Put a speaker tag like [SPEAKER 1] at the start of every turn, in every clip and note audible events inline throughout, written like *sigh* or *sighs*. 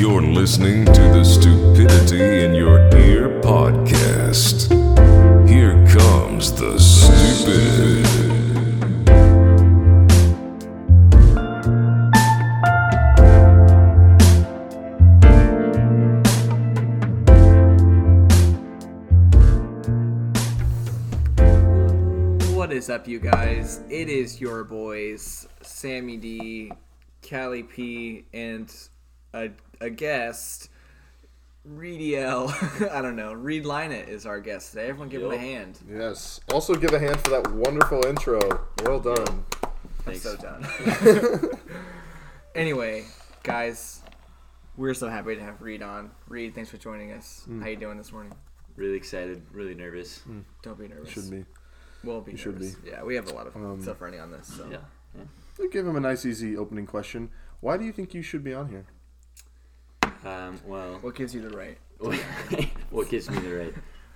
[SPEAKER 1] listening to the Stupidity in Your Ear podcast. Here comes the stupid.
[SPEAKER 2] What is up, you guys? It is your boys, Sammy D, Callie P, and a, a guest, Reedy L. *laughs* I don't know. Reed Linett is our guest today. Everyone give him a hand.
[SPEAKER 3] Yes. Also, give a hand for that wonderful intro. Well done.
[SPEAKER 2] I'm so
[SPEAKER 3] *laughs*
[SPEAKER 2] done. anyway, guys, we're so happy to have Reed on. Reed, thanks for joining us.
[SPEAKER 3] Mm.
[SPEAKER 2] How you doing this morning?
[SPEAKER 4] Really excited, really nervous.
[SPEAKER 3] Mm-hmm.
[SPEAKER 2] Don't be nervous.
[SPEAKER 3] Should be.
[SPEAKER 2] We'll be
[SPEAKER 3] should Um,
[SPEAKER 2] nervous. Yeah, we have a lot of stuff running on this. So.
[SPEAKER 4] Yeah.
[SPEAKER 3] Let's Give him a nice, easy opening question. Why do you think you should be on here?
[SPEAKER 4] Um, well,
[SPEAKER 2] What gives you the right?
[SPEAKER 4] *laughs* what gives me the right?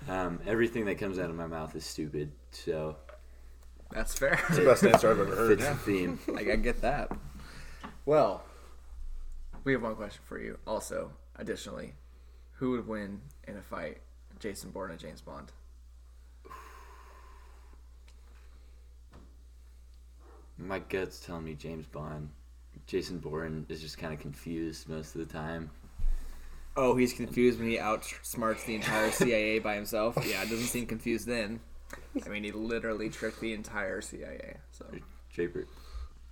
[SPEAKER 4] Um, everything that comes out of my mouth is stupid, so
[SPEAKER 2] That's fair. *laughs*
[SPEAKER 3] *laughs* Best answer I've ever heard.
[SPEAKER 4] fits the
[SPEAKER 3] *laughs*
[SPEAKER 4] theme.
[SPEAKER 2] I, I get that. Well, we have one question for you. Also, additionally, who would win in a fight, Jason Bourne and James Bond?
[SPEAKER 4] My gut's telling me James Bond. Jason Bourne is just kind of confused most of the time.
[SPEAKER 2] Oh, he's confused when he outsmarts the entire CIA by himself. Yeah, it doesn't seem confused then. I mean, he literally tricked the entire CIA. So
[SPEAKER 4] Draper,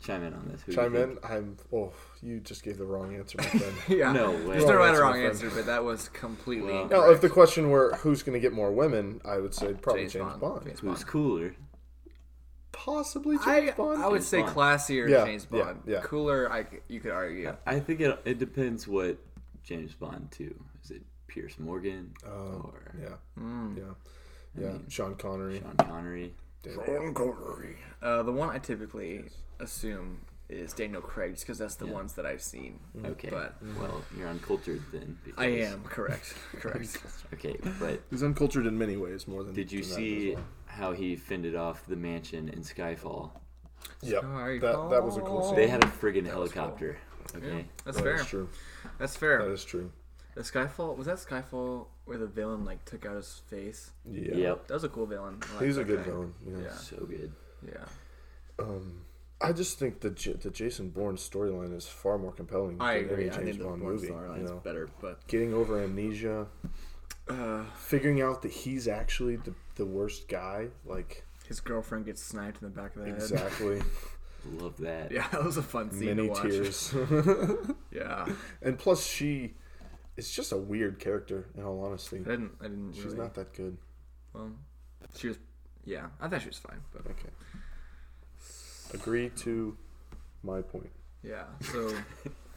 [SPEAKER 4] chime in on this. Who do you
[SPEAKER 3] Chime in.
[SPEAKER 4] think?
[SPEAKER 3] I'm. Oh, you just gave the wrong answer, my *laughs* friend.
[SPEAKER 2] yeah,
[SPEAKER 4] No way.
[SPEAKER 2] there's no right or
[SPEAKER 3] That's
[SPEAKER 2] wrong
[SPEAKER 3] my
[SPEAKER 2] answer, but that was completely
[SPEAKER 4] Well-
[SPEAKER 3] now, if
[SPEAKER 2] incorrect.
[SPEAKER 3] the question were who's going to get more women, I would say probably James, Bond.
[SPEAKER 2] James
[SPEAKER 4] Who's
[SPEAKER 2] Bond.
[SPEAKER 4] cooler?
[SPEAKER 3] Possibly
[SPEAKER 2] I,
[SPEAKER 3] James Bond.
[SPEAKER 2] I would
[SPEAKER 4] James
[SPEAKER 2] say
[SPEAKER 4] Bond.
[SPEAKER 2] classier
[SPEAKER 3] Yeah,
[SPEAKER 2] James
[SPEAKER 3] yeah,
[SPEAKER 2] Bond.
[SPEAKER 3] yeah.
[SPEAKER 2] Cooler, I, c- you could argue.
[SPEAKER 4] I think it, it depends what James Bond too. Is it Pierce Morgan or
[SPEAKER 3] Yeah. Yeah. Oh, Yeah. Sean Connery.
[SPEAKER 4] Sean Connery?
[SPEAKER 2] Uh, the one I typically assume is Daniel Craig, just because that's the ones that I've seen.
[SPEAKER 4] Okay,
[SPEAKER 2] But
[SPEAKER 4] well, you're uncultured then. Because,
[SPEAKER 2] I am
[SPEAKER 3] *laughs*
[SPEAKER 2] correct. Correct.
[SPEAKER 4] Okay, but
[SPEAKER 3] He's uncultured in many ways more than.
[SPEAKER 4] Did you
[SPEAKER 3] than that
[SPEAKER 4] see
[SPEAKER 3] as well.
[SPEAKER 4] how he fended off the mansion in Skyfall?
[SPEAKER 3] Yep. That, that was a cool scene.
[SPEAKER 4] They had a
[SPEAKER 2] was
[SPEAKER 4] friggin'
[SPEAKER 2] cool.
[SPEAKER 4] helicopter. Okay.
[SPEAKER 2] That's
[SPEAKER 3] That
[SPEAKER 2] fair.
[SPEAKER 3] is true.
[SPEAKER 2] That's
[SPEAKER 3] That
[SPEAKER 2] fair.
[SPEAKER 3] is true.
[SPEAKER 2] The Skyfall was that Skyfall where the villain like took out his face.
[SPEAKER 3] Yeah.
[SPEAKER 4] Yep.
[SPEAKER 2] That was a cool villain. I liked
[SPEAKER 3] He's a
[SPEAKER 2] that
[SPEAKER 3] good
[SPEAKER 2] guy.
[SPEAKER 3] villain. yeah.
[SPEAKER 2] Yeah.
[SPEAKER 4] So good.
[SPEAKER 2] Yeah.
[SPEAKER 3] I just think the J- the Jason Bourne storyline is far more compelling
[SPEAKER 2] I
[SPEAKER 3] than
[SPEAKER 2] agree.
[SPEAKER 3] any
[SPEAKER 2] I
[SPEAKER 3] James
[SPEAKER 2] think the
[SPEAKER 3] Bond
[SPEAKER 2] Bourne
[SPEAKER 3] movie. you
[SPEAKER 2] storyline's
[SPEAKER 3] know.
[SPEAKER 2] better, but uh,
[SPEAKER 3] Getting over amnesia, figuring out that he's actually the, the worst guy, like
[SPEAKER 2] his girlfriend gets sniped in the back of the head.
[SPEAKER 3] exactly
[SPEAKER 4] Love
[SPEAKER 2] *laughs*
[SPEAKER 4] that.
[SPEAKER 2] Yeah, that was a fun scene
[SPEAKER 3] many
[SPEAKER 2] to watch.
[SPEAKER 3] tears, *laughs*
[SPEAKER 2] Yeah.
[SPEAKER 3] and plus she is just a weird character. In all honesty,
[SPEAKER 2] I didn't. I didn't.
[SPEAKER 3] she's
[SPEAKER 2] really,
[SPEAKER 3] not that good.
[SPEAKER 2] She was. Yeah, I thought she was fine, but
[SPEAKER 3] Okay, agree to my point.
[SPEAKER 2] Yeah. So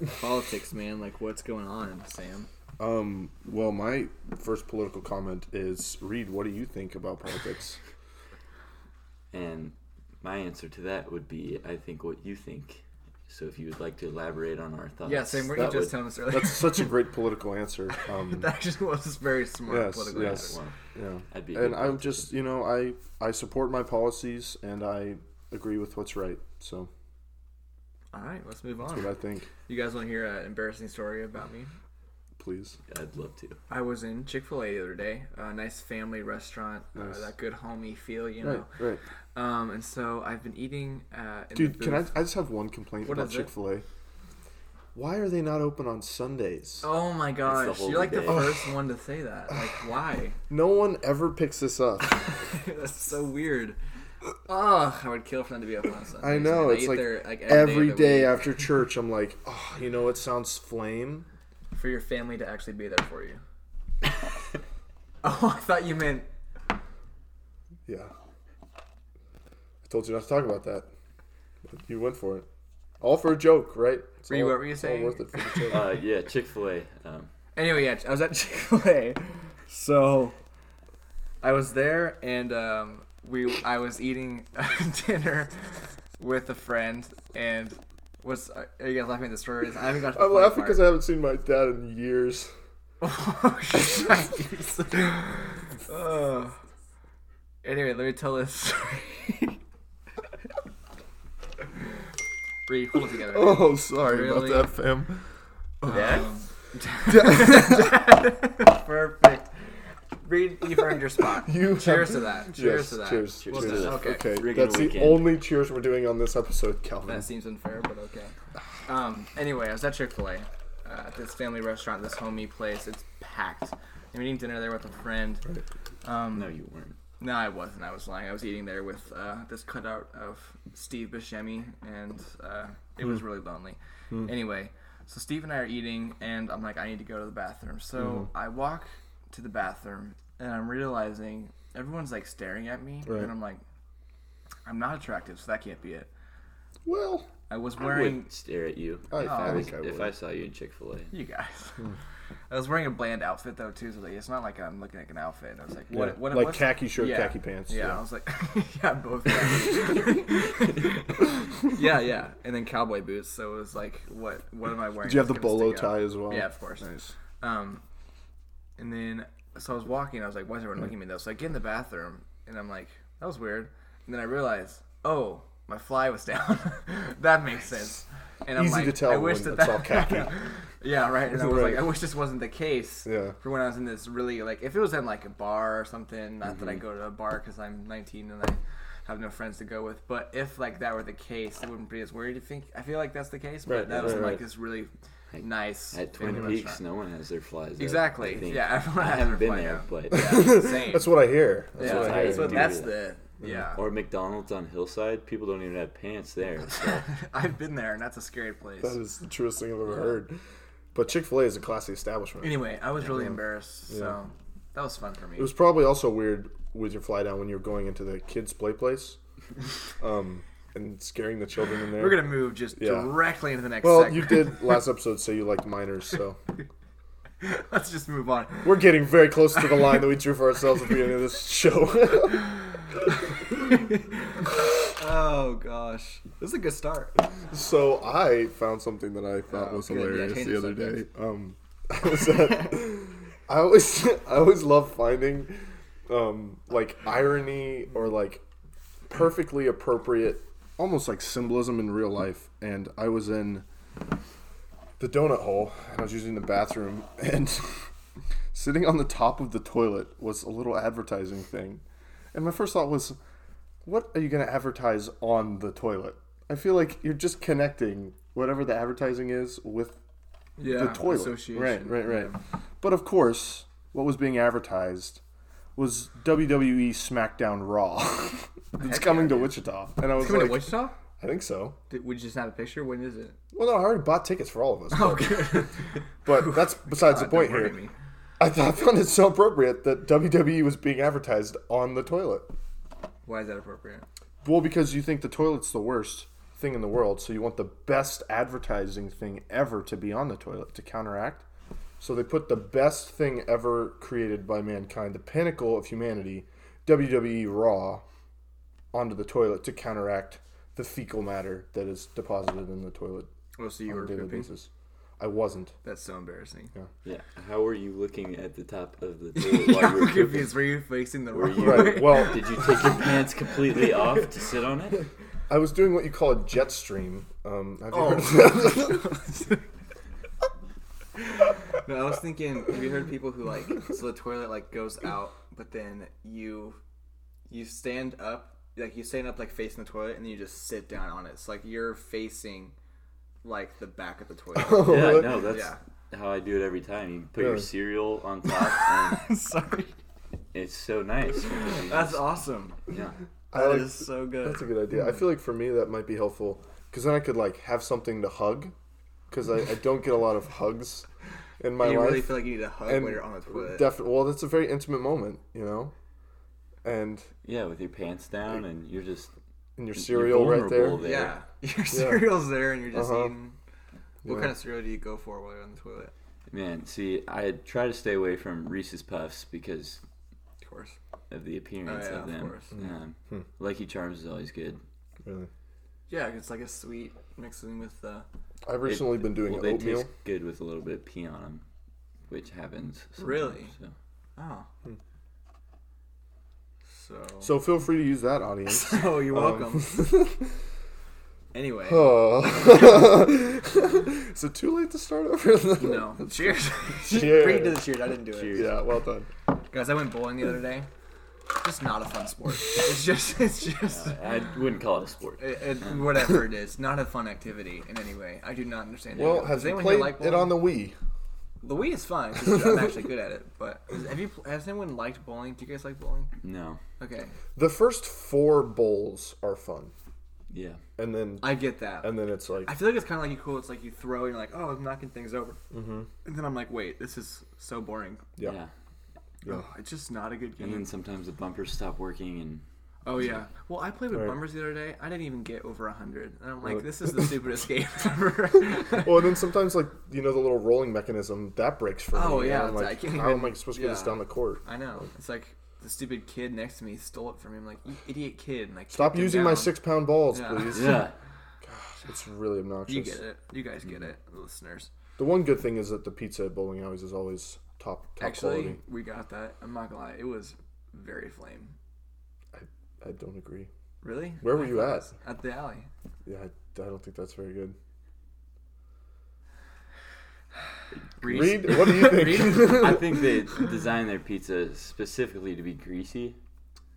[SPEAKER 2] *laughs* politics, man. Like, what's going on, Sam?
[SPEAKER 3] Um, well, my first political comment is Reed. What do you think
[SPEAKER 2] *laughs*
[SPEAKER 3] about politics?
[SPEAKER 4] And my answer to that would be I think what you think. So if you would like to elaborate on our thoughts.
[SPEAKER 2] Yeah, Sam. Weren't you
[SPEAKER 4] that
[SPEAKER 2] just
[SPEAKER 4] would-
[SPEAKER 2] telling us earlier?
[SPEAKER 3] That's such a great political answer.
[SPEAKER 2] *laughs*
[SPEAKER 3] Um,
[SPEAKER 2] That just was very smart.
[SPEAKER 3] Yes,
[SPEAKER 2] political
[SPEAKER 3] yes.
[SPEAKER 2] answer.
[SPEAKER 4] Well,
[SPEAKER 3] Yeah,
[SPEAKER 4] I'd be a
[SPEAKER 3] and
[SPEAKER 4] good
[SPEAKER 3] I'm
[SPEAKER 4] one,
[SPEAKER 3] just you know I I support my policies and I agree with what's right. So
[SPEAKER 2] All right, let's move
[SPEAKER 3] what
[SPEAKER 2] on.
[SPEAKER 3] I think,
[SPEAKER 2] You guys want to hear an embarrassing story about me?
[SPEAKER 3] please.
[SPEAKER 4] I'd love to.
[SPEAKER 2] I was in Chick Fil A the other day, a nice family restaurant, uh, that good homey feel, you
[SPEAKER 3] Right,
[SPEAKER 2] know.
[SPEAKER 3] right,
[SPEAKER 2] Um, and so I've been eating. Uh, in
[SPEAKER 3] dude.
[SPEAKER 2] the
[SPEAKER 3] Can I?
[SPEAKER 2] booth-
[SPEAKER 3] I just have one complaint
[SPEAKER 2] What
[SPEAKER 3] about
[SPEAKER 2] is it?
[SPEAKER 3] Chick Fil A. Why are they not open on Sundays?
[SPEAKER 2] Oh my gosh!
[SPEAKER 4] holy
[SPEAKER 2] You're like the
[SPEAKER 4] day.
[SPEAKER 2] first one to say that. Like, why? *laughs*
[SPEAKER 3] No one ever picks this up.
[SPEAKER 2] That's so weird. Ugh, I would kill for them to be open on Sundays.
[SPEAKER 3] I know
[SPEAKER 2] man.
[SPEAKER 3] it's
[SPEAKER 2] eat
[SPEAKER 3] like,
[SPEAKER 2] there, like
[SPEAKER 3] every
[SPEAKER 2] of the
[SPEAKER 3] day
[SPEAKER 2] week
[SPEAKER 3] after church, I'm like, oh, you know, it sounds flame.
[SPEAKER 2] for your family to actually be there for you. *laughs* oh, I thought you meant
[SPEAKER 3] Yeah, I told you not to talk about that. But you went for it, all for a joke, right? It's
[SPEAKER 2] Reed,
[SPEAKER 3] all-
[SPEAKER 2] what were you
[SPEAKER 3] it's all
[SPEAKER 2] saying?
[SPEAKER 3] worth it
[SPEAKER 2] *laughs*
[SPEAKER 3] for the joke.
[SPEAKER 4] Uh, yeah, Chick fil A. Um,
[SPEAKER 2] Anyway, yeah, I was at *laughs* Chick Fil A, so I was there, and um, we I was eating *laughs* dinner with a friend, and what's are you guys laughing at the story? I haven't got. To the
[SPEAKER 3] I'm
[SPEAKER 2] funny
[SPEAKER 3] laughing
[SPEAKER 2] part. *laughs*
[SPEAKER 3] because I haven't seen my dad in years. *laughs*
[SPEAKER 2] Oh. Anyway, let me tell this story. *laughs* Bree, hold it together.
[SPEAKER 3] Oh, sorry
[SPEAKER 2] Really?
[SPEAKER 3] about that, fam.
[SPEAKER 2] Um, *laughs* Perfect. Reed, you've earned your spot.
[SPEAKER 3] You have-
[SPEAKER 2] cheers to that. Cheers
[SPEAKER 3] Yes,
[SPEAKER 2] to that.
[SPEAKER 3] Cheers.
[SPEAKER 4] Cheers
[SPEAKER 2] Well
[SPEAKER 4] to
[SPEAKER 2] done.
[SPEAKER 4] that.
[SPEAKER 2] Okay.
[SPEAKER 3] Okay,
[SPEAKER 4] Rigging
[SPEAKER 3] that's the
[SPEAKER 4] weekend.
[SPEAKER 3] only cheers we're doing on this episode, Calvin.
[SPEAKER 2] That seems unfair, but okay. Um, anyway, I was at Chick Fil A, uh, at this family restaurant, this homie place. It's packed. I'm eating dinner there with a friend. Um,
[SPEAKER 4] No, you weren't.
[SPEAKER 2] No, I wasn't. I was lying. I was eating there with uh, this cutout of Steve Buscemi, and uh, it was really lonely. Anyway, so Steve and I are eating, and I'm like, I need to go to the bathroom. So I walk to the bathroom, and I'm realizing everyone's like staring at me,
[SPEAKER 3] Right.
[SPEAKER 2] and I'm like, I'm not attractive, so that can't be it.
[SPEAKER 3] Well,
[SPEAKER 2] I was
[SPEAKER 4] I
[SPEAKER 2] wearing
[SPEAKER 4] would stare at you
[SPEAKER 2] Oh,
[SPEAKER 3] I-
[SPEAKER 4] if,
[SPEAKER 3] I
[SPEAKER 4] I was,
[SPEAKER 3] think I
[SPEAKER 4] if
[SPEAKER 3] would.
[SPEAKER 4] I saw you in Chick Fil A.
[SPEAKER 2] you guys. I was wearing a bland outfit though too, so like, it's not like I'm looking like an outfit. I was like, what?
[SPEAKER 3] Yeah,
[SPEAKER 2] what
[SPEAKER 3] like
[SPEAKER 2] what's-
[SPEAKER 3] khaki shirt, khaki pants,
[SPEAKER 2] Yeah,
[SPEAKER 3] yeah.
[SPEAKER 2] I was like, *laughs* yeah, both. *laughs* yeah, yeah, and then cowboy boots. So it was like, what? What am I wearing?
[SPEAKER 3] do you have the
[SPEAKER 2] that's gonna
[SPEAKER 3] bolo
[SPEAKER 2] stick out?
[SPEAKER 3] tie as well?
[SPEAKER 2] uh, Yeah, of course.
[SPEAKER 3] Nice.
[SPEAKER 2] Um, and then so I was walking. I was like, why is everyone looking at me though? So I get in the bathroom, and I'm like, that was weird. And then I realize, oh, my fly was *laughs* down. that makes sense. And I'm
[SPEAKER 3] Easy
[SPEAKER 2] like,
[SPEAKER 3] to tell
[SPEAKER 2] I wish
[SPEAKER 3] when
[SPEAKER 2] that
[SPEAKER 3] it's
[SPEAKER 2] that
[SPEAKER 3] all khaki.
[SPEAKER 2] *laughs* yeah, right. And I was
[SPEAKER 3] Right.
[SPEAKER 2] like, I wish this wasn't the case.
[SPEAKER 3] Yeah.
[SPEAKER 2] For when I was in this really like, if it was in like a bar or something, not
[SPEAKER 3] Mm-hmm.
[SPEAKER 2] that I go to a bar because I'm 19 and I have no friends to go with, but if like that were the case, it wouldn't be as weird. You think? I feel like that's the case, but
[SPEAKER 3] Right,
[SPEAKER 2] that was
[SPEAKER 3] right,
[SPEAKER 2] like
[SPEAKER 3] right.
[SPEAKER 2] this really nice
[SPEAKER 4] At
[SPEAKER 2] family
[SPEAKER 4] Twin Peaks,
[SPEAKER 2] restaurant.
[SPEAKER 4] no one has their flies. up,
[SPEAKER 2] Exactly.
[SPEAKER 4] I think.
[SPEAKER 2] Yeah, *laughs* everyone
[SPEAKER 4] I
[SPEAKER 2] has
[SPEAKER 4] haven't
[SPEAKER 2] their
[SPEAKER 4] been
[SPEAKER 2] fly
[SPEAKER 4] there,
[SPEAKER 2] *laughs* up.
[SPEAKER 4] but
[SPEAKER 2] Yeah, same.
[SPEAKER 3] That's what I hear. That's
[SPEAKER 2] yeah,
[SPEAKER 3] what I
[SPEAKER 4] I
[SPEAKER 3] hear.
[SPEAKER 2] that's what-
[SPEAKER 4] do
[SPEAKER 2] that's
[SPEAKER 4] that.
[SPEAKER 2] the yeah.
[SPEAKER 4] or McDonald's on Hillside, people don't even have pants *laughs* there. So
[SPEAKER 2] *laughs* I've been there, and that's a scary place.
[SPEAKER 3] That is the truest thing I've ever heard. But Chick Fil A is a classy establishment.
[SPEAKER 2] Anyway, I was really embarrassed, so that was fun for me.
[SPEAKER 3] It was probably also weird with your fly down when you were going into the kids' play
[SPEAKER 2] *laughs*
[SPEAKER 3] place, um, and scaring the children in there.
[SPEAKER 2] We're gonna move just
[SPEAKER 3] Yeah.
[SPEAKER 2] directly into the next.
[SPEAKER 3] well,
[SPEAKER 2] segment.
[SPEAKER 3] you did last episode say you liked minors, so
[SPEAKER 2] *laughs* Let's just move on.
[SPEAKER 3] we're getting very close to the line that we drew for ourselves at the beginning of this show.
[SPEAKER 2] *laughs*
[SPEAKER 3] *laughs*
[SPEAKER 2] Oh gosh, this is a good start.
[SPEAKER 3] so I found something that I thought was
[SPEAKER 2] Oh, good. Yeah,
[SPEAKER 3] hilarious
[SPEAKER 2] change
[SPEAKER 3] the
[SPEAKER 2] the
[SPEAKER 3] other day.
[SPEAKER 2] subject.
[SPEAKER 3] Um, *laughs* I was at, I always I always love finding um, like irony or like perfectly appropriate, almost like symbolism in real life. And I was in the donut hole, and I was using the bathroom, *laughs* and sitting on the top of the toilet was a little advertising thing. And my first thought was, what are you going to advertise on the toilet? I feel like you're just connecting whatever the advertising is with
[SPEAKER 2] Yeah,
[SPEAKER 3] the toilet. Right, right, right. But of course, what was being advertised was WWE SmackDown Raw. *laughs* it's
[SPEAKER 2] Heck
[SPEAKER 3] coming
[SPEAKER 2] yeah,
[SPEAKER 3] to
[SPEAKER 2] dude.
[SPEAKER 3] Wichita, and I was
[SPEAKER 2] Coming
[SPEAKER 3] like,
[SPEAKER 2] to Wichita?
[SPEAKER 3] I think so.
[SPEAKER 2] Did we just have a picture? When is it?
[SPEAKER 3] Well, no, I already bought tickets for all
[SPEAKER 2] *laughs*
[SPEAKER 3] of us.
[SPEAKER 2] Okay. Oh
[SPEAKER 3] But that's besides the point here.
[SPEAKER 2] Me.
[SPEAKER 3] I, th- I found it so appropriate that WWE was being advertised on the toilet.
[SPEAKER 2] Why is that appropriate?
[SPEAKER 3] Well, because you think the toilet's the worst thing in the world, so you want the best advertising thing ever to be on the toilet to counteract. So they put the best thing ever created by mankind, the pinnacle of humanity, WWE Raw, onto the toilet to counteract the fecal matter that is deposited in the toilet
[SPEAKER 2] Oh, so you
[SPEAKER 3] on
[SPEAKER 2] were
[SPEAKER 3] a daily
[SPEAKER 2] pooping?
[SPEAKER 3] basis. I wasn't.
[SPEAKER 2] That's so embarrassing.
[SPEAKER 4] yeah, how were you looking at the top of *laughs* the toilet while you
[SPEAKER 2] I'm
[SPEAKER 4] were pooping?
[SPEAKER 2] confused. Were you facing the
[SPEAKER 4] Were
[SPEAKER 2] wrong
[SPEAKER 4] you-
[SPEAKER 2] way?
[SPEAKER 3] Right. Well,
[SPEAKER 4] *laughs* Did you take your pants *laughs* completely off to sit on it?
[SPEAKER 3] I was doing what you call a jet stream. Um, have you heard of that?
[SPEAKER 2] No, I was thinking. Have you heard people who like so the toilet like goes out, but then you you stand up like you stand up like facing the toilet, and then you just sit down on it. So like you're facing like the back of the toilet.
[SPEAKER 4] *laughs* Yeah, no, that's
[SPEAKER 2] Yeah.
[SPEAKER 4] how I do it every time. You put
[SPEAKER 3] Yeah.
[SPEAKER 4] your cereal on top, *laughs*
[SPEAKER 2] *laughs*
[SPEAKER 4] and
[SPEAKER 2] Sorry,
[SPEAKER 4] it's so nice. because you
[SPEAKER 2] that's
[SPEAKER 4] just-
[SPEAKER 2] awesome.
[SPEAKER 4] yeah.
[SPEAKER 3] I
[SPEAKER 2] That
[SPEAKER 3] like- Hmm.
[SPEAKER 2] is so good.
[SPEAKER 3] That's a good idea. I feel like for me that might be helpful because then I could like have something to hug because I, I don't get a lot of hugs in my
[SPEAKER 2] you
[SPEAKER 3] life.
[SPEAKER 2] really feel like you need a hug
[SPEAKER 3] And
[SPEAKER 2] when you're on the toilet.
[SPEAKER 3] Defi- well, that's a very intimate moment, you know, and
[SPEAKER 4] yeah, with your pants down, and you're just
[SPEAKER 3] and your cereal right there.
[SPEAKER 4] vulnerable there.
[SPEAKER 2] yeah, your cereal's there, and you're just
[SPEAKER 3] Uh-huh.
[SPEAKER 2] eating. What kind of cereal do you go for while you're on the toilet?
[SPEAKER 4] man. See, I try to stay away from Reese's Puffs because
[SPEAKER 2] Of course.
[SPEAKER 4] of the appearance
[SPEAKER 2] yeah,
[SPEAKER 4] Oh, of
[SPEAKER 2] of
[SPEAKER 4] them.
[SPEAKER 2] course.
[SPEAKER 4] Um, Lucky Charms is always good.
[SPEAKER 3] Really.
[SPEAKER 2] Yeah, it's like a sweet mixing with uh, the.
[SPEAKER 3] I've recently been doing
[SPEAKER 4] well, they
[SPEAKER 3] oatmeal.
[SPEAKER 4] taste good with a little bit of pee on them, which happens. sometimes,
[SPEAKER 2] Really?
[SPEAKER 4] So.
[SPEAKER 2] Oh. So.
[SPEAKER 3] So feel free to use
[SPEAKER 2] *laughs*
[SPEAKER 3] that, audience.
[SPEAKER 2] Oh, you're welcome. anyway,
[SPEAKER 3] Uh, *laughs* Is it too late to start over?
[SPEAKER 2] No. Cheers.
[SPEAKER 3] Cheers.
[SPEAKER 2] Bring it to the *laughs* cheers. I didn't do it.
[SPEAKER 3] *laughs* Yeah, well done.
[SPEAKER 2] Guys, I went bowling the other day. Just not a fun *laughs* sport. It's just, it's just,
[SPEAKER 4] I wouldn't call it a sport.
[SPEAKER 2] it, it, whatever it is, not a fun activity in any way. I do not understand.
[SPEAKER 3] Well,
[SPEAKER 2] it.
[SPEAKER 3] have
[SPEAKER 2] Does
[SPEAKER 3] you
[SPEAKER 2] anyone here
[SPEAKER 3] played
[SPEAKER 2] like
[SPEAKER 3] it
[SPEAKER 2] bowling?
[SPEAKER 3] on the Wii?
[SPEAKER 2] The Wii is fine. 'cause I'm actually good at it. *laughs* But is- have you? Has anyone liked bowling? Do you guys like bowling?
[SPEAKER 4] No.
[SPEAKER 2] Okay,
[SPEAKER 3] The first four bowls are fun,
[SPEAKER 4] Yeah.
[SPEAKER 3] and then
[SPEAKER 2] I get that.
[SPEAKER 3] and then it's like
[SPEAKER 2] I feel like it's kind of like you cool. It's like you throw and you're like, oh, I'm knocking things over, mm-hmm. and then I'm like, wait, this is so boring.
[SPEAKER 3] Yeah.
[SPEAKER 4] Yeah.
[SPEAKER 2] Oh, it's just not a good game.
[SPEAKER 4] And then sometimes the bumpers stop working and
[SPEAKER 2] oh yeah. Well, I played with
[SPEAKER 3] Right.
[SPEAKER 2] bummers the other day. I didn't even get over hundred, and I'm like, this is the
[SPEAKER 3] *laughs*
[SPEAKER 2] stupidest game ever.
[SPEAKER 3] well, and then sometimes like you know the little rolling mechanism that breaks for
[SPEAKER 2] Oh,
[SPEAKER 3] me. and
[SPEAKER 2] yeah,
[SPEAKER 3] I'm
[SPEAKER 2] it's-
[SPEAKER 3] like,
[SPEAKER 2] I can't
[SPEAKER 3] how
[SPEAKER 2] even-
[SPEAKER 3] am I supposed to get this
[SPEAKER 2] yeah.
[SPEAKER 3] down the court?
[SPEAKER 2] I know. It's like the stupid kid next to me stole it from me. I'm like, you idiot kid. And I
[SPEAKER 3] Stop
[SPEAKER 2] kicked him
[SPEAKER 3] using my
[SPEAKER 2] down.
[SPEAKER 3] six pound balls,
[SPEAKER 2] Yeah. *laughs*
[SPEAKER 3] please.
[SPEAKER 4] yeah.
[SPEAKER 3] It's really obnoxious.
[SPEAKER 2] You get it. You guys
[SPEAKER 3] Mm-hmm.
[SPEAKER 2] get it, listeners.
[SPEAKER 3] The one good thing is that the pizza at bowling alleys is always top top
[SPEAKER 2] Actually,
[SPEAKER 3] quality.
[SPEAKER 2] we got that. I'm not gonna lie. It was very flame.
[SPEAKER 3] I don't agree.
[SPEAKER 2] Really?
[SPEAKER 3] Where were
[SPEAKER 2] I
[SPEAKER 3] you
[SPEAKER 2] thought it
[SPEAKER 3] at?
[SPEAKER 2] was At the alley.
[SPEAKER 3] Yeah, I, I don't think that's very good.
[SPEAKER 2] Reese-
[SPEAKER 3] Reed, *laughs* what do
[SPEAKER 2] *laughs*
[SPEAKER 3] you think?
[SPEAKER 4] I think they designed their pizza specifically to be greasy,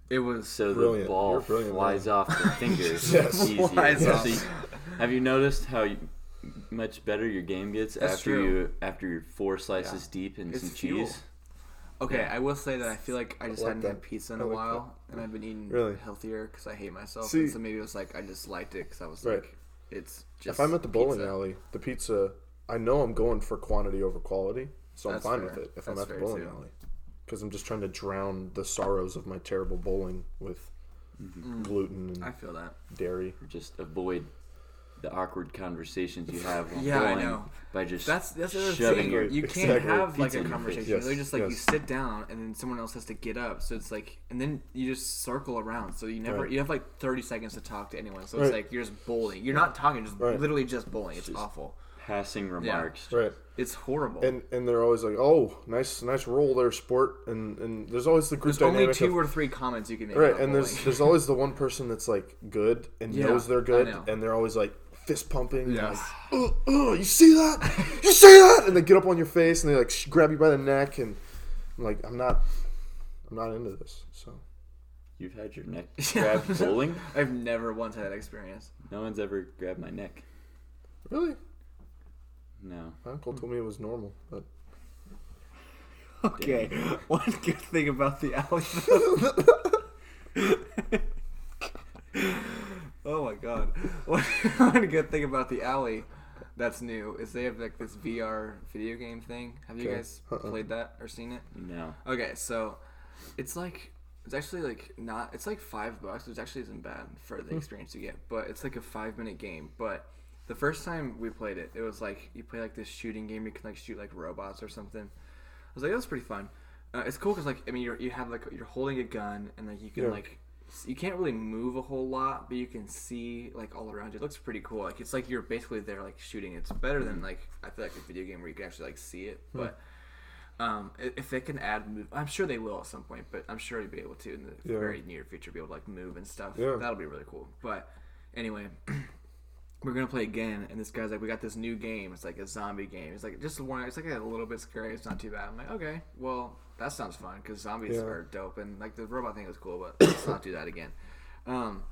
[SPEAKER 2] It was.
[SPEAKER 4] so
[SPEAKER 3] Brilliant.
[SPEAKER 4] the ball
[SPEAKER 3] You're brilliant,
[SPEAKER 4] flies off the fingers
[SPEAKER 3] Yes.
[SPEAKER 4] easier.
[SPEAKER 2] Flies
[SPEAKER 4] So
[SPEAKER 2] off.
[SPEAKER 4] you- have you noticed how you, much better your game gets
[SPEAKER 2] That's
[SPEAKER 4] after
[SPEAKER 2] true.
[SPEAKER 4] you after you're four slices deep and
[SPEAKER 2] It's
[SPEAKER 4] some
[SPEAKER 2] fuel.
[SPEAKER 4] cheese?
[SPEAKER 2] Okay, I will say that I feel like I just
[SPEAKER 3] like
[SPEAKER 2] hadn't
[SPEAKER 3] that.
[SPEAKER 2] had pizza in
[SPEAKER 3] I
[SPEAKER 2] a
[SPEAKER 3] like
[SPEAKER 2] while, and I've been eating
[SPEAKER 3] Really?
[SPEAKER 2] healthier because I hate myself.
[SPEAKER 3] See-
[SPEAKER 2] and so maybe it was like I just liked it because I was
[SPEAKER 3] Right.
[SPEAKER 2] like, it's just.
[SPEAKER 3] if I'm at the bowling
[SPEAKER 2] pizza.
[SPEAKER 3] alley, the pizza, I know I'm going for quantity over quality, so
[SPEAKER 2] That's
[SPEAKER 3] I'm fine
[SPEAKER 2] fair.
[SPEAKER 3] with it. If I'm
[SPEAKER 2] That's
[SPEAKER 3] at the
[SPEAKER 2] fair,
[SPEAKER 3] bowling
[SPEAKER 2] too.
[SPEAKER 3] alley, because I'm just trying to drown the sorrows of my terrible bowling with gluten and
[SPEAKER 2] Mm-hmm. I feel that.
[SPEAKER 3] dairy.
[SPEAKER 4] Just avoid the awkward conversations you have.
[SPEAKER 2] *laughs*
[SPEAKER 4] While
[SPEAKER 2] Yeah, I
[SPEAKER 4] bowling
[SPEAKER 2] know.
[SPEAKER 4] By just
[SPEAKER 2] That's that's the other
[SPEAKER 4] shoving
[SPEAKER 2] thing.
[SPEAKER 4] your
[SPEAKER 2] You can't
[SPEAKER 3] exactly.
[SPEAKER 2] have like
[SPEAKER 4] Pizza
[SPEAKER 2] a
[SPEAKER 4] in your face.
[SPEAKER 2] conversation.
[SPEAKER 3] Yes,
[SPEAKER 2] They're just like you
[SPEAKER 3] yes.
[SPEAKER 2] sit down and then someone else has to get up. So it's like, and then you just circle around. So you never
[SPEAKER 3] Right.
[SPEAKER 2] you have like thirty seconds to talk to anyone. So it's
[SPEAKER 3] Right.
[SPEAKER 2] like you're just bullying. You're not talking. Just
[SPEAKER 3] Right.
[SPEAKER 2] literally just bullying. It's awful.
[SPEAKER 4] passing remarks.
[SPEAKER 3] Right.
[SPEAKER 2] It's horrible.
[SPEAKER 3] And and they're always like, oh, nice nice roll there, sport. And and there's always the group
[SPEAKER 2] there's only
[SPEAKER 3] dynamic
[SPEAKER 2] two
[SPEAKER 3] of-
[SPEAKER 2] or three comments you can make.
[SPEAKER 3] Right,
[SPEAKER 2] about
[SPEAKER 3] and there's
[SPEAKER 2] bullying.
[SPEAKER 3] *laughs* there's always the one person that's like good and
[SPEAKER 2] Yeah,
[SPEAKER 3] knows they're
[SPEAKER 2] I
[SPEAKER 3] good,
[SPEAKER 2] know.
[SPEAKER 3] and they're always like fist pumping.
[SPEAKER 2] Yeah.
[SPEAKER 3] Like, oh, you see that? You see that? And they get up on your face and they like sh- grab you by the neck, and I'm like, I'm not, I'm not into this. So
[SPEAKER 4] You've had your
[SPEAKER 2] *laughs*
[SPEAKER 4] neck grabbed bowling.
[SPEAKER 2] I've never once had that experience.
[SPEAKER 4] No one's ever grabbed my neck.
[SPEAKER 3] really,
[SPEAKER 4] No.
[SPEAKER 3] my uncle
[SPEAKER 2] Hmm.
[SPEAKER 3] told me it was normal, but
[SPEAKER 2] Okay, *laughs* one good thing about the alley. *laughs* oh my god! *laughs* One, one good thing about the alley that's new is they have like this VR video game thing. Have you
[SPEAKER 3] Okay.
[SPEAKER 2] guys
[SPEAKER 3] Uh-uh.
[SPEAKER 2] played that or seen it?
[SPEAKER 4] No.
[SPEAKER 2] Okay, so it's like it's actually like not it's like five bucks, which actually isn't bad for the experience you get. But it's like a five minute game. But the first time we played it, it was like you play like this shooting game. You can like shoot like robots or something. I was like, that's pretty fun. Uh, it's cool because like I mean you're, you have like you're holding a gun and like you can
[SPEAKER 3] Yeah.
[SPEAKER 2] like s- you can't really move a whole lot, but you can see like all around you. It looks pretty cool. Like it's like you're basically there like shooting. It's better than like I feel like a video game where you can actually like see it, but. Um, i- if they can add, move, I'm sure they will at some point, but I'm sure they'll be able to in the
[SPEAKER 3] Yeah.
[SPEAKER 2] very near future be able to like move and stuff.
[SPEAKER 3] Yeah.
[SPEAKER 2] That'll be really cool. But anyway, *clears throat* we're gonna play again, and this guy's like, "We got this new game. It's like a zombie game. It's like just one. It's like a little bit scary. It's not too bad." I'm like, "Okay, well that sounds fun because zombies
[SPEAKER 3] Yeah.
[SPEAKER 2] are dope, and like the robot thing was cool, but let's not do that again." Um,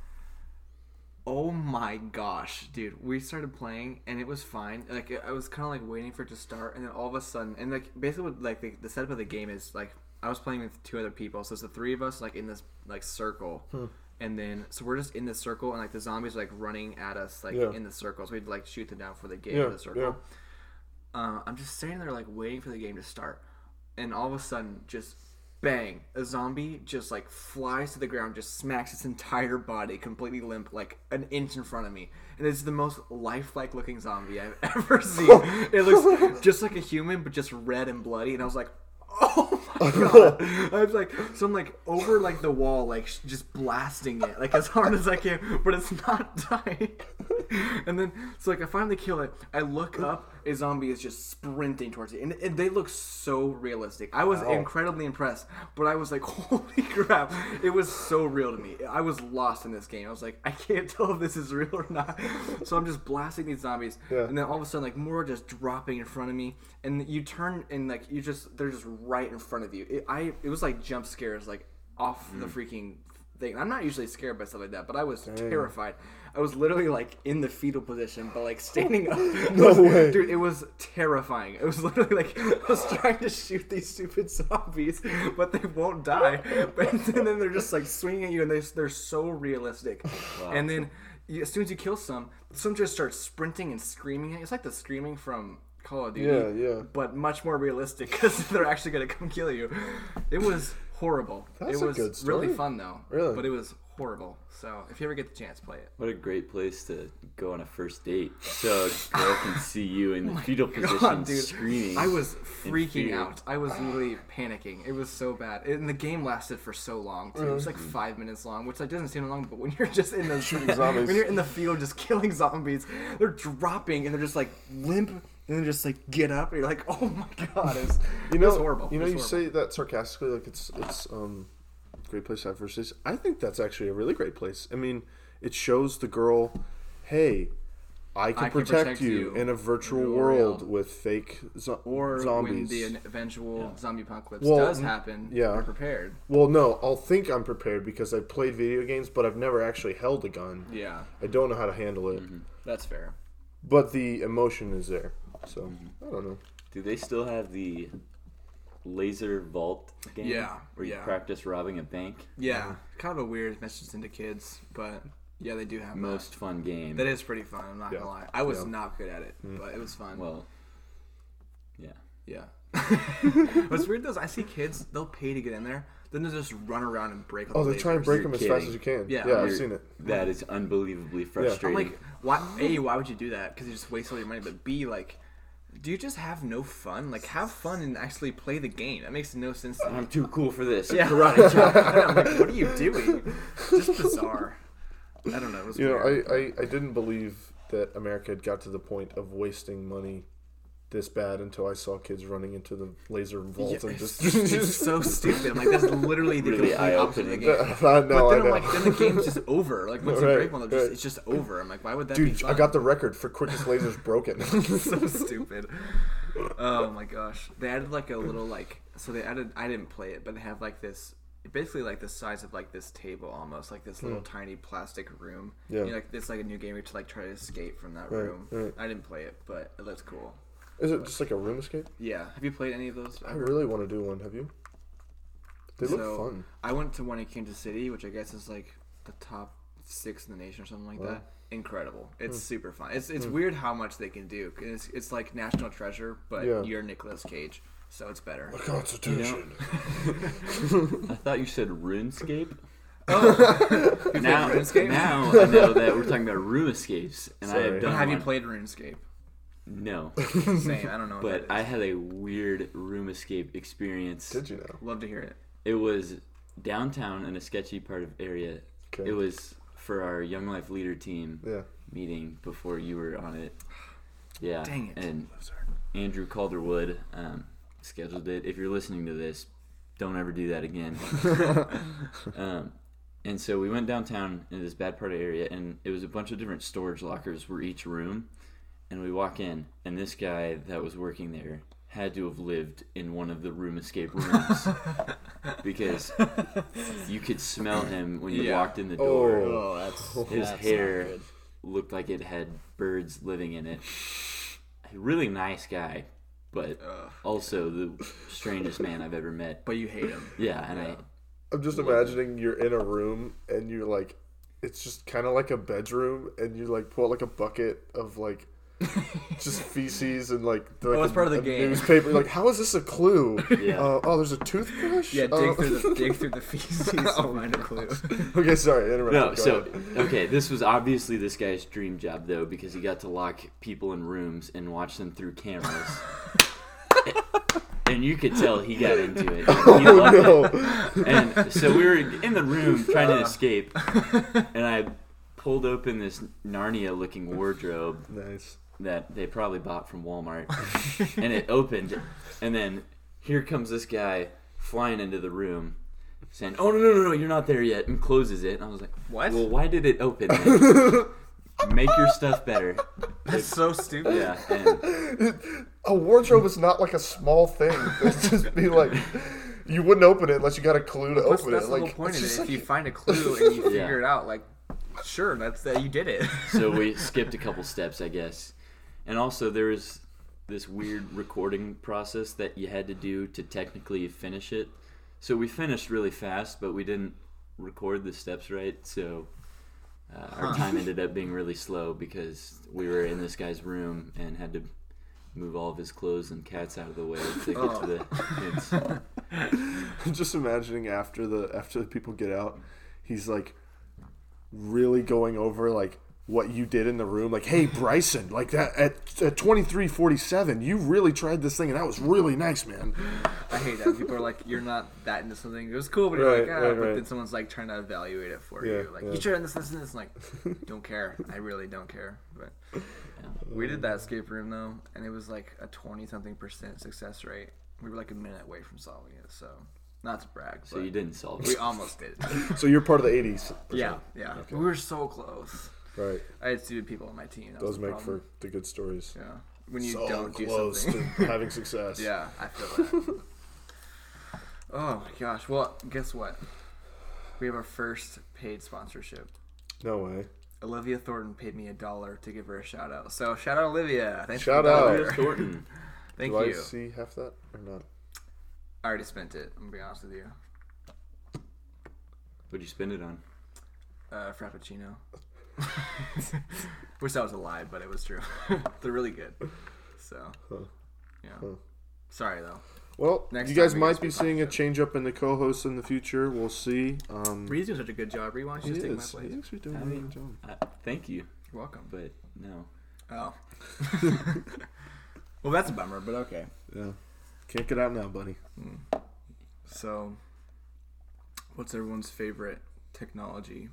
[SPEAKER 2] Oh my gosh, dude! We started playing and it was fine. Like I was kind of like waiting for it to start, and then all of a sudden, and like basically, what, like the, the setup of the game is like I was playing with two other people, so it's the three of us like in this like circle,
[SPEAKER 3] Hmm.
[SPEAKER 2] and then so we're just in this circle, and like the zombies are, like running at us like
[SPEAKER 3] Yeah.
[SPEAKER 2] in the circle, so we'd like shoot them down before they get
[SPEAKER 3] Yeah,
[SPEAKER 2] into the circle.
[SPEAKER 3] yeah.
[SPEAKER 2] Uh, I'm just sitting there like waiting for the game to start, and all of a sudden, just bang! A zombie just like flies to the ground, just smacks its entire body completely limp, like an inch in front of me, and it's the most lifelike looking zombie I've *laughs* ever seen. it looks *laughs* just like a human, but just red and bloody, and I was like. Oh
[SPEAKER 3] *laughs*
[SPEAKER 2] my god! I was like, so I'm like over like the wall, like sh- just blasting it like as hard as I *laughs* can, but it's not dying. and then so like I finally kill it. I look up a zombie is just sprinting towards you, and, and they look so realistic. I was
[SPEAKER 3] Wow.
[SPEAKER 2] incredibly impressed, but I was like, *laughs* "Holy crap!" It was so real to me. I was lost in this game. I was like, "I can't tell if this is real or not." So I'm just blasting these zombies,
[SPEAKER 3] Yeah.
[SPEAKER 2] and then all of a sudden, like more are just dropping in front of me, and you turn and like you just they're just right in front of you. It, I it was like jump scares, like off the freaking thing. I'm not usually scared by stuff like that, but I was terrified. I was literally like in the fetal position, but like standing up. *laughs* no
[SPEAKER 3] way.
[SPEAKER 2] dude. It was terrifying. It was *laughs* literally like I was trying to shoot these stupid zombies, but they won't die. *laughs* But and then they're just like swinging at you, and they they're so realistic. And then you, as soon as you kill some, some just start sprinting and screaming. at you. It's like the screaming from. Call of Duty,
[SPEAKER 3] Yeah, yeah.
[SPEAKER 2] but much more realistic *laughs* because they're actually gonna come kill you. It was horrible.
[SPEAKER 3] That's
[SPEAKER 2] it
[SPEAKER 3] a
[SPEAKER 2] was
[SPEAKER 3] good story.
[SPEAKER 2] really fun though.
[SPEAKER 3] Really?
[SPEAKER 2] But it was horrible. So if you ever get the chance, play it.
[SPEAKER 4] What a great place to go on a first date. So a
[SPEAKER 2] *laughs*
[SPEAKER 4] girl can see you in the fetal position
[SPEAKER 2] Oh God, dude.
[SPEAKER 4] screaming.
[SPEAKER 2] I was
[SPEAKER 4] in
[SPEAKER 2] freaking
[SPEAKER 4] fear.
[SPEAKER 2] out. I was literally panicking. It was so bad. And the game lasted for so long too. It was
[SPEAKER 3] Mm.
[SPEAKER 2] like five minutes long, which like doesn't seem long, but when you're just
[SPEAKER 3] *laughs*
[SPEAKER 2] in the
[SPEAKER 3] zombies.
[SPEAKER 2] when you're in the field just killing zombies, they're dropping and they're just like limp and then just like get up and you're like, oh my god, it was,
[SPEAKER 3] *laughs* You know,
[SPEAKER 2] it was horrible.
[SPEAKER 3] You know,
[SPEAKER 2] It was
[SPEAKER 3] you
[SPEAKER 2] horrible.
[SPEAKER 3] say that sarcastically, like it's it's um, great place to have first dates. I think that's actually a really great place. I mean, it shows the girl, hey, I can,
[SPEAKER 2] can
[SPEAKER 3] protect,
[SPEAKER 2] protect
[SPEAKER 3] you,
[SPEAKER 2] you
[SPEAKER 3] in a virtual
[SPEAKER 2] in the
[SPEAKER 3] world
[SPEAKER 2] real.
[SPEAKER 3] with fake zo-
[SPEAKER 2] or
[SPEAKER 3] zombies.
[SPEAKER 2] when the eventual zombie apocalypse
[SPEAKER 3] Well,
[SPEAKER 2] does
[SPEAKER 3] n-
[SPEAKER 2] happen,
[SPEAKER 3] yeah.
[SPEAKER 2] you're prepared.
[SPEAKER 3] well, no, I'll think I'm prepared because I've played video games, but I've never actually held a gun.
[SPEAKER 2] Yeah, Mm-hmm.
[SPEAKER 3] I don't know how to handle it,
[SPEAKER 2] that's fair.
[SPEAKER 3] but the emotion is there. So
[SPEAKER 2] Mm-hmm.
[SPEAKER 3] I don't know.
[SPEAKER 4] Do they still have the laser vault game?
[SPEAKER 2] Yeah,
[SPEAKER 4] Where you
[SPEAKER 2] yeah.
[SPEAKER 4] practice robbing a bank?
[SPEAKER 2] Yeah, kind of a weird message into kids, but yeah, they do have that.
[SPEAKER 4] Most fun game.
[SPEAKER 2] That is pretty fun. I'm not
[SPEAKER 3] Yeah.
[SPEAKER 2] gonna lie. I was
[SPEAKER 3] Yeah. Mm.
[SPEAKER 2] not good at it, but it was fun.
[SPEAKER 4] well, yeah.
[SPEAKER 3] *laughs*
[SPEAKER 2] yeah. What's weird though is I see kids; they'll pay to get in there, then they will just run around and break. all
[SPEAKER 3] Oh,
[SPEAKER 2] the
[SPEAKER 3] they try and
[SPEAKER 2] lasers.
[SPEAKER 3] break
[SPEAKER 4] You're
[SPEAKER 3] them as fast
[SPEAKER 4] kidding.
[SPEAKER 3] as you can.
[SPEAKER 2] Yeah,
[SPEAKER 3] Yeah, I've
[SPEAKER 4] You're-
[SPEAKER 3] seen it.
[SPEAKER 4] That is unbelievably
[SPEAKER 2] I'm
[SPEAKER 4] frustrating.
[SPEAKER 2] like, why? A, why would you do that? Because you just waste all your money. But B, like, do you just have no fun? Like, have fun and actually play the game. That makes no sense.
[SPEAKER 3] *laughs*
[SPEAKER 2] To me.
[SPEAKER 4] I'm too cool for this.
[SPEAKER 2] Yeah, karate *laughs* chop. I'm like, what are you doing? Just bizarre. I don't know. It was
[SPEAKER 3] You know,
[SPEAKER 2] weird.
[SPEAKER 3] I, I, I didn't believe that America had got to the point of wasting money this bad until I saw kids running into the laser vault and
[SPEAKER 2] it's,
[SPEAKER 3] *laughs* just. Uh,
[SPEAKER 2] it's so stupid. I'm like, that's literally the
[SPEAKER 4] Really
[SPEAKER 2] complete opposite of the
[SPEAKER 4] eye-opening.
[SPEAKER 2] game.
[SPEAKER 3] *laughs* I know,
[SPEAKER 2] But then
[SPEAKER 3] I
[SPEAKER 2] I'm
[SPEAKER 3] know.
[SPEAKER 2] like, then the game's just over. Like once you
[SPEAKER 3] Right,
[SPEAKER 2] break one, they're just,
[SPEAKER 3] right.
[SPEAKER 2] it's just over. I'm like, why would that be
[SPEAKER 3] Dude,
[SPEAKER 2] fun?
[SPEAKER 3] I got the record for quickest
[SPEAKER 2] *laughs*
[SPEAKER 3] lasers broken. *laughs*
[SPEAKER 2] so stupid. Oh my gosh, they added like a little like so they added. I didn't play it, but they have like this basically like the size of like this table almost like this little tiny plastic room.
[SPEAKER 3] Hmm. Yeah.
[SPEAKER 2] You know, like it's like a new game where you have to like try to escape from that room.
[SPEAKER 3] right.
[SPEAKER 2] I didn't play it, but it looks cool.
[SPEAKER 3] Is it just like a room escape?
[SPEAKER 2] Yeah. Have you played any of those?
[SPEAKER 3] I really want to do one. Have you? They look
[SPEAKER 2] so
[SPEAKER 3] fun.
[SPEAKER 2] I went to one in Kansas City, which I guess is like the top six in the nation or something like that. Incredible! It's super fun. It's it's weird how much they can do. 'cause It's it's like National Treasure, but
[SPEAKER 3] Yeah.
[SPEAKER 2] you're Nicolas Cage, so it's better.
[SPEAKER 3] Constitution.
[SPEAKER 4] I thought you said RuneScape.
[SPEAKER 2] Oh.
[SPEAKER 4] *laughs*
[SPEAKER 2] You
[SPEAKER 4] Now,
[SPEAKER 2] played RuneScape?
[SPEAKER 4] now I know that we're talking about room escapes, and I
[SPEAKER 3] Sorry.
[SPEAKER 4] have done.
[SPEAKER 2] have you
[SPEAKER 4] one.
[SPEAKER 2] played RuneScape? *laughs*
[SPEAKER 4] No,
[SPEAKER 2] Same. I don't know. What
[SPEAKER 4] but
[SPEAKER 2] that
[SPEAKER 4] I
[SPEAKER 2] is.
[SPEAKER 4] had a weird room escape experience.
[SPEAKER 3] Did you know?
[SPEAKER 2] love to hear it.
[SPEAKER 4] It was downtown in a sketchy part of area.
[SPEAKER 3] Okay.
[SPEAKER 4] It was for our Young Life Leader team
[SPEAKER 3] Yeah.
[SPEAKER 4] meeting before you were on it. Yeah.
[SPEAKER 2] Dang it.
[SPEAKER 4] And Andrew Calderwood um, scheduled it. If you're listening to this, don't ever do that again. um, and so we went downtown in this bad part of area, and it was a bunch of different storage lockers were each room. And we walk in, and this guy that was working there had to have lived in one of the room escape rooms because you could smell him when you
[SPEAKER 2] Yeah.
[SPEAKER 4] walked in the door.
[SPEAKER 3] Oh.
[SPEAKER 5] Oh, that's
[SPEAKER 4] His
[SPEAKER 5] that's not
[SPEAKER 4] hair
[SPEAKER 5] good.
[SPEAKER 4] looked like it had birds living in it. A really nice guy, but also the strangest man I've ever met.
[SPEAKER 2] But you hate him.
[SPEAKER 4] Yeah, and I
[SPEAKER 3] I'm just imagining you're in a room and you're like, it's just kind of like a bedroom, and you like pull out like a bucket of
[SPEAKER 4] *laughs*
[SPEAKER 3] like just feces and like, the, like
[SPEAKER 2] it's part of the
[SPEAKER 3] a
[SPEAKER 2] game.
[SPEAKER 3] newspaper. Like, how is this
[SPEAKER 2] *laughs*
[SPEAKER 3] a clue?
[SPEAKER 4] Yeah.
[SPEAKER 3] Uh, oh, there's a toothbrush.
[SPEAKER 2] Yeah, dig
[SPEAKER 3] Oh.
[SPEAKER 2] through the dig through the *laughs* feces to find a clue. *laughs*
[SPEAKER 3] *laughs* okay, sorry, I interrupted.
[SPEAKER 4] no.
[SPEAKER 3] Go
[SPEAKER 4] So *laughs*
[SPEAKER 3] ahead. *laughs*
[SPEAKER 4] okay, this was obviously this guy's dream job though, because he got to lock people in rooms and watch them through cameras. And you could tell he got into
[SPEAKER 3] *laughs*
[SPEAKER 4] it. He loved it.
[SPEAKER 3] Oh, no,
[SPEAKER 4] And so we were in the room trying to
[SPEAKER 3] *laughs*
[SPEAKER 4] escape, and I pulled open this Narnia-looking wardrobe,
[SPEAKER 3] nice.
[SPEAKER 4] that they probably bought from Walmart, and it opened, and then here comes this guy flying into the room, saying, "Oh no no no no, you're not there yet," and closes it. And I was like,
[SPEAKER 2] What?
[SPEAKER 4] Well, why did it open? then? Make your stuff better."
[SPEAKER 2] That's so stupid.
[SPEAKER 4] Yeah, and
[SPEAKER 6] A wardrobe is not like a small thing. It's just be like, you wouldn't open it unless you got a clue to
[SPEAKER 2] That's,
[SPEAKER 6] open
[SPEAKER 2] that's
[SPEAKER 6] it.
[SPEAKER 2] the
[SPEAKER 6] like,
[SPEAKER 2] whole point
[SPEAKER 6] it's
[SPEAKER 2] of it.
[SPEAKER 6] just
[SPEAKER 2] if
[SPEAKER 6] like-
[SPEAKER 2] you find a clue and you
[SPEAKER 4] Yeah.
[SPEAKER 2] figure it out, like, sure, that's that you did it.
[SPEAKER 4] so we skipped a couple steps, I guess. And also, there was this weird recording process that you had to do to technically finish it. So we finished really fast, but we didn't record the steps right. So uh, our time ended up being really slow because we were in this guy's room and had to move all of his clothes and cats out of the way to get to the. It's,
[SPEAKER 3] I'm *laughs* just imagining after the after the people get out, he's like really going over like what you did in the room. Like, hey Bryson, like that at at twenty three forty seven, you really tried this thing and that was really nice, man.
[SPEAKER 2] I hate that. People are like, you're not that into something. It was cool, but you're
[SPEAKER 3] Right,
[SPEAKER 2] like, ah,
[SPEAKER 3] right,
[SPEAKER 2] but
[SPEAKER 3] right.
[SPEAKER 2] then someone's like trying to evaluate it for
[SPEAKER 3] Yeah,
[SPEAKER 2] you. Like,
[SPEAKER 3] yeah.
[SPEAKER 2] you should have this, this, and this. Like,
[SPEAKER 3] *laughs*
[SPEAKER 2] don't care. I really don't care. But we did that escape room though, and it was like a twenty something percent success rate. We were like a minute away from solving it, so not to brag, but
[SPEAKER 4] so you didn't solve
[SPEAKER 2] we
[SPEAKER 4] it.
[SPEAKER 2] almost did.
[SPEAKER 3] So you're part of the eighties.
[SPEAKER 2] yeah, yeah, we were so close.
[SPEAKER 3] Right.
[SPEAKER 2] I had stupid people on my team. That was
[SPEAKER 3] Those
[SPEAKER 2] the
[SPEAKER 3] make
[SPEAKER 2] problem.
[SPEAKER 3] for the good stories.
[SPEAKER 2] yeah. When you
[SPEAKER 3] so
[SPEAKER 2] don't do
[SPEAKER 3] close
[SPEAKER 2] something.
[SPEAKER 3] to
[SPEAKER 7] *laughs*
[SPEAKER 3] having success.
[SPEAKER 2] Yeah, I feel that. *laughs* oh my gosh. Well, guess what? We have our first paid sponsorship.
[SPEAKER 3] No way.
[SPEAKER 2] Olivia Thornton paid me a dollar to give her a shout out. So shout out Olivia. Thanks
[SPEAKER 3] Shout
[SPEAKER 2] for the
[SPEAKER 3] out.
[SPEAKER 2] dollar.
[SPEAKER 4] Thornton.
[SPEAKER 2] *laughs* Thank
[SPEAKER 3] Do I
[SPEAKER 2] you.
[SPEAKER 3] see half that or not?
[SPEAKER 2] I already spent it, I'm gonna be honest with you.
[SPEAKER 4] What'd you spend it on?
[SPEAKER 2] Uh Frappuccino. *laughs* Wish that was a lie, but it was true. *laughs* They're really good. So yeah. Sorry though.
[SPEAKER 3] Well,
[SPEAKER 2] Next
[SPEAKER 3] you guys
[SPEAKER 2] time we
[SPEAKER 3] might
[SPEAKER 2] get
[SPEAKER 3] be seeing a change up in the co-hosts in the future. We'll see. Um,
[SPEAKER 7] Reed's doing such a good job. Reed, why don't you
[SPEAKER 3] he
[SPEAKER 7] just take my
[SPEAKER 3] is.
[SPEAKER 7] place?
[SPEAKER 3] He actually doing a
[SPEAKER 4] I
[SPEAKER 3] really
[SPEAKER 4] mean-
[SPEAKER 3] good job.
[SPEAKER 4] Uh, thank you,
[SPEAKER 2] You're welcome.
[SPEAKER 4] but no.
[SPEAKER 2] Oh. *laughs* well that's a bummer, but okay. Hmm.
[SPEAKER 3] Yeah. Can't get out now, buddy.
[SPEAKER 2] So, what's everyone's favorite technology?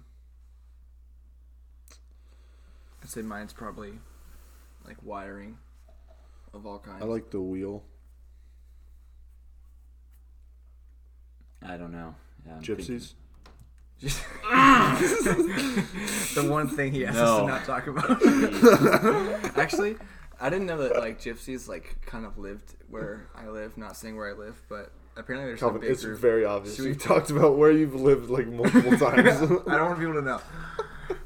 [SPEAKER 2] I'd say mine's probably like wiring of all kinds.
[SPEAKER 3] I like the wheel.
[SPEAKER 4] I don't know. Um, Yeah, I'm thinking-
[SPEAKER 3] Gypsies.
[SPEAKER 2] the one thing he asked us to
[SPEAKER 4] No.
[SPEAKER 2] not talk
[SPEAKER 3] *laughs*
[SPEAKER 2] about.
[SPEAKER 7] Actually, I didn't know that like gypsies like kind of lived where I live. Not saying where I live, but apparently there's
[SPEAKER 3] Calvin,
[SPEAKER 7] a big
[SPEAKER 3] it's
[SPEAKER 7] group.
[SPEAKER 3] very obvious.
[SPEAKER 7] Should we-
[SPEAKER 3] We've talked about where you've lived
[SPEAKER 2] *laughs*
[SPEAKER 3] like multiple *laughs* times.
[SPEAKER 2] I don't want people to know.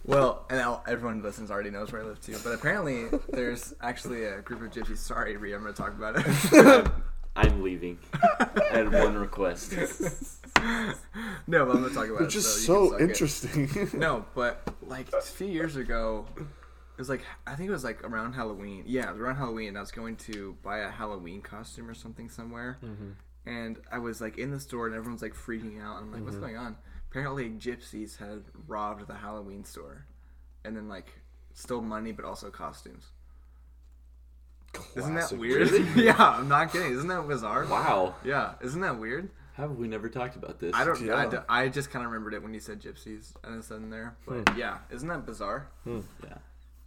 [SPEAKER 2] Well, and now everyone who listens already knows where I live too. But apparently, there's actually a group of gypsies. Sorry, Rhea, I'm going to talk about it. *laughs*
[SPEAKER 4] I'm leaving. I had one request.
[SPEAKER 2] no, but I'm going to talk about it.
[SPEAKER 3] It's just
[SPEAKER 2] you can
[SPEAKER 3] so
[SPEAKER 2] suck it. *laughs*
[SPEAKER 3] interesting.
[SPEAKER 2] No, but like a few years ago, it was like I think it was like around Halloween. Yeah, it was around Halloween. I was going to buy a Halloween costume or something somewhere, and I was like in the store, and everyone's like freaking out. And I'm like, what's going on? Apparently, gypsies had robbed the Halloween store, and then like stole money, but also costumes. Isn't that
[SPEAKER 3] Classic
[SPEAKER 2] weird? *laughs* yeah, I'm not kidding. Isn't that bizarre?
[SPEAKER 4] Wow.
[SPEAKER 2] Yeah, isn't that weird?
[SPEAKER 4] How have we never talked about this?
[SPEAKER 2] I don't. I,
[SPEAKER 3] Yeah.
[SPEAKER 2] d- I just kind of remembered it when you said gypsies and it's in there. But yeah, isn't that bizarre?
[SPEAKER 4] Yeah.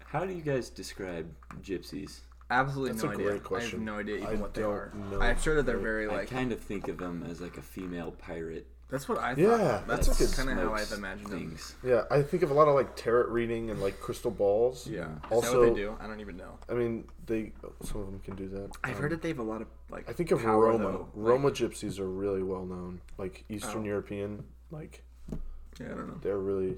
[SPEAKER 4] How do you guys describe gypsies?
[SPEAKER 2] Absolutely
[SPEAKER 3] That's
[SPEAKER 2] no
[SPEAKER 3] a
[SPEAKER 2] idea.
[SPEAKER 3] great
[SPEAKER 2] I
[SPEAKER 3] question.
[SPEAKER 2] have no idea even
[SPEAKER 3] I
[SPEAKER 2] what they
[SPEAKER 3] don't
[SPEAKER 2] are.
[SPEAKER 3] know.
[SPEAKER 2] I'm sure that they're very
[SPEAKER 4] I
[SPEAKER 2] like.
[SPEAKER 4] kind of think of them as like a female pirate.
[SPEAKER 2] That's what I thought.
[SPEAKER 3] Yeah,
[SPEAKER 2] that's,
[SPEAKER 3] that's a good
[SPEAKER 2] kind of how
[SPEAKER 4] smokes
[SPEAKER 2] I've imagined them.
[SPEAKER 4] things.
[SPEAKER 3] Yeah, I think of a lot of like tarot reading and like crystal balls.
[SPEAKER 2] Yeah. Also, Is that
[SPEAKER 3] Also,
[SPEAKER 2] what they do? I don't even know.
[SPEAKER 3] I mean, they some of them can do that.
[SPEAKER 2] I've heard that they have a lot of like.
[SPEAKER 3] um, I think of
[SPEAKER 2] power,
[SPEAKER 3] Roma.
[SPEAKER 2] though. Oh.
[SPEAKER 3] Roma gypsies are really well known, like Eastern European. Like
[SPEAKER 2] Yeah, I don't know.
[SPEAKER 3] they're really,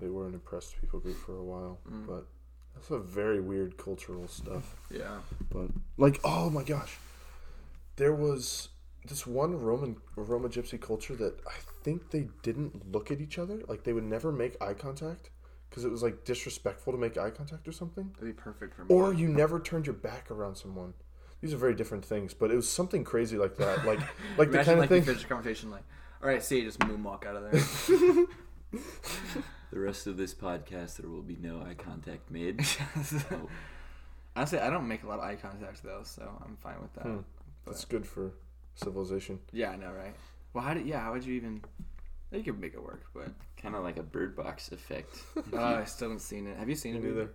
[SPEAKER 3] they were an oppressed people group for a while,
[SPEAKER 2] Mm.
[SPEAKER 3] but that's a very weird cultural stuff.
[SPEAKER 2] Yeah.
[SPEAKER 3] But like, oh my gosh, there was this one Roman Roma gypsy culture that I think they didn't look at each other. Like they would never make eye contact because it was like disrespectful to make eye contact or something.
[SPEAKER 2] That'd be perfect for me.
[SPEAKER 3] Or you never turned your back around someone. These are very different things, but it was something crazy like that, like like the
[SPEAKER 2] Imagine
[SPEAKER 3] kind
[SPEAKER 2] like you
[SPEAKER 3] of thing.
[SPEAKER 2] finish a conversation like, all right, see, you just moonwalk out of
[SPEAKER 3] *laughs*
[SPEAKER 2] there.
[SPEAKER 4] The rest of this podcast, there will be no eye contact made.
[SPEAKER 2] *laughs*
[SPEAKER 4] Oh,
[SPEAKER 7] Honestly, I don't make a lot of eye contact though, so I'm fine with
[SPEAKER 3] Hmm.
[SPEAKER 7] that.
[SPEAKER 3] That's good for civilization.
[SPEAKER 7] Yeah, I know, right? Well, how did? Yeah, how would you even? You could make it
[SPEAKER 3] *laughs*
[SPEAKER 7] work, but
[SPEAKER 4] kind of like a bird box effect.
[SPEAKER 7] uh, I still haven't seen it. Have you seen it?
[SPEAKER 3] Neither.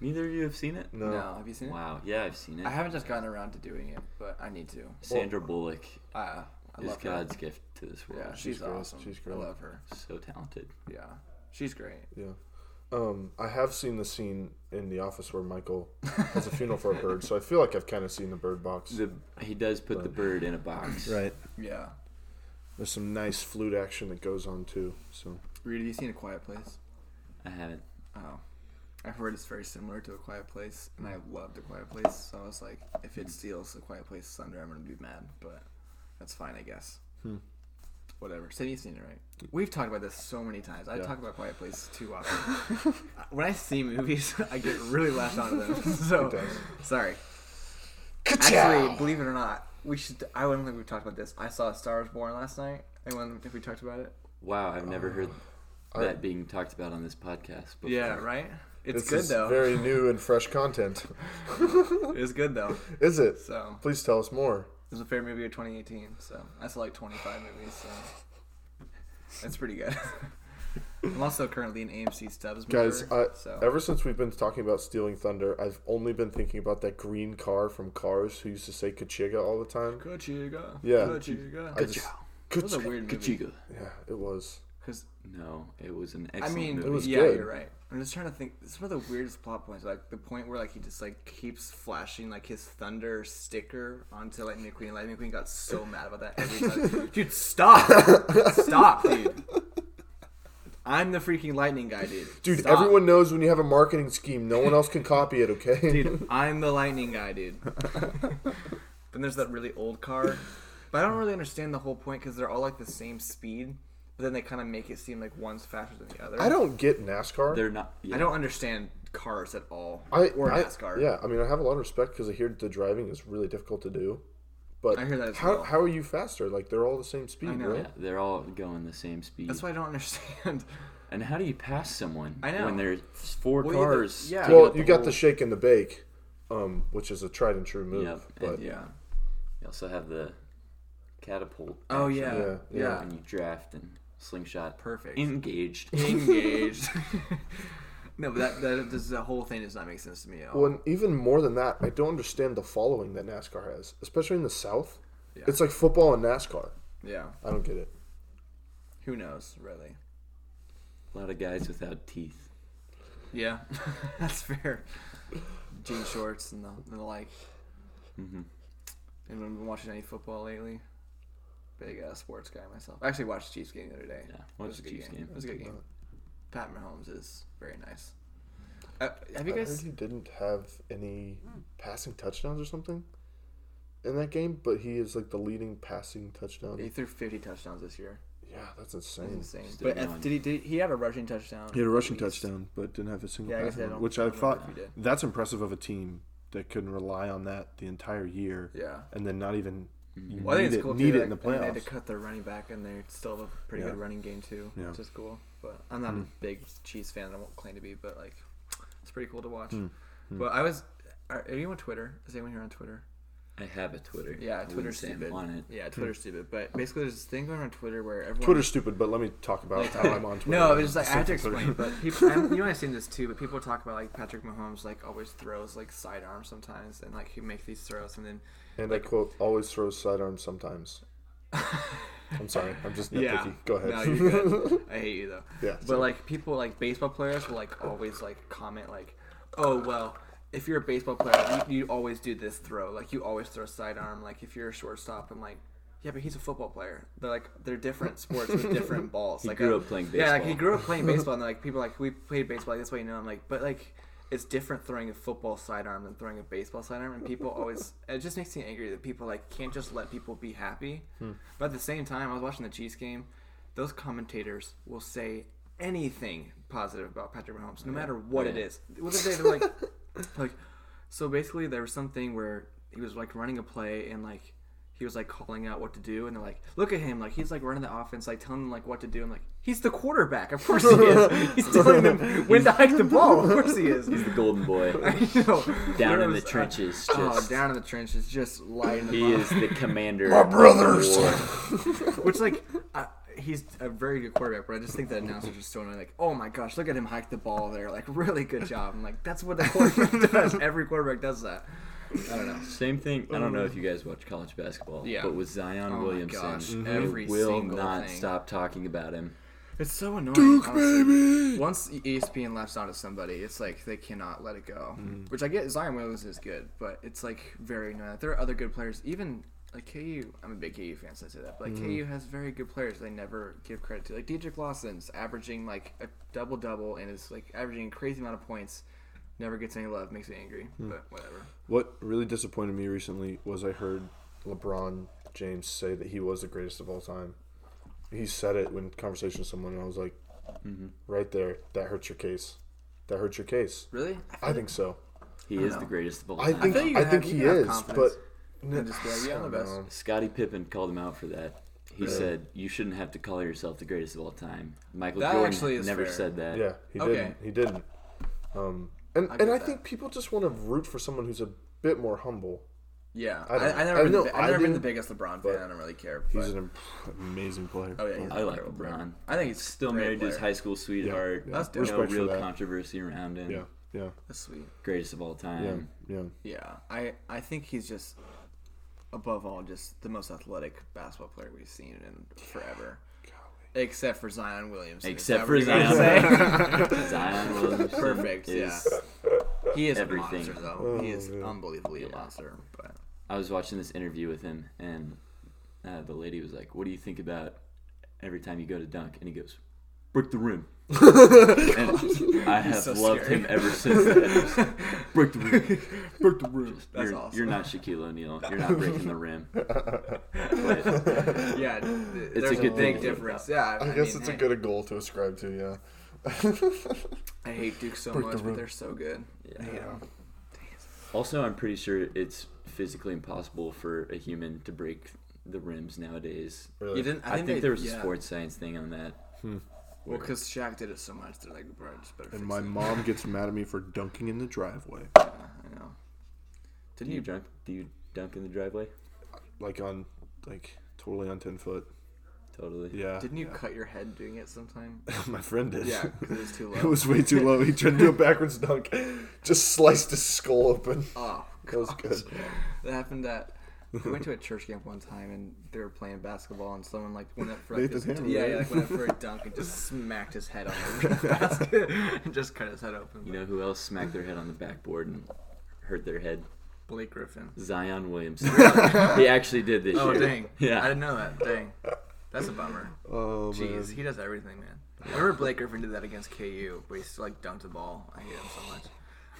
[SPEAKER 4] Neither of you have seen it?
[SPEAKER 3] No.
[SPEAKER 2] No, have you seen it?
[SPEAKER 4] Wow. Yeah, I've seen it.
[SPEAKER 2] I haven't just gotten around to doing it, but I need to.
[SPEAKER 4] Sandra Bullock
[SPEAKER 2] Uh, I
[SPEAKER 4] is
[SPEAKER 2] love her.
[SPEAKER 4] God's gift to this world.
[SPEAKER 2] Yeah,
[SPEAKER 3] She's
[SPEAKER 2] she's,
[SPEAKER 3] great.
[SPEAKER 2] awesome.
[SPEAKER 3] She's
[SPEAKER 2] I
[SPEAKER 3] great.
[SPEAKER 2] love her.
[SPEAKER 4] So talented.
[SPEAKER 2] Yeah, she's great.
[SPEAKER 3] Yeah. Um, I have seen the scene in The Office where Michael has a funeral for a bird, so I feel like I've kind of seen the bird box.
[SPEAKER 4] The he does put the bird in a box.
[SPEAKER 3] Right.
[SPEAKER 2] Yeah.
[SPEAKER 3] There's some nice flute action that goes on too. So
[SPEAKER 2] Reed, have you seen A Quiet Place?
[SPEAKER 4] I haven't.
[SPEAKER 2] Oh. I've heard it's very similar to A Quiet Place, and I loved A Quiet Place, so I was like, if it steals A Quiet Place thunder, I'm gonna be mad, but that's fine, I guess.
[SPEAKER 3] Hmm.
[SPEAKER 2] Whatever. Sam, you've seen it, right? We've talked about this so many times. I talk about Quiet Place
[SPEAKER 3] *laughs*
[SPEAKER 2] too often. when I see movies, *laughs* I get really laughed out of them. *laughs* So, sorry. Actually, believe it or not, we should. I don't think we talked about this. I saw A Star Is Born last night. Anyone, if we talked about it?
[SPEAKER 4] Wow, I've never heard that being talked about on this podcast before.
[SPEAKER 2] Yeah, right. It's
[SPEAKER 3] this
[SPEAKER 2] good
[SPEAKER 3] is
[SPEAKER 2] though.
[SPEAKER 3] very new and fresh content. *laughs*
[SPEAKER 2] It's good though.
[SPEAKER 3] Is it?
[SPEAKER 2] So
[SPEAKER 3] Please tell us more.
[SPEAKER 2] It was a favorite movie of 2018, so I saw like 25 movies, so that's pretty good. *laughs* I'm also currently an AMC Stubbs member,
[SPEAKER 3] Guys, I,
[SPEAKER 2] so
[SPEAKER 3] ever since we've been talking about stealing thunder, I've only been thinking about that green car from Cars who used to say Kachiga all the time.
[SPEAKER 2] Good Chica,
[SPEAKER 3] Yeah.
[SPEAKER 2] good Chica.
[SPEAKER 3] I just,
[SPEAKER 2] It was a weird movie
[SPEAKER 4] Kachiga.
[SPEAKER 3] yeah, it was.
[SPEAKER 2] because
[SPEAKER 4] No, it was an
[SPEAKER 2] I
[SPEAKER 4] excellent
[SPEAKER 2] mean,
[SPEAKER 4] movie.
[SPEAKER 3] It was
[SPEAKER 2] yeah,
[SPEAKER 3] good.
[SPEAKER 2] you're right. I'm just trying to think. It's one of the weirdest plot points, like the point where like he just like keeps flashing like his thunder sticker onto Lightning McQueen. Lightning McQueen got
[SPEAKER 3] *laughs*
[SPEAKER 2] so mad about that every time. dude, stop, stop, dude. I'm the freaking lightning guy, dude.
[SPEAKER 3] Dude,
[SPEAKER 2] Stop.
[SPEAKER 3] everyone knows when you have a marketing scheme, no one else can copy it, okay?
[SPEAKER 2] *laughs*
[SPEAKER 3] *laughs*
[SPEAKER 2] Dude, I'm the lightning guy, dude. then there's that really old car. But I don't really understand the whole point because they're all like the same speed, but then they kind of make it seem like one's faster than the other.
[SPEAKER 3] I don't get NASCAR.
[SPEAKER 4] They're not. Yeah.
[SPEAKER 2] I don't understand cars at all.
[SPEAKER 3] I,
[SPEAKER 2] or
[SPEAKER 3] I-
[SPEAKER 2] NASCAR.
[SPEAKER 3] Yeah, I mean, I have a lot of respect because I hear the driving is really difficult to do. But
[SPEAKER 2] I hear that as
[SPEAKER 3] how,
[SPEAKER 2] well.
[SPEAKER 3] how are you faster? Like they're all the same speed,
[SPEAKER 2] know.
[SPEAKER 3] right?
[SPEAKER 4] Yeah, they're all going the same speed.
[SPEAKER 2] That's why I don't
[SPEAKER 3] *laughs*
[SPEAKER 2] understand.
[SPEAKER 4] And how do you pass someone?
[SPEAKER 2] I know.
[SPEAKER 4] When there's four
[SPEAKER 2] Well, you have to-
[SPEAKER 4] cars.
[SPEAKER 2] yeah.
[SPEAKER 4] taking
[SPEAKER 3] Well,
[SPEAKER 4] up
[SPEAKER 3] you got
[SPEAKER 4] whole-
[SPEAKER 3] the shake and the bake, um, which is a tried and true move.
[SPEAKER 4] Yep,
[SPEAKER 3] but
[SPEAKER 4] and
[SPEAKER 2] Yeah.
[SPEAKER 4] You also have the catapult.
[SPEAKER 2] Oh
[SPEAKER 4] action,
[SPEAKER 2] yeah.
[SPEAKER 3] Yeah,
[SPEAKER 2] Yeah.
[SPEAKER 3] yeah.
[SPEAKER 4] And you draft and slingshot.
[SPEAKER 2] Perfect. *laughs*
[SPEAKER 4] Engaged.
[SPEAKER 2] Engaged. no, but that, that this, the whole thing does not make sense to me at all.
[SPEAKER 3] Well, and even more than that, I don't understand the following that NASCAR has, especially in the South.
[SPEAKER 2] Yeah.
[SPEAKER 3] It's like football and NASCAR.
[SPEAKER 2] yeah.
[SPEAKER 3] I don't get it.
[SPEAKER 2] Who knows, really?
[SPEAKER 4] A lot of guys without teeth.
[SPEAKER 2] Yeah, *laughs* that's fair. Jean shorts and the, and the like. Mm-hmm. Anyone been watching any football lately? Big uh, sports guy myself. I actually watched the Chiefs game the other day.
[SPEAKER 4] Yeah,
[SPEAKER 2] it was
[SPEAKER 4] watched
[SPEAKER 2] a
[SPEAKER 4] the
[SPEAKER 2] good
[SPEAKER 4] Chiefs
[SPEAKER 2] game.
[SPEAKER 4] game.
[SPEAKER 2] It was a good game. Pat Mahomes is very nice. Uh, have you
[SPEAKER 3] I heard
[SPEAKER 2] guys?
[SPEAKER 3] he didn't have any passing touchdowns or something in that game, but he is like the leading passing touchdown.
[SPEAKER 2] He threw 50 touchdowns this year.
[SPEAKER 3] Yeah, that's
[SPEAKER 2] It's
[SPEAKER 3] insane.
[SPEAKER 2] insane.
[SPEAKER 4] Still
[SPEAKER 2] But uh,
[SPEAKER 4] going.
[SPEAKER 2] did he? Did he had a rushing touchdown?
[SPEAKER 3] He had a
[SPEAKER 2] at
[SPEAKER 3] rushing
[SPEAKER 2] least.
[SPEAKER 3] touchdown, but didn't have a single
[SPEAKER 2] Yeah, I guess
[SPEAKER 3] passing
[SPEAKER 2] I
[SPEAKER 3] one,
[SPEAKER 2] don't-
[SPEAKER 3] which
[SPEAKER 2] I
[SPEAKER 3] I
[SPEAKER 2] don't remember
[SPEAKER 3] thought
[SPEAKER 2] if he did.
[SPEAKER 3] that's impressive of a team that can rely on that the entire year.
[SPEAKER 2] Yeah.
[SPEAKER 3] and then not even
[SPEAKER 2] Mm-hmm. Well, I
[SPEAKER 3] need
[SPEAKER 2] think
[SPEAKER 3] it,
[SPEAKER 2] it's cool.
[SPEAKER 3] need
[SPEAKER 2] too,
[SPEAKER 3] it in the
[SPEAKER 2] like, I mean, They had to
[SPEAKER 3] playoffs.
[SPEAKER 2] cut their running back, and they still have a pretty
[SPEAKER 3] Yeah.
[SPEAKER 2] good running game too,
[SPEAKER 3] Yeah. Hmm.
[SPEAKER 2] which is cool. But I'm not a big Chiefs fan. I won't claim to be, but like, it's pretty cool to watch.
[SPEAKER 3] Hmm.
[SPEAKER 2] But I was. Are, are you on Twitter? Is anyone here on Twitter?
[SPEAKER 4] I have a Twitter. I
[SPEAKER 2] Yeah,
[SPEAKER 4] wouldn't
[SPEAKER 2] Twitter's
[SPEAKER 4] say I'm
[SPEAKER 2] stupid.
[SPEAKER 4] on it.
[SPEAKER 2] Yeah, Twitter's stupid. But basically, there's this thing going on on Twitter where everyone.
[SPEAKER 3] Hmm. Twitter's stupid, but let me talk
[SPEAKER 2] *laughs*
[SPEAKER 3] about how I'm on Twitter.
[SPEAKER 2] No, it's just like I have to
[SPEAKER 3] Twitter.
[SPEAKER 2] explain.
[SPEAKER 3] *laughs*
[SPEAKER 2] But people, and you know, I've seen this too. But people talk about like Patrick Mahomes, like always throws like sidearm sometimes, and like he makes these throws, and then *laughs*
[SPEAKER 3] and I quote: "Always throws sidearm sometimes." I'm sorry, I'm just nitpicky. Go ahead.
[SPEAKER 2] No, you're good. I hate you though.
[SPEAKER 3] Yeah,
[SPEAKER 2] But
[SPEAKER 3] sorry.
[SPEAKER 2] like people like baseball players will like always like comment like, oh well, if you're a baseball player, you, you always do this throw. Like you always throw sidearm. Like if you're a shortstop, I'm like. Yeah, but he's a football player. They're like they're different sports
[SPEAKER 3] *laughs*
[SPEAKER 2] with different balls. like
[SPEAKER 4] grew
[SPEAKER 2] I-
[SPEAKER 4] up playing
[SPEAKER 2] Yeah, like he
[SPEAKER 4] baseball.
[SPEAKER 2] grew up playing baseball,
[SPEAKER 4] *laughs*
[SPEAKER 2] and like people are like we played baseball. Like, that's why you know. I'm like, but like it's different throwing a football sidearm than throwing a baseball sidearm, and people always it just makes me angry that people like can't just let people be happy.
[SPEAKER 4] Hmm.
[SPEAKER 2] But at the same time, I was watching the Chiefs game. Those commentators will say anything positive about Patrick Mahomes, no matter what it
[SPEAKER 4] Yeah.
[SPEAKER 2] is. What did they they're
[SPEAKER 4] *laughs*
[SPEAKER 2] like? like, so basically, there was something where he was like running a play and like he was like calling out what to do, and they're like, "Look at him! Like he's like running the offense, like telling them like what to do." I'm like, "He's the quarterback, of course he
[SPEAKER 4] *laughs*
[SPEAKER 2] is. He's telling them when to hike the ball, of course he is." *laughs*
[SPEAKER 4] He's the golden boy.
[SPEAKER 2] You know,
[SPEAKER 4] down
[SPEAKER 2] there
[SPEAKER 4] in the
[SPEAKER 2] was, uh,
[SPEAKER 4] trenches. Just,
[SPEAKER 2] Oh, down in the trenches, just lighting the
[SPEAKER 4] He is the commander.
[SPEAKER 8] My
[SPEAKER 4] of the
[SPEAKER 8] brothers.
[SPEAKER 4] war.
[SPEAKER 2] *laughs* Which like, I, he's a very good quarterback, but I just think the announcers are so annoying. Like, oh my gosh, look at him hike the ball there. Like, really good job. I'm like, that's what the quarterback *laughs* does. Every quarterback does that. I don't know.
[SPEAKER 4] Same thing. I don't know if you guys watch college basketball,
[SPEAKER 2] Yeah.
[SPEAKER 4] but with Zion
[SPEAKER 2] Oh my
[SPEAKER 4] Williamson,
[SPEAKER 2] gosh,
[SPEAKER 4] we
[SPEAKER 2] every
[SPEAKER 4] will
[SPEAKER 2] single
[SPEAKER 4] not
[SPEAKER 2] thing.
[SPEAKER 4] stop talking about him.
[SPEAKER 2] It's so annoying. Duke, baby. Once E ESPN laps onto somebody, it's like they cannot let it go.
[SPEAKER 3] Mm-hmm.
[SPEAKER 2] Which I get. Zion Williams is good, but it's like very annoying. There are other good players, even. Like KU, I'm a big KU fan, so I say that. But like
[SPEAKER 3] Mm-hmm.
[SPEAKER 2] KU has very good players they never give credit to. Like Dedrick Lawson's averaging like a double double and is like averaging a crazy amount of points, never gets any love, makes me angry.
[SPEAKER 3] Hmm.
[SPEAKER 2] But whatever.
[SPEAKER 3] *laughs* What really disappointed me recently was I heard LeBron James say that he was the greatest of all time. He said it when conversation with someone, and I was like,
[SPEAKER 2] Mm-hmm.
[SPEAKER 3] right there, that hurts your case. That hurts your case.
[SPEAKER 2] Really?
[SPEAKER 3] I think so.
[SPEAKER 4] He is the greatest of all
[SPEAKER 3] I
[SPEAKER 4] time.
[SPEAKER 3] think
[SPEAKER 2] feel
[SPEAKER 3] I,
[SPEAKER 2] you have-
[SPEAKER 3] think
[SPEAKER 2] you
[SPEAKER 3] he
[SPEAKER 2] can have
[SPEAKER 3] is,
[SPEAKER 2] confidence.
[SPEAKER 3] but
[SPEAKER 2] And just be like, yeah, I'm the
[SPEAKER 3] *sighs*
[SPEAKER 2] best.
[SPEAKER 4] Scottie Pippen called him out for that. He said, "You shouldn't have to call yourself the greatest of all time." Michael
[SPEAKER 2] That
[SPEAKER 4] Jordan
[SPEAKER 2] actually is
[SPEAKER 4] never
[SPEAKER 2] fair.
[SPEAKER 4] said that.
[SPEAKER 3] yeah, he
[SPEAKER 2] Okay.
[SPEAKER 3] didn't. He didn't. Um, and
[SPEAKER 2] get
[SPEAKER 3] and I
[SPEAKER 2] that.
[SPEAKER 3] think people just want to root for someone who's a bit more humble.
[SPEAKER 2] Yeah. I,
[SPEAKER 3] I don't
[SPEAKER 2] I,
[SPEAKER 3] know.
[SPEAKER 2] never,
[SPEAKER 3] I
[SPEAKER 2] been,
[SPEAKER 3] know,
[SPEAKER 2] the-
[SPEAKER 3] I
[SPEAKER 2] I've never been the
[SPEAKER 3] didn't,
[SPEAKER 2] biggest LeBron fan.
[SPEAKER 3] but
[SPEAKER 2] I don't really care.
[SPEAKER 3] He's
[SPEAKER 2] but-
[SPEAKER 3] an imp- amazing player.
[SPEAKER 2] Oh, yeah, he's
[SPEAKER 4] I like
[SPEAKER 2] terrible player.
[SPEAKER 4] LeBron.
[SPEAKER 2] I think he's
[SPEAKER 4] Still married to his high school sweetheart.
[SPEAKER 3] yeah. That's
[SPEAKER 4] No
[SPEAKER 3] respect for
[SPEAKER 4] real
[SPEAKER 3] that.
[SPEAKER 4] controversy around him.
[SPEAKER 3] yeah, yeah,
[SPEAKER 2] That's sweet.
[SPEAKER 4] Greatest of all time.
[SPEAKER 2] Mm.
[SPEAKER 3] yeah, yeah.
[SPEAKER 2] Yeah, I I think he's just above all just the most athletic basketball player we've seen in forever. Except for Zion Williams.
[SPEAKER 4] Except for Zion. *laughs* Zion Williams.
[SPEAKER 2] Perfect, yeah. He is a
[SPEAKER 4] Everything.
[SPEAKER 2] monster though. he
[SPEAKER 8] Oh,
[SPEAKER 2] is unbelievably a monster.
[SPEAKER 8] *laughs*
[SPEAKER 2] But
[SPEAKER 4] I was watching this interview with him, and uh, the lady was like, "What do you think about every time you go to dunk?" And he goes, "Break
[SPEAKER 2] *laughs*
[SPEAKER 4] the rim." and I have
[SPEAKER 2] so
[SPEAKER 4] loved
[SPEAKER 2] scary.
[SPEAKER 4] him ever since. Then. Just,
[SPEAKER 2] *laughs*
[SPEAKER 4] break the rim.
[SPEAKER 2] break the rules. That's
[SPEAKER 4] you're,
[SPEAKER 2] awesome.
[SPEAKER 4] you're not Shaquille O'Neal. You're not breaking
[SPEAKER 2] *laughs*
[SPEAKER 4] the rim. But
[SPEAKER 2] yeah, th-
[SPEAKER 4] a
[SPEAKER 2] there's a,
[SPEAKER 4] good thing
[SPEAKER 2] big
[SPEAKER 4] to do.
[SPEAKER 2] difference. Yeah,
[SPEAKER 8] I guess
[SPEAKER 2] mean,
[SPEAKER 8] it's a
[SPEAKER 2] hey,
[SPEAKER 8] good goal to ascribe to, yeah.
[SPEAKER 2] I hate Duke so
[SPEAKER 8] the
[SPEAKER 2] much, but
[SPEAKER 8] rule.
[SPEAKER 2] they're so good. I hate 'em.
[SPEAKER 4] also, I'm pretty sure it's physically impossible for a human to break the rims nowadays.
[SPEAKER 2] You didn't.
[SPEAKER 4] I, think, there was a
[SPEAKER 2] yeah.
[SPEAKER 4] sports science thing on that.
[SPEAKER 2] Well, because Shaq did it so much, they're like, bro, just better.
[SPEAKER 3] And
[SPEAKER 2] fix
[SPEAKER 3] my
[SPEAKER 2] it."
[SPEAKER 3] mom gets mad at me for dunking in the driveway,
[SPEAKER 2] I know.
[SPEAKER 4] Do you dunk? Do you dunk in the driveway?
[SPEAKER 3] like on, like totally on ten foot.
[SPEAKER 4] Totally.
[SPEAKER 3] Yeah, *laughs*
[SPEAKER 2] Didn't you cut your head doing
[SPEAKER 8] *laughs*
[SPEAKER 2] it sometime?
[SPEAKER 3] my friend did.
[SPEAKER 2] Yeah, because it was too low.
[SPEAKER 3] *laughs* It was way too low. He tried to do
[SPEAKER 8] Do a
[SPEAKER 3] a back.
[SPEAKER 8] backwards dunk. Just sliced his skull open.
[SPEAKER 2] Oh,
[SPEAKER 8] That was good.
[SPEAKER 2] *laughs* that happened at. I went to a church camp one time and they were playing basketball and someone like went up for like,
[SPEAKER 3] Nathan
[SPEAKER 2] this-
[SPEAKER 3] Hanna,
[SPEAKER 2] yeah,
[SPEAKER 3] right?
[SPEAKER 2] yeah, like, went up
[SPEAKER 4] *laughs*
[SPEAKER 2] for a dunk and just smacked his head on the *laughs* basket and just cut his head open.
[SPEAKER 4] You know who else smacked their head on the backboard and hurt their head?
[SPEAKER 2] Blake Griffin.
[SPEAKER 4] Zion
[SPEAKER 2] *laughs*
[SPEAKER 4] Williamson. he actually did this
[SPEAKER 2] Oh
[SPEAKER 4] year.
[SPEAKER 2] dang!
[SPEAKER 4] *laughs* Yeah.
[SPEAKER 2] I didn't know that. Dang, that's a bummer.
[SPEAKER 3] Oh man.
[SPEAKER 2] Jeez, he does everything, man. I remember Blake Griffin did that against KU, but he still like dunked the ball. I hate him so much.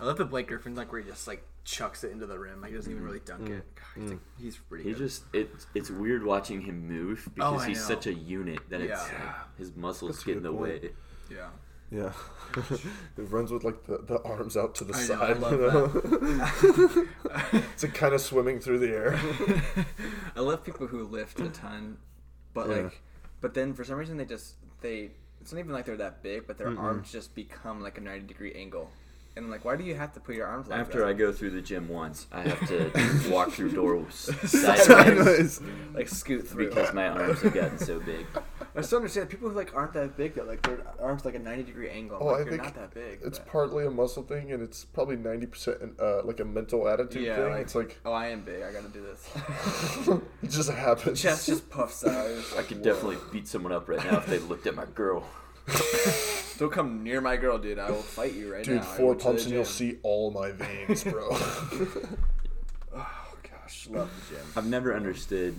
[SPEAKER 2] I love the Blake Griffin like where he just like chucks it into the rim. Like, he doesn't even really dunk it. God, he's, like, he's pretty
[SPEAKER 4] Mm. He
[SPEAKER 2] good.
[SPEAKER 4] just it it's weird watching him move because
[SPEAKER 2] Oh, I
[SPEAKER 4] he's
[SPEAKER 2] know.
[SPEAKER 4] such a unit that it's
[SPEAKER 2] Yeah.
[SPEAKER 4] like, his muscles
[SPEAKER 3] a
[SPEAKER 4] get in
[SPEAKER 3] good
[SPEAKER 4] the
[SPEAKER 3] point.
[SPEAKER 4] way.
[SPEAKER 2] yeah.
[SPEAKER 8] *laughs*
[SPEAKER 3] Yeah. it runs with like the, the arms out to the
[SPEAKER 2] I know, I
[SPEAKER 3] side.
[SPEAKER 2] love
[SPEAKER 3] you know?
[SPEAKER 2] that.
[SPEAKER 8] It's like kind of swimming through the
[SPEAKER 2] *laughs*
[SPEAKER 8] air. *laughs*
[SPEAKER 2] I love people who lift a ton, but
[SPEAKER 3] Yeah.
[SPEAKER 2] like, but then for some reason they just they. It's not even like they're that big, but their arms just become like a ninety degree angle, and like, why do you have to put your arms like
[SPEAKER 4] After I
[SPEAKER 2] that?
[SPEAKER 4] go through the gym once, I
[SPEAKER 2] *laughs*
[SPEAKER 4] have to walk through doors sideways
[SPEAKER 2] like scoot through?
[SPEAKER 4] because my arms have gotten so big.
[SPEAKER 2] I still understand people who like aren't that big though. Like their arms like a ninety degree angle. I'm
[SPEAKER 8] Oh,
[SPEAKER 2] like,
[SPEAKER 8] I
[SPEAKER 2] you're
[SPEAKER 8] think
[SPEAKER 2] not that big.
[SPEAKER 8] It's
[SPEAKER 2] but-
[SPEAKER 8] partly a muscle thing, and it's probably 90% an- uh, like a mental attitude
[SPEAKER 2] Yeah,
[SPEAKER 8] thing.
[SPEAKER 2] like-
[SPEAKER 8] it's like, *laughs*
[SPEAKER 2] oh, I am big. I gotta do this. *laughs*
[SPEAKER 8] it just happens.
[SPEAKER 2] chest just puffs out. It's
[SPEAKER 4] I
[SPEAKER 2] like,
[SPEAKER 4] could definitely beat someone up right now if they looked at my girl.
[SPEAKER 2] don't come near my girl, dude. I will fight you right
[SPEAKER 8] Dude,
[SPEAKER 2] now. I
[SPEAKER 8] four
[SPEAKER 2] went to the
[SPEAKER 8] pumps and you'll
[SPEAKER 2] gym.
[SPEAKER 8] see all my veins,
[SPEAKER 2] *laughs*
[SPEAKER 8] bro. *laughs*
[SPEAKER 2] Oh gosh, love the gym.
[SPEAKER 4] I've never understood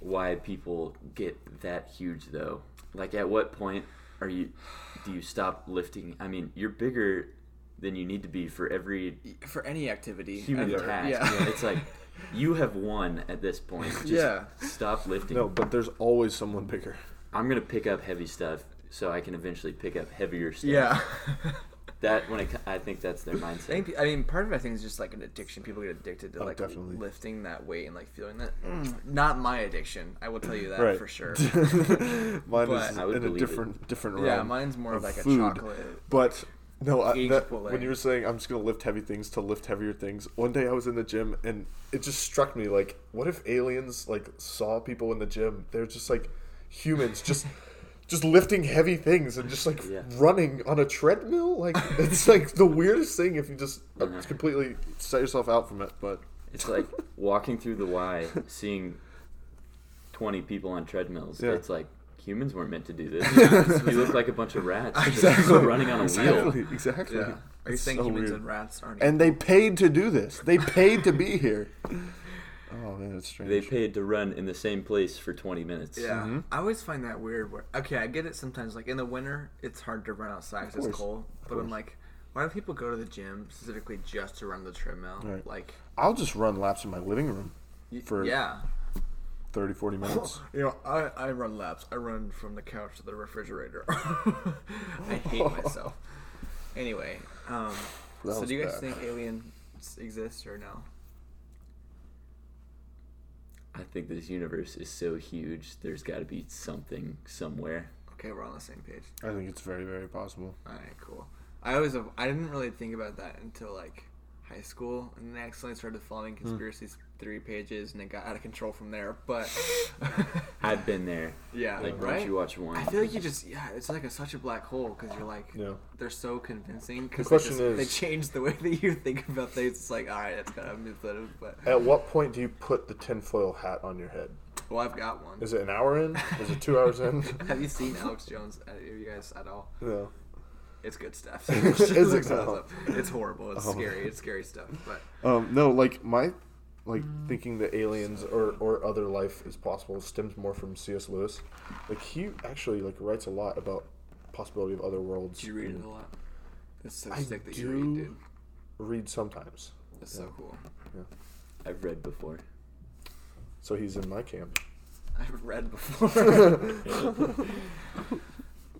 [SPEAKER 4] why people get that huge though. Like at what point are you do you stop lifting? I mean, you're bigger than you need to be for every
[SPEAKER 2] For any activity,
[SPEAKER 4] human
[SPEAKER 2] ever.
[SPEAKER 4] task.
[SPEAKER 2] *laughs* Yeah.
[SPEAKER 4] It's like you have won at this point. Just
[SPEAKER 2] Yeah.
[SPEAKER 4] stop lifting.
[SPEAKER 3] No, but there's always someone bigger.
[SPEAKER 4] I'm gonna pick up heavy stuff so I can eventually pick up heavier stuff.
[SPEAKER 2] Yeah.
[SPEAKER 4] That when it, co- I think that's their
[SPEAKER 2] I
[SPEAKER 4] mindset.
[SPEAKER 2] think I mean part of it I think is just like an addiction. People get addicted to like
[SPEAKER 3] Oh, definitely.
[SPEAKER 2] lifting that weight and like feeling that. Mm, not my addiction. I will tell you that
[SPEAKER 3] Right.
[SPEAKER 2] for
[SPEAKER 3] *laughs*
[SPEAKER 2] sure.
[SPEAKER 3] Mine
[SPEAKER 2] But-
[SPEAKER 3] is
[SPEAKER 4] I would
[SPEAKER 3] in a
[SPEAKER 4] believe it.
[SPEAKER 3] different different realm.
[SPEAKER 2] yeah, mine's more of
[SPEAKER 3] of
[SPEAKER 2] like
[SPEAKER 3] food.
[SPEAKER 2] a chocolate.
[SPEAKER 3] But no, I,
[SPEAKER 2] Eat
[SPEAKER 3] that,
[SPEAKER 2] Chipotle.
[SPEAKER 3] when you were saying I'm just gonna lift heavy things to lift heavier things, one day I was in the gym and it just struck
[SPEAKER 2] *laughs*
[SPEAKER 3] me like, what if aliens like saw people in the gym? They're just like humans, just just lifting heavy things and just like
[SPEAKER 4] Yeah.
[SPEAKER 3] running on a treadmill. Like it's like the weirdest thing if you just uh,
[SPEAKER 4] Mhm.
[SPEAKER 3] completely set yourself out from it. But
[SPEAKER 4] It's like walking through the Y, seeing 20 people on treadmills.
[SPEAKER 3] Yeah.
[SPEAKER 4] It's like humans weren't meant to do
[SPEAKER 2] *laughs*
[SPEAKER 4] this. you look like a bunch of rats just
[SPEAKER 3] *laughs*
[SPEAKER 4] running on a wheel.
[SPEAKER 3] exactly, exactly.
[SPEAKER 2] Yeah. Are you
[SPEAKER 3] It's
[SPEAKER 2] saying
[SPEAKER 3] so
[SPEAKER 2] humans
[SPEAKER 3] weird.
[SPEAKER 2] and rats aren't?
[SPEAKER 3] And they paid to do this. They paid
[SPEAKER 2] *laughs*
[SPEAKER 3] to be here. Oh man, it's strange.
[SPEAKER 4] They paid to run in the same place for 20 minutes.
[SPEAKER 2] e, Yeah, I always find that weird. Where okay, I get it sometimes. Like in the winter, it's hard to run outside because it's
[SPEAKER 3] course,
[SPEAKER 2] cold. But I'm like, why do people go to the gym specifically just to run the treadmill?
[SPEAKER 3] Right.
[SPEAKER 2] Like,
[SPEAKER 3] I'll just run laps in my living room
[SPEAKER 2] y-
[SPEAKER 3] For-
[SPEAKER 2] yeah,
[SPEAKER 3] 30,
[SPEAKER 2] *laughs*
[SPEAKER 3] 40 minutes.
[SPEAKER 2] you know, I, I run laps. I run from the couch to the refrigerator. *laughs* I hate myself. Anyway, um,
[SPEAKER 3] That
[SPEAKER 2] so
[SPEAKER 3] was
[SPEAKER 2] do you guys
[SPEAKER 3] bad.
[SPEAKER 2] think aliens exist or no?
[SPEAKER 4] I think this universe is so huge, there's got to be something somewhere.
[SPEAKER 2] Okay, we're on the same page.
[SPEAKER 3] I think it's very, very possible.
[SPEAKER 2] All right, cool. I always I didn't really think about that until like high school, and then I accidentally started following
[SPEAKER 3] Hmm.
[SPEAKER 2] conspiracy theory pages, and it got out of control from there. But *laughs*
[SPEAKER 4] I've been there.
[SPEAKER 2] yeah,
[SPEAKER 4] Like, once
[SPEAKER 2] right.
[SPEAKER 4] you watch one,
[SPEAKER 2] I feel like you just yeah, it's like a, such a black hole because you're like
[SPEAKER 3] Yeah.
[SPEAKER 2] they're so convincing because
[SPEAKER 3] question
[SPEAKER 2] they, just- they
[SPEAKER 3] is-
[SPEAKER 2] change the way *laughs* that you think about things. It's like all right, that's kind of manipulative, but
[SPEAKER 3] At what point do you put the tinfoil hat on your head?
[SPEAKER 2] well, I've got one.
[SPEAKER 3] Is it an hour in? Is it two
[SPEAKER 2] *laughs*
[SPEAKER 3] hours in? *laughs*
[SPEAKER 2] Have you seen Alex Jones? uh, you guys at all?
[SPEAKER 3] No.
[SPEAKER 2] It's good stuff. *laughs*
[SPEAKER 3] Is it
[SPEAKER 2] Look
[SPEAKER 3] now?
[SPEAKER 2] up. It's horrible. It's scary. It's scary stuff. But
[SPEAKER 3] Um, no, like my like thinking that aliens or, or other life is possible stems more from C.S. Lewis. Like he actually like writes a lot about possibility of other worlds.
[SPEAKER 2] do you read
[SPEAKER 3] and
[SPEAKER 2] it a lot? It's so
[SPEAKER 3] I
[SPEAKER 2] sick that
[SPEAKER 3] do
[SPEAKER 2] you read, dude.
[SPEAKER 3] read sometimes.
[SPEAKER 2] That's so cool.
[SPEAKER 4] I've read before.
[SPEAKER 3] So he's in my camp.
[SPEAKER 2] I've read before.
[SPEAKER 3] *laughs*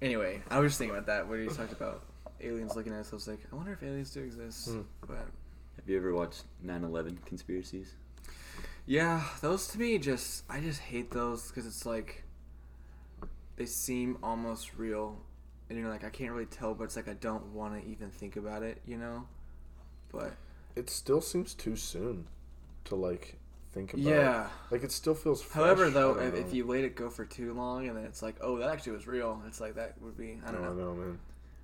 [SPEAKER 2] anyway, I was just thinking about that when you talked about aliens looking at us. I was like, I wonder if aliens do exist.
[SPEAKER 3] Hmm.
[SPEAKER 2] But
[SPEAKER 4] Have you ever watched 9 11 conspiracies?
[SPEAKER 2] yeah, those to me just I just hate those because it's like they seem almost real, and you're like I can't really tell, but it's like I don't want to even think about it, you know. But
[SPEAKER 3] It still seems too soon to like think about.
[SPEAKER 2] yeah.
[SPEAKER 3] Like it still feels. Fresh.
[SPEAKER 2] However, though,
[SPEAKER 3] I don't
[SPEAKER 2] if, if
[SPEAKER 3] know.
[SPEAKER 2] you let it go for too long and then it's like, oh, that actually was real, it's like that would be I
[SPEAKER 3] I
[SPEAKER 2] don't
[SPEAKER 3] don't
[SPEAKER 2] know.
[SPEAKER 3] know, man.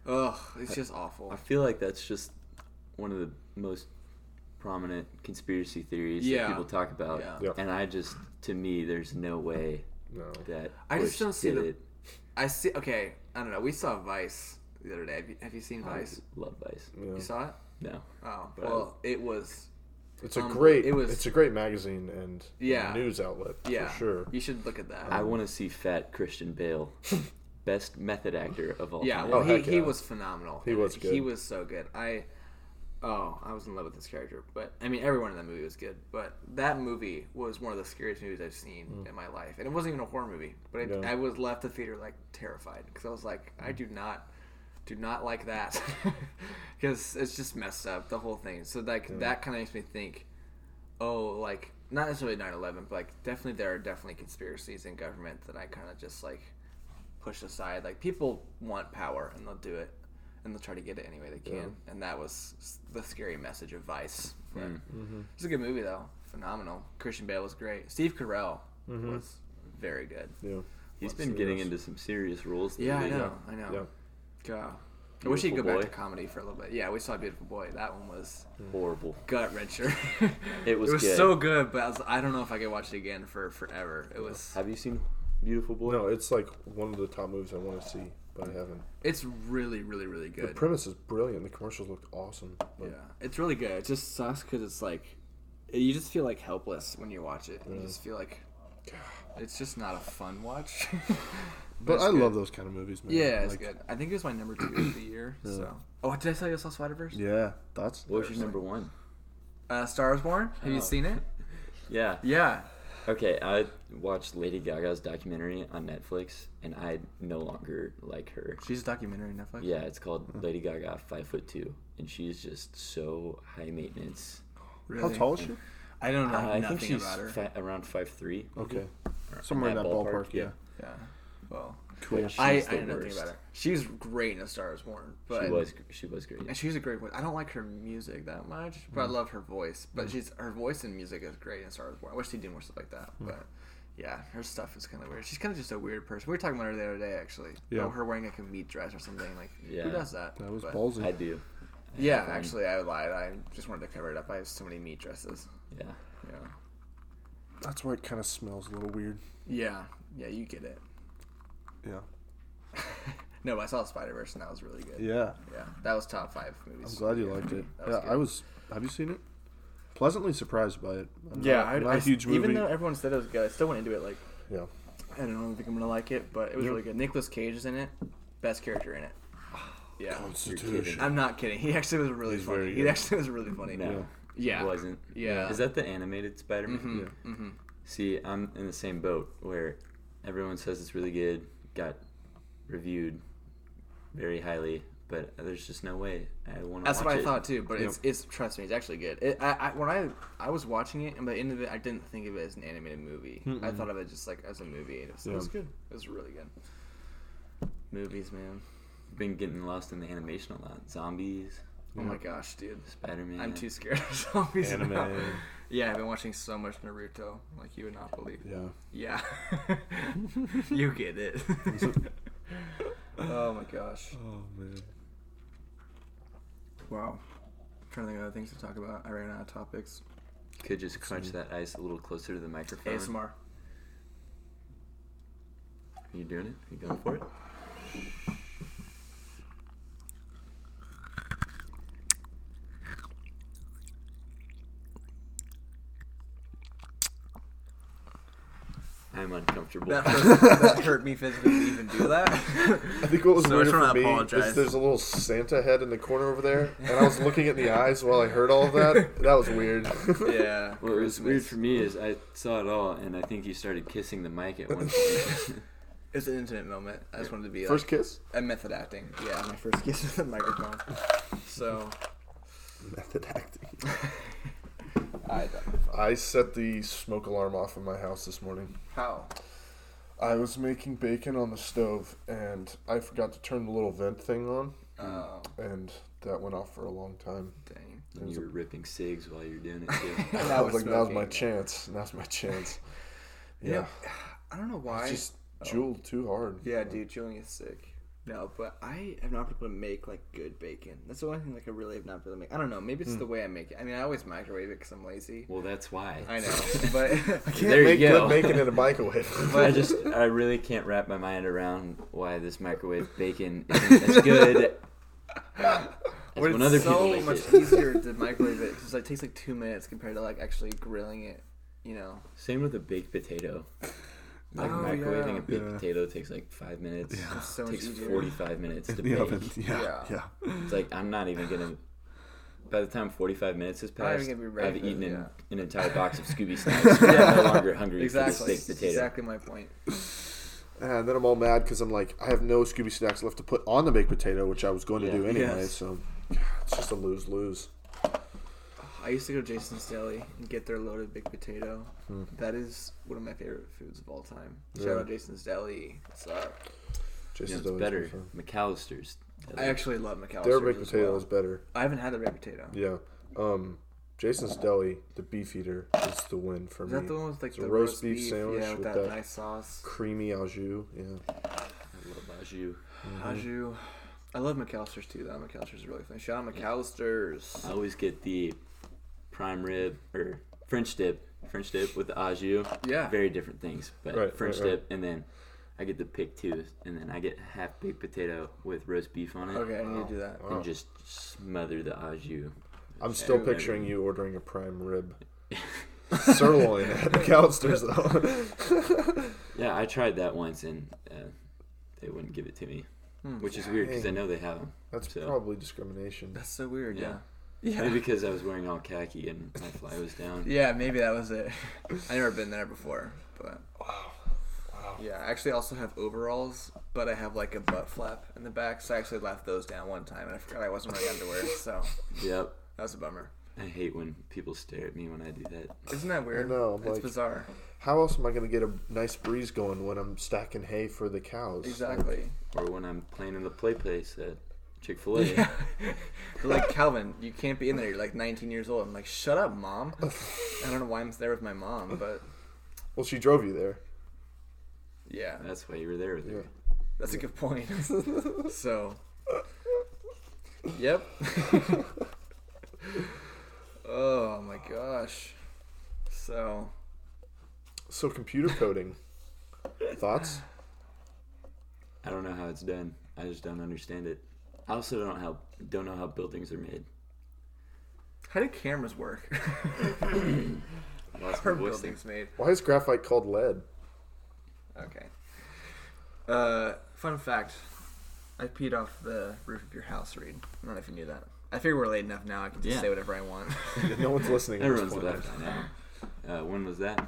[SPEAKER 2] Ugh, it's just awful.
[SPEAKER 4] I feel like that's just one of the most prominent conspiracy theories
[SPEAKER 2] Yeah.
[SPEAKER 4] that people talk about.
[SPEAKER 2] Yeah.
[SPEAKER 3] Yeah.
[SPEAKER 4] And I just, to me, there's no way
[SPEAKER 3] No.
[SPEAKER 4] that
[SPEAKER 2] I just
[SPEAKER 4] Bush
[SPEAKER 2] don't see
[SPEAKER 4] did
[SPEAKER 2] the-
[SPEAKER 4] it.
[SPEAKER 2] I see. Okay, I don't know. We saw Vice the other day. Have you, have you seen Vice?
[SPEAKER 4] I love Vice.
[SPEAKER 3] Yeah.
[SPEAKER 2] You saw it?
[SPEAKER 4] No.
[SPEAKER 2] Oh,
[SPEAKER 4] But I-
[SPEAKER 2] well, it was.
[SPEAKER 3] It's a
[SPEAKER 2] Um,
[SPEAKER 3] great.
[SPEAKER 2] it was-
[SPEAKER 3] It's a great magazine and
[SPEAKER 2] Yeah.
[SPEAKER 3] news outlet.
[SPEAKER 2] Yeah,
[SPEAKER 3] For sure.
[SPEAKER 2] You should look at that.
[SPEAKER 4] I want to see fat Christian Bale,
[SPEAKER 2] *laughs*
[SPEAKER 4] best method actor of all
[SPEAKER 2] yeah,
[SPEAKER 4] time.
[SPEAKER 2] well,
[SPEAKER 3] Oh,
[SPEAKER 2] he,
[SPEAKER 3] heck
[SPEAKER 2] he
[SPEAKER 3] yeah.
[SPEAKER 2] was phenomenal.
[SPEAKER 3] He was
[SPEAKER 2] He
[SPEAKER 3] good.
[SPEAKER 2] was so good. I, oh, I was in love with this character. But I mean, everyone in that movie was good. But that movie was one of the scariest movies I've seen in my life, and it wasn't even a horror movie. But I,
[SPEAKER 3] Mm. Yeah.
[SPEAKER 2] I was left the theater like terrified because I was like, I do not, do not like that, *laughs* because it's just messed up the whole thing. So like that kind of makes me think. oh, like not necessarily 9/11, but like definitely there are definitely conspiracies in government that I kind of just like push aside. Like people want power and they'll do it and they'll try to get it any way they can. And that was s- the scary message of Vice.
[SPEAKER 4] Hmm.
[SPEAKER 2] But It's a good movie though, phenomenal. Christian Bale was great. Steve Carell was very good.
[SPEAKER 3] Yeah.
[SPEAKER 4] He's
[SPEAKER 3] Let's
[SPEAKER 4] been
[SPEAKER 3] see
[SPEAKER 4] getting
[SPEAKER 3] this.
[SPEAKER 4] into some serious roles.
[SPEAKER 2] Yeah, I
[SPEAKER 4] lately.
[SPEAKER 2] know. I know.
[SPEAKER 3] Yeah.
[SPEAKER 2] God. I wish he'd go
[SPEAKER 4] Beautiful
[SPEAKER 2] back to
[SPEAKER 4] Boy.
[SPEAKER 2] comedy for a little bit. Yeah, we saw Beautiful Boy. That one was
[SPEAKER 4] Horrible.
[SPEAKER 2] gut wrencher.
[SPEAKER 4] *laughs* It
[SPEAKER 2] *laughs*
[SPEAKER 4] was
[SPEAKER 2] it was
[SPEAKER 4] good.
[SPEAKER 2] so good, but I, was, I don't know if I could watch it again for forever. It was
[SPEAKER 4] Have you seen Beautiful Boy?
[SPEAKER 3] No, it's like one of the top movies I want to see, but I haven't.
[SPEAKER 2] it's really really really
[SPEAKER 3] The
[SPEAKER 2] good.
[SPEAKER 3] premise is brilliant. The commercials look awesome. But
[SPEAKER 2] Yeah, it's really good. It just sucks because it's like you just feel like helpless when you watch it. You just feel like it's just not a fun watch.
[SPEAKER 3] But
[SPEAKER 2] it's
[SPEAKER 3] I
[SPEAKER 2] good.
[SPEAKER 3] love those kind of movies, man.
[SPEAKER 2] yeah, it's
[SPEAKER 3] Like-
[SPEAKER 2] good. I think it was my number two of the year. So oh, did I tell you I saw Spider Verse?
[SPEAKER 3] Yeah, that's
[SPEAKER 4] What was your number one?
[SPEAKER 2] Uh, Star is Born. Have you seen it?
[SPEAKER 4] Yeah.
[SPEAKER 2] Yeah.
[SPEAKER 4] Okay, I watched Lady Gaga's documentary on Netflix, and I no longer like her.
[SPEAKER 2] She's a documentary on Netflix.
[SPEAKER 4] Yeah, it's called Lady Gaga, five foot two, and she's just so high maintenance.
[SPEAKER 2] Really? Mhm.
[SPEAKER 3] how tall is she?
[SPEAKER 2] I don't know
[SPEAKER 4] Uh, I
[SPEAKER 2] nothing
[SPEAKER 4] think she's
[SPEAKER 2] about her.
[SPEAKER 4] fa- around five three.
[SPEAKER 3] Okay, somewhere in that ballpark. yeah.
[SPEAKER 2] Yeah. Well,
[SPEAKER 4] cool.
[SPEAKER 2] I, I don't know nothing about her. She's great in A Star Is Born, but
[SPEAKER 4] She was she was great.
[SPEAKER 2] and she's a great voice. I don't like her music that much,
[SPEAKER 1] Mm. Hmm.
[SPEAKER 2] but I love her voice. But she's her voice and music is great in Star Wars. I wish they did more stuff like that. But
[SPEAKER 9] Yeah, her stuff is kind of weird. She's kind of just a weird person. We were talking about her the other day, actually.
[SPEAKER 1] Yeah.
[SPEAKER 9] About her wearing like a meat dress or something. Like,
[SPEAKER 4] Yeah.
[SPEAKER 9] who does that?
[SPEAKER 1] That was
[SPEAKER 9] But-
[SPEAKER 1] ballsy.
[SPEAKER 4] I do.
[SPEAKER 9] Yeah, actually, I lied. I just wanted to cover it up. I have so many meat dresses.
[SPEAKER 4] Yeah.
[SPEAKER 9] Yeah.
[SPEAKER 1] That's where it kind of smells a little weird.
[SPEAKER 9] Yeah. Yeah, you get it.
[SPEAKER 1] Yeah.
[SPEAKER 9] No, but I saw Spider Verse and that was really good. Yeah.
[SPEAKER 1] Yeah.
[SPEAKER 9] That was top five movies.
[SPEAKER 1] I'm glad you liked it.
[SPEAKER 9] That
[SPEAKER 1] Yeah,
[SPEAKER 9] was
[SPEAKER 1] I was. Have you seen it? Pleasantly surprised by it. I'm
[SPEAKER 9] Yeah,
[SPEAKER 1] not,
[SPEAKER 9] I,
[SPEAKER 1] I'm not a
[SPEAKER 9] I-
[SPEAKER 1] huge movie.
[SPEAKER 9] Even though everyone said it was good, I still went into it like
[SPEAKER 1] yeah.
[SPEAKER 9] I don't know, I don't think I'm gonna like it, but it was really good. Nicolas Cage is in it, best character
[SPEAKER 4] *sighs*
[SPEAKER 9] in it. Yeah,
[SPEAKER 2] Oh,
[SPEAKER 1] Constitution.
[SPEAKER 9] I'm not kidding. *laughs* He actually was really funny.
[SPEAKER 1] very
[SPEAKER 9] he
[SPEAKER 1] good.
[SPEAKER 9] actually was really funny.
[SPEAKER 4] No.
[SPEAKER 9] Yeah.
[SPEAKER 4] It wasn't.
[SPEAKER 9] Yeah.
[SPEAKER 4] Is that the animated Spider Man?
[SPEAKER 1] Yeah.
[SPEAKER 4] See, I'm in the same boat where everyone says it's really good, got reviewed very highly, but there's just no way I want to
[SPEAKER 9] That's
[SPEAKER 4] watch
[SPEAKER 9] what I
[SPEAKER 4] it.
[SPEAKER 9] thought too. But it's it's trust me, it's actually good. It, I, I when I I was watching it, and by the end of it, I didn't think of it as an animated movie. I thought of it just like as a movie. and It was, it was good. It was really good. Movies, man.
[SPEAKER 4] Been getting lost in the animation a lot. Zombies,
[SPEAKER 9] Oh my gosh, dude.
[SPEAKER 4] Spider Man.
[SPEAKER 9] I'm too scared of *laughs* zombies now.
[SPEAKER 1] Anime.
[SPEAKER 2] Yeah, I've been watching so much Naruto. Like you would not believe.
[SPEAKER 1] Yeah.
[SPEAKER 2] Yeah. *laughs* you get it. *laughs* oh my gosh.
[SPEAKER 1] Oh man.
[SPEAKER 2] Wow. trying to think of other things to talk about. I ran out of topics.
[SPEAKER 4] Could just crunch that ice a little closer to the microphone.
[SPEAKER 9] ASMR.
[SPEAKER 4] Are you doing it? Are you going for it? I'm uncomfortable.
[SPEAKER 2] That hurt, that hurt me physically to even do that.
[SPEAKER 3] I think what was
[SPEAKER 2] So I
[SPEAKER 3] weird
[SPEAKER 2] just wanna
[SPEAKER 3] for me
[SPEAKER 2] apologize.
[SPEAKER 3] is there's a little Santa head in the corner over there, and I was looking at the eyes while I heard all of that. That was weird.
[SPEAKER 2] *laughs* Yeah.
[SPEAKER 4] what was weird for me is I saw it all, and I think you started kissing the mic at one point.
[SPEAKER 2] It's an intimate moment. I just wanted to be
[SPEAKER 3] First kiss?
[SPEAKER 2] like, a method acting. Yeah, my first kiss with the microphone. So
[SPEAKER 3] Method acting.
[SPEAKER 2] I
[SPEAKER 3] I set the smoke alarm off in my house this morning.
[SPEAKER 2] how
[SPEAKER 3] I was making bacon on the stove, and I forgot to turn the little vent thing on,
[SPEAKER 2] oh
[SPEAKER 3] and that went off for a long time.
[SPEAKER 2] dang
[SPEAKER 4] and you were ripping cigs while you were doing it too.
[SPEAKER 2] that
[SPEAKER 3] *laughs* I was like, now's
[SPEAKER 2] smoking.
[SPEAKER 3] my chance. Now's my chance. Yeah.
[SPEAKER 2] I don't know why.
[SPEAKER 3] I just jeweled too hard.
[SPEAKER 2] Yeah, dude, chewing is sick. No, but I have not been able to make like good bacon. That's the only thing like I really have not been able to make. I don't know. Maybe
[SPEAKER 4] Hmm.
[SPEAKER 2] it's the way I make it. I mean, I always microwave it because I'm lazy.
[SPEAKER 4] well, that's why.
[SPEAKER 2] I
[SPEAKER 4] *laughs*
[SPEAKER 2] know, but *laughs*
[SPEAKER 3] Can't
[SPEAKER 4] There you
[SPEAKER 3] make
[SPEAKER 4] go.
[SPEAKER 3] good bacon
[SPEAKER 4] *laughs*
[SPEAKER 3] in a microwave.
[SPEAKER 4] I just, I really can't wrap my mind around why this microwave bacon isn't as good um, as
[SPEAKER 2] But
[SPEAKER 4] when other
[SPEAKER 2] it's so
[SPEAKER 4] people make
[SPEAKER 2] much *laughs*
[SPEAKER 4] it.
[SPEAKER 2] easier to microwave it because it takes like two minutes compared to like actually grilling it. You know.
[SPEAKER 4] Same with a baked potato. Like
[SPEAKER 2] Oh,
[SPEAKER 4] microwaving
[SPEAKER 2] yeah.
[SPEAKER 4] a baked
[SPEAKER 1] Yeah.
[SPEAKER 4] potato takes like five minutes.
[SPEAKER 2] so much
[SPEAKER 4] Ah, takes
[SPEAKER 2] easier. *laughs*
[SPEAKER 4] forty-five minutes to
[SPEAKER 1] The
[SPEAKER 4] bake.
[SPEAKER 1] oven. Yeah.
[SPEAKER 2] Yeah.
[SPEAKER 1] Yeah.
[SPEAKER 4] It's like I'm not even gonna. By the time forty-five minutes has
[SPEAKER 2] even
[SPEAKER 4] passed,
[SPEAKER 2] gonna be
[SPEAKER 4] I've
[SPEAKER 2] ready for it,
[SPEAKER 4] eaten an,
[SPEAKER 2] yeah.
[SPEAKER 4] an entire box
[SPEAKER 2] *laughs*
[SPEAKER 4] of Scooby Snacks. and I'm no longer hungry for
[SPEAKER 2] Exactly.
[SPEAKER 4] this baked potato.
[SPEAKER 2] Exactly my point.
[SPEAKER 3] And then I'm all mad because I'm like, I have no Scooby snacks left to put on the baked potato, which I was going to
[SPEAKER 4] Yeah.
[SPEAKER 3] do anyway.
[SPEAKER 2] Yes.
[SPEAKER 3] So it's just a lose lose.
[SPEAKER 2] I used to go to Jason's Deli and get their loaded baked potato.
[SPEAKER 4] Hmm.
[SPEAKER 2] That is one of my favorite foods of all time. Shout out Jason's Deli. uh, What's up?
[SPEAKER 4] You know,
[SPEAKER 3] Jason's
[SPEAKER 4] it's better. McAllister's.
[SPEAKER 2] I actually love McAllister's.
[SPEAKER 3] Their baked
[SPEAKER 2] as
[SPEAKER 3] potato
[SPEAKER 2] well.
[SPEAKER 3] is better.
[SPEAKER 2] I haven't had the baked potato.
[SPEAKER 3] Yeah. Um, Jason's Deli, the beef eater, is the win for
[SPEAKER 2] Is
[SPEAKER 3] me.
[SPEAKER 2] that the one with like
[SPEAKER 3] It's
[SPEAKER 2] the
[SPEAKER 3] a
[SPEAKER 2] roast, beef, sandwich yeah, with, that,
[SPEAKER 3] that-
[SPEAKER 2] nice sauce?
[SPEAKER 3] Creamy au jus. Yeah. Mm-hmm.
[SPEAKER 4] Baju.
[SPEAKER 2] Ajou. I love McAllister's too. Though McAllister's is really funny. Shout out McAllister's.
[SPEAKER 4] I always get the prime rib or French dip. French dip with the au jus.
[SPEAKER 2] Yeah.
[SPEAKER 4] Very different things, but
[SPEAKER 3] Right,
[SPEAKER 4] French
[SPEAKER 3] right, right.
[SPEAKER 4] dip, and then I get the pick two, and then I get half baked potato with roast beef on it,
[SPEAKER 2] Okay, I need to do that.
[SPEAKER 4] and just smother the au jus.
[SPEAKER 3] I'm still picturing you ordering a prime
[SPEAKER 2] *laughs*
[SPEAKER 3] rib. Sirloin at McAllister's,
[SPEAKER 2] *laughs*
[SPEAKER 3] though.
[SPEAKER 4] Yeah, I tried that once, and uh, they wouldn't give it to me,
[SPEAKER 2] Hmm.
[SPEAKER 4] which is weird because I know they have them.
[SPEAKER 3] That's
[SPEAKER 4] So-
[SPEAKER 3] probably discrimination.
[SPEAKER 2] That's so weird.
[SPEAKER 4] Yeah.
[SPEAKER 2] Yeah.
[SPEAKER 4] Maybe because I was wearing all khaki and my fly was down.
[SPEAKER 2] *laughs*
[SPEAKER 3] *laughs*
[SPEAKER 2] Yeah, maybe that was it. *laughs* I never been there before, but. Wow. Yeah, I actually also have overalls, but I have like a butt flap in the back, so I actually left those down one time, and I forgot I wasn't wearing underwear, so
[SPEAKER 4] Yep.
[SPEAKER 2] that was a bummer.
[SPEAKER 4] I hate when people stare at me when I do that.
[SPEAKER 2] Isn't that weird?
[SPEAKER 3] know, I'm
[SPEAKER 2] it's
[SPEAKER 3] like-
[SPEAKER 2] bizarre.
[SPEAKER 3] How else am I going to get a nice breeze going when I'm stacking hay for the cows?
[SPEAKER 4] *laughs*
[SPEAKER 2] Exactly.
[SPEAKER 4] Or when I'm playing in the play place at Chick fil A.
[SPEAKER 2] They're like Calvin, you can't be in there. You're like 19 years old. I'm like, shut up, mom. I don't know why I'm there with my mom, but
[SPEAKER 8] Well, she drove you there.
[SPEAKER 2] Yeah,
[SPEAKER 4] That's why you were there with her.
[SPEAKER 2] that's a good
[SPEAKER 4] *laughs*
[SPEAKER 2] point. so, yep. *laughs* oh my gosh. So,
[SPEAKER 8] So computer coding. Thoughts?
[SPEAKER 4] I don't know how it's done. I just don't understand it. I also don't how don't know how buildings are made.
[SPEAKER 2] how do cameras work?
[SPEAKER 4] I lost my
[SPEAKER 2] Our
[SPEAKER 4] voice there.
[SPEAKER 2] buildings made.
[SPEAKER 8] Why is graphite called lead?
[SPEAKER 2] Okay. Uh, fun fact. I peed off the roof of your house, Reed. I don't know if you knew that. I figure we're late enough now. I can just
[SPEAKER 4] Yeah.
[SPEAKER 2] say whatever I want.
[SPEAKER 8] No one's listening. at this
[SPEAKER 4] Everyone's
[SPEAKER 8] point.
[SPEAKER 4] left now. Uh, when was that?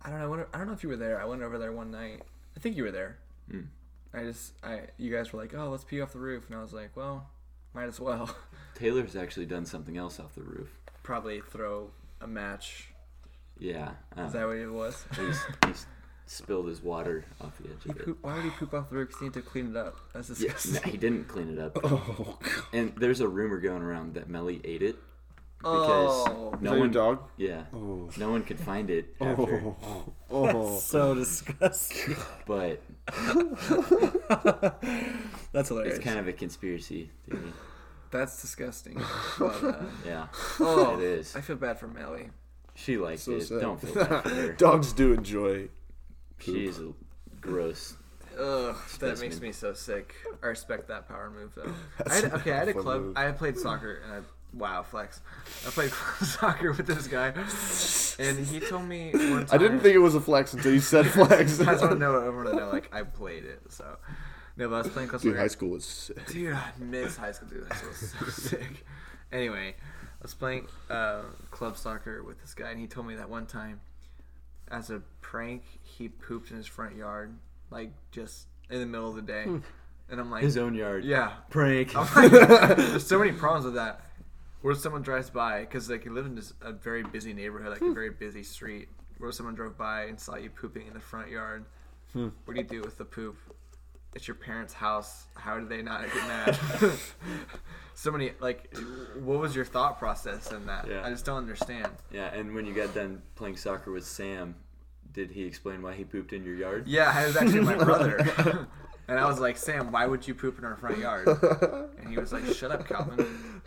[SPEAKER 2] I don't know. I, wonder, I don't know if you were there. I went over there one night. I think you were there.
[SPEAKER 4] Hmm.
[SPEAKER 2] I just, I, you guys were like, oh, let's pee off the roof, and I was like, well, might as well. *laughs*
[SPEAKER 4] Taylor's actually done something else off the roof.
[SPEAKER 2] Probably throw a match.
[SPEAKER 4] Yeah. Um,
[SPEAKER 2] Is that what it
[SPEAKER 4] *laughs*
[SPEAKER 2] was?
[SPEAKER 4] he's, he's spilled his water off the edge
[SPEAKER 2] *laughs*
[SPEAKER 4] of it.
[SPEAKER 2] Poop- Why would he poop off the roof? 'Cause he needed to clean it up. That's
[SPEAKER 4] Yeah, *laughs*
[SPEAKER 2] disgusting.
[SPEAKER 4] no, he didn't clean it up. Oh, and there's a rumor going around that Melly ate it because
[SPEAKER 2] Oh.
[SPEAKER 4] no
[SPEAKER 3] that your
[SPEAKER 4] one
[SPEAKER 3] dog?
[SPEAKER 4] Yeah, no one could find it
[SPEAKER 2] *laughs*
[SPEAKER 4] after.
[SPEAKER 3] Oh,
[SPEAKER 10] So disgusting.
[SPEAKER 4] But
[SPEAKER 10] That's hilarious.
[SPEAKER 4] it's kind of a conspiracy theory.
[SPEAKER 2] That's
[SPEAKER 4] *laughs*
[SPEAKER 2] disgusting. But, uh,
[SPEAKER 4] Yeah,
[SPEAKER 2] oh,
[SPEAKER 4] it is.
[SPEAKER 2] I feel bad for Melly.
[SPEAKER 4] She likes it.
[SPEAKER 8] sad.
[SPEAKER 4] Don't feel bad
[SPEAKER 2] *laughs*
[SPEAKER 4] for her.
[SPEAKER 8] Dogs do enjoy.
[SPEAKER 4] She's a gross.
[SPEAKER 2] Ugh, that
[SPEAKER 4] Specimen.
[SPEAKER 2] makes me so sick. I respect that power move
[SPEAKER 8] *laughs*
[SPEAKER 2] though. I had, okay, I had a
[SPEAKER 8] fun
[SPEAKER 2] club.
[SPEAKER 8] move.
[SPEAKER 2] I played soccer and I wow flex. I played *laughs* club soccer with this guy, and he told me one time.
[SPEAKER 8] I didn't think it was a flex until you said flex.
[SPEAKER 2] *laughs* I just want to know. I want to know. Like I played it, so no. But I was playing club
[SPEAKER 8] Dude,
[SPEAKER 2] soccer.
[SPEAKER 8] high school was sick.
[SPEAKER 2] Dude, I miss high school. Dude, high school was so *laughs* sick. Anyway, I was playing uh, club soccer with this guy, and he told me that one time, as a prank, he pooped in his front yard, like just in the middle of the day. And I'm like,
[SPEAKER 4] Hmm. His own yard.
[SPEAKER 2] yeah. *laughs*
[SPEAKER 4] Prank. *laughs*
[SPEAKER 2] There's so many problems with that. Where someone drives by, because like you live in this, a very busy neighborhood, like a very busy street. Where someone drove by and saw you pooping in the front yard. What do you do with the poop? It's your parents' house. How do they not get mad? *laughs* so many like, what was your thought process in that?
[SPEAKER 4] Yeah.
[SPEAKER 2] I just don't understand.
[SPEAKER 4] Yeah, and when you got done playing soccer with Sam, did he explain why he pooped in your yard?
[SPEAKER 2] Yeah, it was actually my brother. *laughs* and I was like, Sam, why would you poop in our front yard? And he was like, Shut up, Calvin.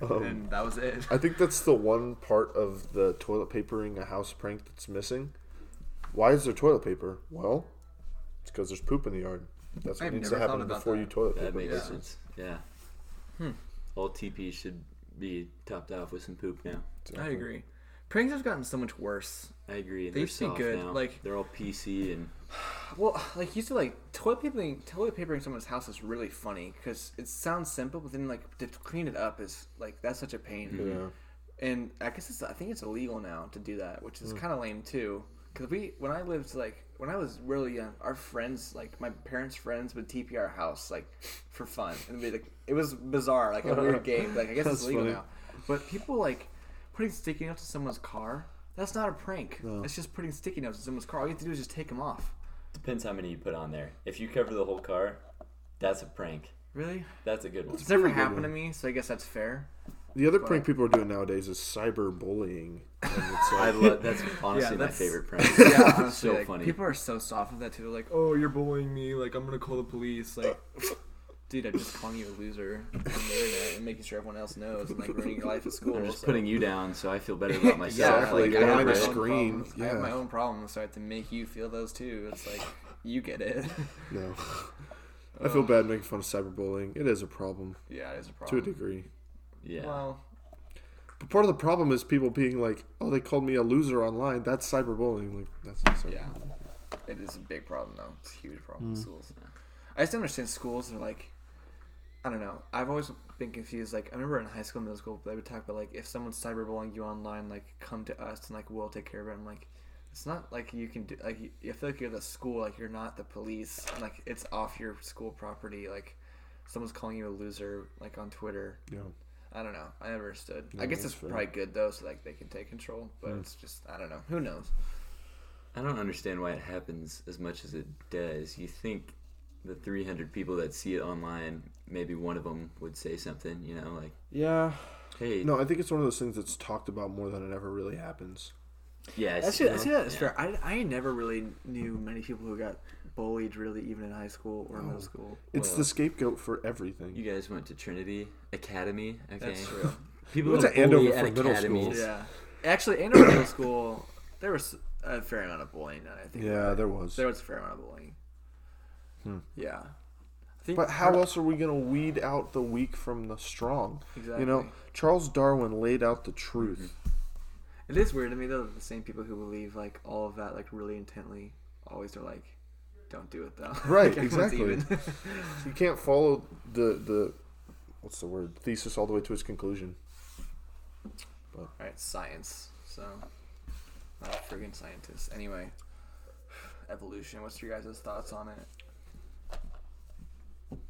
[SPEAKER 2] and that was it.
[SPEAKER 8] I think that's the one part of the toilet papering a house prank that's missing. Why is there toilet paper? Well, it's because there's poop in the yard. That's what
[SPEAKER 2] I've
[SPEAKER 8] needs to
[SPEAKER 2] never thought
[SPEAKER 8] happen
[SPEAKER 2] about
[SPEAKER 8] before
[SPEAKER 2] that.
[SPEAKER 8] you toilet paper.
[SPEAKER 4] That makes
[SPEAKER 8] places.
[SPEAKER 4] sense. Yeah. All TP should be topped off with some poop now.
[SPEAKER 2] I agree. Pranks have gotten so much worse.
[SPEAKER 4] I agree.
[SPEAKER 2] They
[SPEAKER 4] They're
[SPEAKER 2] used to be
[SPEAKER 4] soft
[SPEAKER 2] good,
[SPEAKER 4] now.
[SPEAKER 2] like-
[SPEAKER 4] they're all PC and
[SPEAKER 2] Well, like used to like toilet papering toilet papering someone's house is really funny because it sounds simple, but then like to clean it up is like that's such a pain. And I guess it's I think it's illegal now to do that, which is kind of lame too. Because we when I lived like when I was really young, our friends like my parents' friends would TP our house like for fun, and we like it was bizarre, like a weird game. Like I guess it's legal now, but people like putting sticky notes to someone's car. That's not a prank. It's just putting sticky notes to someone's car. All you have to do is just take them off.
[SPEAKER 4] depends how many you put on there. If you cover the whole car, that's a prank.
[SPEAKER 2] Really?
[SPEAKER 4] That's
[SPEAKER 2] *laughs*
[SPEAKER 4] a good one.
[SPEAKER 2] It's never happened to me, so I guess that's fair.
[SPEAKER 8] The other prank people are doing nowadays is cyberbullying. And it's
[SPEAKER 4] I
[SPEAKER 8] like,
[SPEAKER 4] love that's honestly
[SPEAKER 2] that's- *laughs*
[SPEAKER 4] my favorite prank.
[SPEAKER 2] Yeah, honestly,
[SPEAKER 4] so
[SPEAKER 2] like,
[SPEAKER 4] funny.
[SPEAKER 2] People are so soft with that too. They're like, oh,
[SPEAKER 5] Oh, you're bullying me. Like I'm gonna call the police. Like
[SPEAKER 2] *laughs* dude, I'm just calling you a loser on the internet and making sure everyone else knows and like ruining your life at school.
[SPEAKER 4] I'm just
[SPEAKER 2] so-
[SPEAKER 4] putting you down, so I feel better
[SPEAKER 2] *laughs*
[SPEAKER 4] about myself.
[SPEAKER 8] Exactly.
[SPEAKER 4] Like,
[SPEAKER 8] You're
[SPEAKER 4] I
[SPEAKER 8] on
[SPEAKER 4] have
[SPEAKER 8] the
[SPEAKER 4] my own-
[SPEAKER 8] screen.
[SPEAKER 2] problems. I have
[SPEAKER 8] yeah.
[SPEAKER 2] my own problems, so I have to make you feel those too. It's like you get it. *laughs*
[SPEAKER 8] no. I feel bad making fun of cyberbullying. It is a problem
[SPEAKER 2] yeah, it is a
[SPEAKER 8] to a
[SPEAKER 2] problem.
[SPEAKER 8] degree.
[SPEAKER 4] Yeah.
[SPEAKER 2] Well,
[SPEAKER 8] But part of the problem is people being like, "Oh, they called me a loser online." That's cyberbullying. Like that's not cyberbullying.
[SPEAKER 2] yeah, it is a big problem though. It's a huge problem in schools. I just don't understand schools are like, I don't know. I've always been confused. Like I remember in high school, middle school, they would talk about like if someone's cyberbullying you online, like come to us and like we'll take care of it. I'm like, it's not like you can do like you- I feel like you're the school, like you're not the police. And, like it's off your school property. Like someone's calling you a loser, like on Twitter.
[SPEAKER 8] Yeah.
[SPEAKER 2] I don't know. I never understood. I guess it's probably good though, so like they can take control. But it's just I don't know. Who knows?
[SPEAKER 4] I don't understand why it happens as much as it does. You think the 300 people that see it online, maybe one of them would say something, you know, like,
[SPEAKER 8] Yeah.
[SPEAKER 4] hey,
[SPEAKER 8] No, I think it's one of those things that's talked about more than it ever really happens.
[SPEAKER 4] Yeah,
[SPEAKER 11] That's
[SPEAKER 4] it's-
[SPEAKER 11] just, yeah, that's
[SPEAKER 4] yeah.
[SPEAKER 11] fair. I, I never really knew many people who got bullied really even in high school
[SPEAKER 3] Oh.
[SPEAKER 11] or middle school.
[SPEAKER 3] It's the scapegoat for everything.
[SPEAKER 4] You guys went to Trinity Academy. Okay.
[SPEAKER 11] That's true.
[SPEAKER 4] People
[SPEAKER 3] We went
[SPEAKER 4] are
[SPEAKER 3] to Andover
[SPEAKER 4] bullied
[SPEAKER 3] for
[SPEAKER 4] at
[SPEAKER 3] middle
[SPEAKER 4] academies.
[SPEAKER 3] school.
[SPEAKER 11] Yeah, actually, in middle school, there was a fair amount of bullying. I think
[SPEAKER 3] Yeah, there was.
[SPEAKER 11] there was a fair amount of bullying. Yeah, I think.
[SPEAKER 3] But how else are we going to weed out the weak from the strong? You know,
[SPEAKER 11] Exactly.
[SPEAKER 3] Charles Darwin laid out the truth.
[SPEAKER 11] It is weird to me though that the same people who believe like all of that like really intently always are like, don't do it though. *laughs*
[SPEAKER 3] Right,
[SPEAKER 11] Like, everyone's
[SPEAKER 3] exactly. *laughs*
[SPEAKER 11] even.
[SPEAKER 3] You can't follow the the what's the word thesis all the way to its conclusion.
[SPEAKER 11] *coughs*
[SPEAKER 3] *coughs*
[SPEAKER 11] Right, it's science. So, not a friggin' scientists. Anyway, evolution. What's your guys' thoughts on it?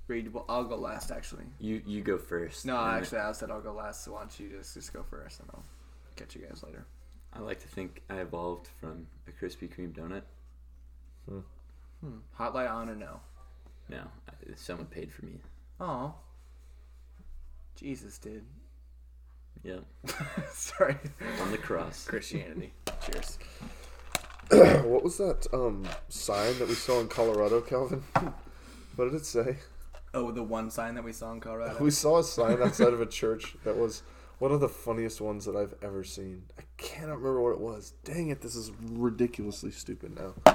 [SPEAKER 11] Read. Well, I'll go last, actually.
[SPEAKER 4] *laughs* You you go first.
[SPEAKER 11] No,
[SPEAKER 4] and
[SPEAKER 11] actually, I said I'll go last. So why don't you just just go first, and I'll catch you guys later.
[SPEAKER 4] I like to think I evolved from a Krispy Kreme donut.
[SPEAKER 11] Hotlight on or no?
[SPEAKER 4] No, I- someone paid for me.
[SPEAKER 11] Oh, Jesus, dude. *laughs*
[SPEAKER 4] Yeah,
[SPEAKER 11] Sorry.
[SPEAKER 4] on
[SPEAKER 11] *laughs*
[SPEAKER 4] the cross.
[SPEAKER 11] Christianity. Cheers.
[SPEAKER 3] What was that um sign that we saw in Colorado, Calvin? *laughs* what did it say?
[SPEAKER 2] Oh, the one sign that we saw in Colorado.
[SPEAKER 3] We saw a sign outside of a church that was one of the funniest ones that I've ever seen. I cannot remember what it was. Dang it, this is ridiculously stupid now.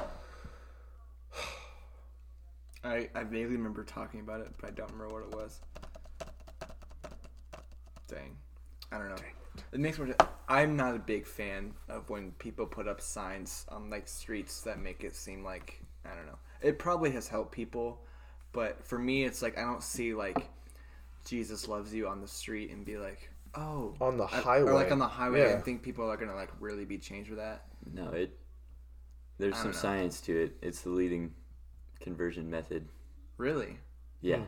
[SPEAKER 2] I, I vaguely remember talking about it, but I don't remember what it was. Dang. I don't know. It makes me. I'm not a big fan of when people put up signs on like streets that make it seem like I don't know. It probably has helped people, but for me, it's like I don't see like Jesus loves you on the street and be like, oh,
[SPEAKER 3] On the
[SPEAKER 2] I-
[SPEAKER 3] highway.
[SPEAKER 2] or like on the highway.
[SPEAKER 3] Yeah.
[SPEAKER 2] I think people are gonna like really be changed with that.
[SPEAKER 4] No, it. There's some
[SPEAKER 2] don't know.
[SPEAKER 4] science to it. It's the leading conversion method.
[SPEAKER 2] Really,
[SPEAKER 4] Yeah.
[SPEAKER 11] Hmm.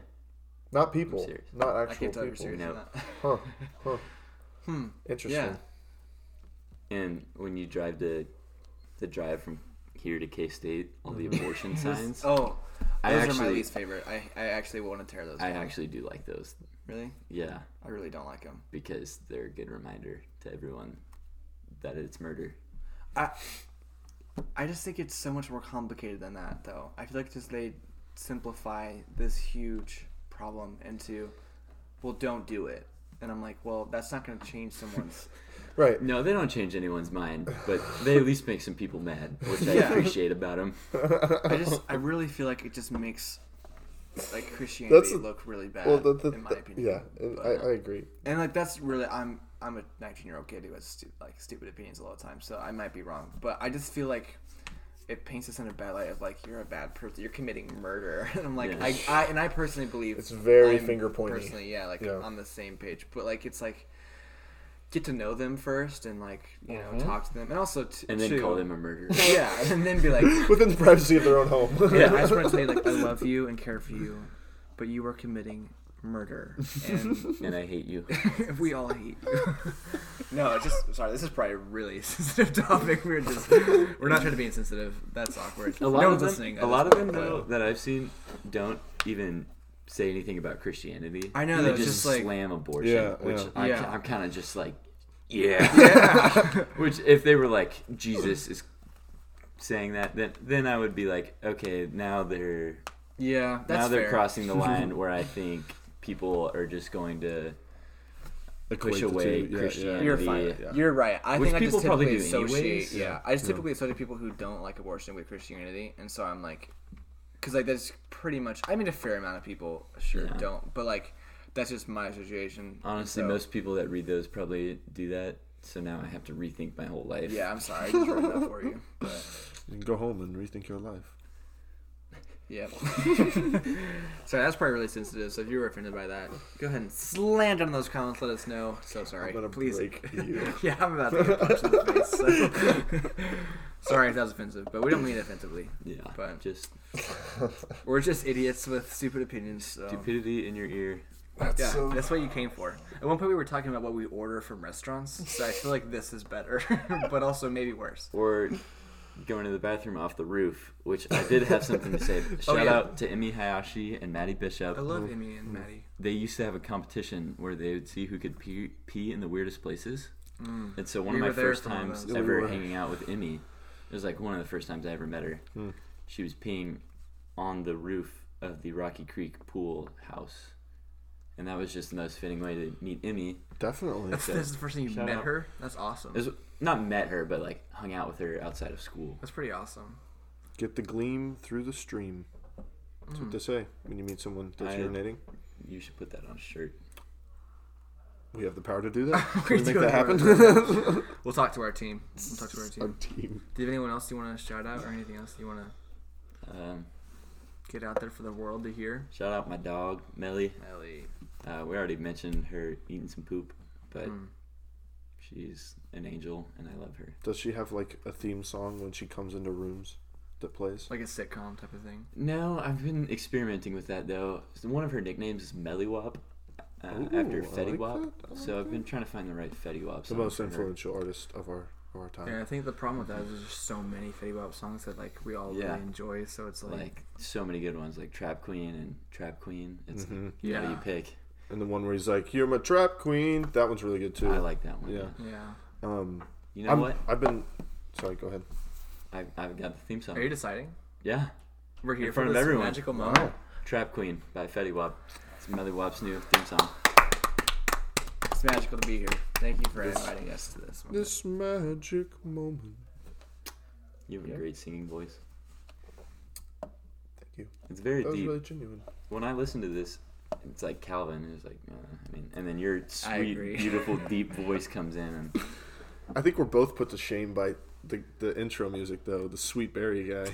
[SPEAKER 3] Not people.
[SPEAKER 4] serious.
[SPEAKER 3] Not
[SPEAKER 2] I
[SPEAKER 3] actual
[SPEAKER 2] can't tell if you're
[SPEAKER 3] people.
[SPEAKER 2] serious or
[SPEAKER 4] No.
[SPEAKER 2] *laughs* not.
[SPEAKER 3] Huh.
[SPEAKER 2] *laughs*
[SPEAKER 3] Huh. Interesting.
[SPEAKER 2] Yeah.
[SPEAKER 4] And when you drive to, the drive from here to K State, all the
[SPEAKER 2] *laughs*
[SPEAKER 4] abortion signs.
[SPEAKER 2] Oh,
[SPEAKER 4] I
[SPEAKER 2] those are my
[SPEAKER 4] actually-
[SPEAKER 2] least favorite. I, I actually want to tear those.
[SPEAKER 4] I
[SPEAKER 2] down.
[SPEAKER 4] actually do like those.
[SPEAKER 2] really,
[SPEAKER 4] Yeah,
[SPEAKER 2] I really don't like them.
[SPEAKER 4] because they're a good reminder to everyone that it's murder.
[SPEAKER 2] I just think it's so much more complicated than that, though. I feel like just they simplify this huge problem into, well, don't do it. And I'm like, well, that's not going to change
[SPEAKER 3] *laughs*
[SPEAKER 2] someone's.
[SPEAKER 3] Right.
[SPEAKER 4] No, they don't change anyone's mind, but they at least make some people mad, which
[SPEAKER 2] *laughs*
[SPEAKER 4] I
[SPEAKER 2] Yeah.
[SPEAKER 4] appreciate about them.
[SPEAKER 2] I just, I really feel like it just makes like Christianity
[SPEAKER 3] That's a-
[SPEAKER 2] look really bad,
[SPEAKER 3] Well, the, the,
[SPEAKER 2] Uh, in my
[SPEAKER 3] the-
[SPEAKER 2] opinion. uh,
[SPEAKER 3] yeah, and I, I agree.
[SPEAKER 2] And like that's really, I'm I'm a 19 year old kid who has stu- like stupid opinions a lot of times, so I might be wrong, but I just feel like it paints us in a bad light of like you're a bad person, you're committing murder, *laughs* and I'm like,
[SPEAKER 4] Yeah.
[SPEAKER 2] I, I and I personally believe
[SPEAKER 3] It's very
[SPEAKER 2] I'm
[SPEAKER 3] finger pointy.
[SPEAKER 2] Personally, yeah, like
[SPEAKER 3] Yeah.
[SPEAKER 2] on the same page. But like, it's like get to know them first and like you know
[SPEAKER 3] Mm-hmm.
[SPEAKER 2] talk to them, and also t-
[SPEAKER 4] And then
[SPEAKER 2] too-
[SPEAKER 4] call them a murderer.
[SPEAKER 2] yeah, and then be
[SPEAKER 3] *laughs*
[SPEAKER 2] like,
[SPEAKER 3] *laughs* Within the privacy of their own home. *laughs*
[SPEAKER 2] I just want to say like I love you and care for you, but you are committing murder, and
[SPEAKER 4] and I hate you.
[SPEAKER 2] *laughs* we all hate you. no, it's just sorry. This is probably a really *laughs* sensitive topic. We're *laughs* just we're not trying to be insensitive. That's awkward.
[SPEAKER 4] A lot
[SPEAKER 2] no
[SPEAKER 4] of
[SPEAKER 2] one's
[SPEAKER 4] them,
[SPEAKER 2] listening.
[SPEAKER 4] a lot of them though that I've seen don't even say anything about Christianity.
[SPEAKER 2] I know,
[SPEAKER 4] they
[SPEAKER 2] though, it's
[SPEAKER 4] just,
[SPEAKER 2] just like-
[SPEAKER 4] slam abortion,
[SPEAKER 3] Yeah,
[SPEAKER 4] which
[SPEAKER 3] yeah.
[SPEAKER 4] I,
[SPEAKER 2] Yeah.
[SPEAKER 4] am kind of just like, yeah. *laughs* which if they were like Jesus is saying that, then then I would be like, okay, now they're
[SPEAKER 2] Yeah, that's
[SPEAKER 4] now they're
[SPEAKER 2] fair.
[SPEAKER 4] crossing
[SPEAKER 2] *laughs*
[SPEAKER 4] the line where I think people are just going to
[SPEAKER 3] Equate
[SPEAKER 4] push
[SPEAKER 3] the
[SPEAKER 4] away
[SPEAKER 3] two, yeah, yeah.
[SPEAKER 4] Christianity.
[SPEAKER 2] You're fine. You're right. I
[SPEAKER 4] Which
[SPEAKER 2] think I
[SPEAKER 4] people
[SPEAKER 2] just
[SPEAKER 4] probably
[SPEAKER 2] typically
[SPEAKER 4] do
[SPEAKER 2] associate.
[SPEAKER 4] anyways.
[SPEAKER 2] Yeah, I just typically associate people who don't like abortion with Christianity, and so I'm like, because like that's pretty much. I mean, a fair amount of people sure
[SPEAKER 4] Yeah.
[SPEAKER 2] don't, but like that's just my association.
[SPEAKER 4] Honestly,
[SPEAKER 2] So,
[SPEAKER 4] most people that read those probably do that. So now I have to rethink my whole life.
[SPEAKER 2] Yeah, I'm sorry. I just ruined that for you.
[SPEAKER 3] You can go home and rethink your life.
[SPEAKER 2] Yep. sorry, that's probably really sensitive. So if you were offended by that, go ahead and slam down in those comments. Let us know. So sorry.
[SPEAKER 3] I'm gonna
[SPEAKER 2] Please. *laughs*
[SPEAKER 3] break you.
[SPEAKER 2] Yeah, I'm about to get punched in the face. So. *laughs* sorry if that was offensive, but we don't mean it offensively.
[SPEAKER 4] yeah.
[SPEAKER 2] But-
[SPEAKER 4] just
[SPEAKER 2] We're just idiots with stupid opinions. So.
[SPEAKER 4] stupidity in your ear.
[SPEAKER 2] Yeah, that's what you came for. At one point, we were talking about what we order from restaurants, so I feel like this is better, *laughs* but also maybe worse.
[SPEAKER 4] or going to the bathroom off the roof, which I did have something
[SPEAKER 2] *laughs*
[SPEAKER 4] to say. Shout
[SPEAKER 2] Oh, yeah.
[SPEAKER 4] out to Emmy Hayashi and Maddie Bishop.
[SPEAKER 2] I love Emmy and Maddie.
[SPEAKER 4] They used to have a competition where they would see who could pee, pee in the weirdest places. And so one
[SPEAKER 2] Mm. We
[SPEAKER 4] of my
[SPEAKER 2] were there
[SPEAKER 4] first
[SPEAKER 2] for one of
[SPEAKER 4] times
[SPEAKER 2] those.
[SPEAKER 4] ever hanging out with Emmy, it was like one of the first times I ever met her. She was peeing on the roof of the Rocky Creek pool house. And that was just the most fitting way to meet Emmy.
[SPEAKER 3] Definitely.
[SPEAKER 2] That's, that's the first time you
[SPEAKER 4] Shout
[SPEAKER 2] met
[SPEAKER 4] out.
[SPEAKER 2] her. That's awesome.
[SPEAKER 4] It was, not met her, but like hung out with her outside of school.
[SPEAKER 2] That's pretty awesome.
[SPEAKER 3] Get the gleam through the stream. That's what they say when you meet someone that's
[SPEAKER 4] I-
[SPEAKER 3] urinating.
[SPEAKER 4] You should put that on a shirt.
[SPEAKER 3] We have the power to do that. Can
[SPEAKER 2] We're
[SPEAKER 3] we make
[SPEAKER 2] doing
[SPEAKER 3] that
[SPEAKER 2] it.
[SPEAKER 3] happen?
[SPEAKER 2] We'll talk to our team. We'll talk to
[SPEAKER 3] *laughs*
[SPEAKER 2] our
[SPEAKER 3] Our
[SPEAKER 2] team.
[SPEAKER 3] team.
[SPEAKER 2] Do you have anyone else you want to shout out or anything else you want to
[SPEAKER 4] Um,
[SPEAKER 2] get out there for the world to hear?
[SPEAKER 4] shout out my dog, Melly.
[SPEAKER 2] Ellie.
[SPEAKER 4] Uh, we already mentioned her eating some poop, but
[SPEAKER 3] Hmm.
[SPEAKER 2] Hmm,
[SPEAKER 4] she's an angel and I love her.
[SPEAKER 3] Does she have like a theme song when she comes into rooms that plays?
[SPEAKER 2] Like a sitcom type of thing.
[SPEAKER 4] No, I've been experimenting with that though. So One of her nicknames is Mellywop, uh, after
[SPEAKER 3] Ooh, I
[SPEAKER 4] Fetty
[SPEAKER 3] like
[SPEAKER 4] Wap.
[SPEAKER 3] that. I
[SPEAKER 4] so I've been trying to find the right Fetty Wap.
[SPEAKER 3] The
[SPEAKER 4] song
[SPEAKER 3] most
[SPEAKER 4] for her.
[SPEAKER 3] influential artist of our of our time.
[SPEAKER 2] Yeah, I think the problem with that is there's just so many Fetty Wap songs that like we all
[SPEAKER 4] Yeah.
[SPEAKER 2] really enjoy. So it's like,
[SPEAKER 4] Like so many good ones, like Trap Queen and Trap Queen. It's
[SPEAKER 3] Mm-hmm.
[SPEAKER 4] like, yeah,
[SPEAKER 2] Yeah.
[SPEAKER 4] you pick.
[SPEAKER 3] And the one where he's like, "You're my trap queen." That one's really good too.
[SPEAKER 4] I like that one.
[SPEAKER 3] Yeah.
[SPEAKER 2] yeah.
[SPEAKER 3] Um,
[SPEAKER 4] You know
[SPEAKER 3] I'm,
[SPEAKER 4] what?
[SPEAKER 3] I've been. Sorry, go ahead.
[SPEAKER 4] I've, I've got the theme song.
[SPEAKER 2] Are you deciding?
[SPEAKER 4] yeah.
[SPEAKER 2] We're here
[SPEAKER 4] um, front
[SPEAKER 2] for
[SPEAKER 4] of
[SPEAKER 2] this
[SPEAKER 4] everyone.
[SPEAKER 2] magical moment.
[SPEAKER 4] Trap Queen by Fetty Wap. It's Mellywop's new theme song.
[SPEAKER 12] It's magical to be here. Thank you for inviting us to this. One.
[SPEAKER 3] This magic moment.
[SPEAKER 4] You have a great singing voice.
[SPEAKER 3] Thank you.
[SPEAKER 4] It's very
[SPEAKER 3] That was
[SPEAKER 4] deep.
[SPEAKER 3] really genuine.
[SPEAKER 4] When I listen to this, it's like Calvin is like, uh, I mean, and then your sweet,
[SPEAKER 12] agree.
[SPEAKER 4] beautiful, deep voice comes in. And,
[SPEAKER 3] I think we're both put to shame by the the intro music though. The Sweet Berry guy.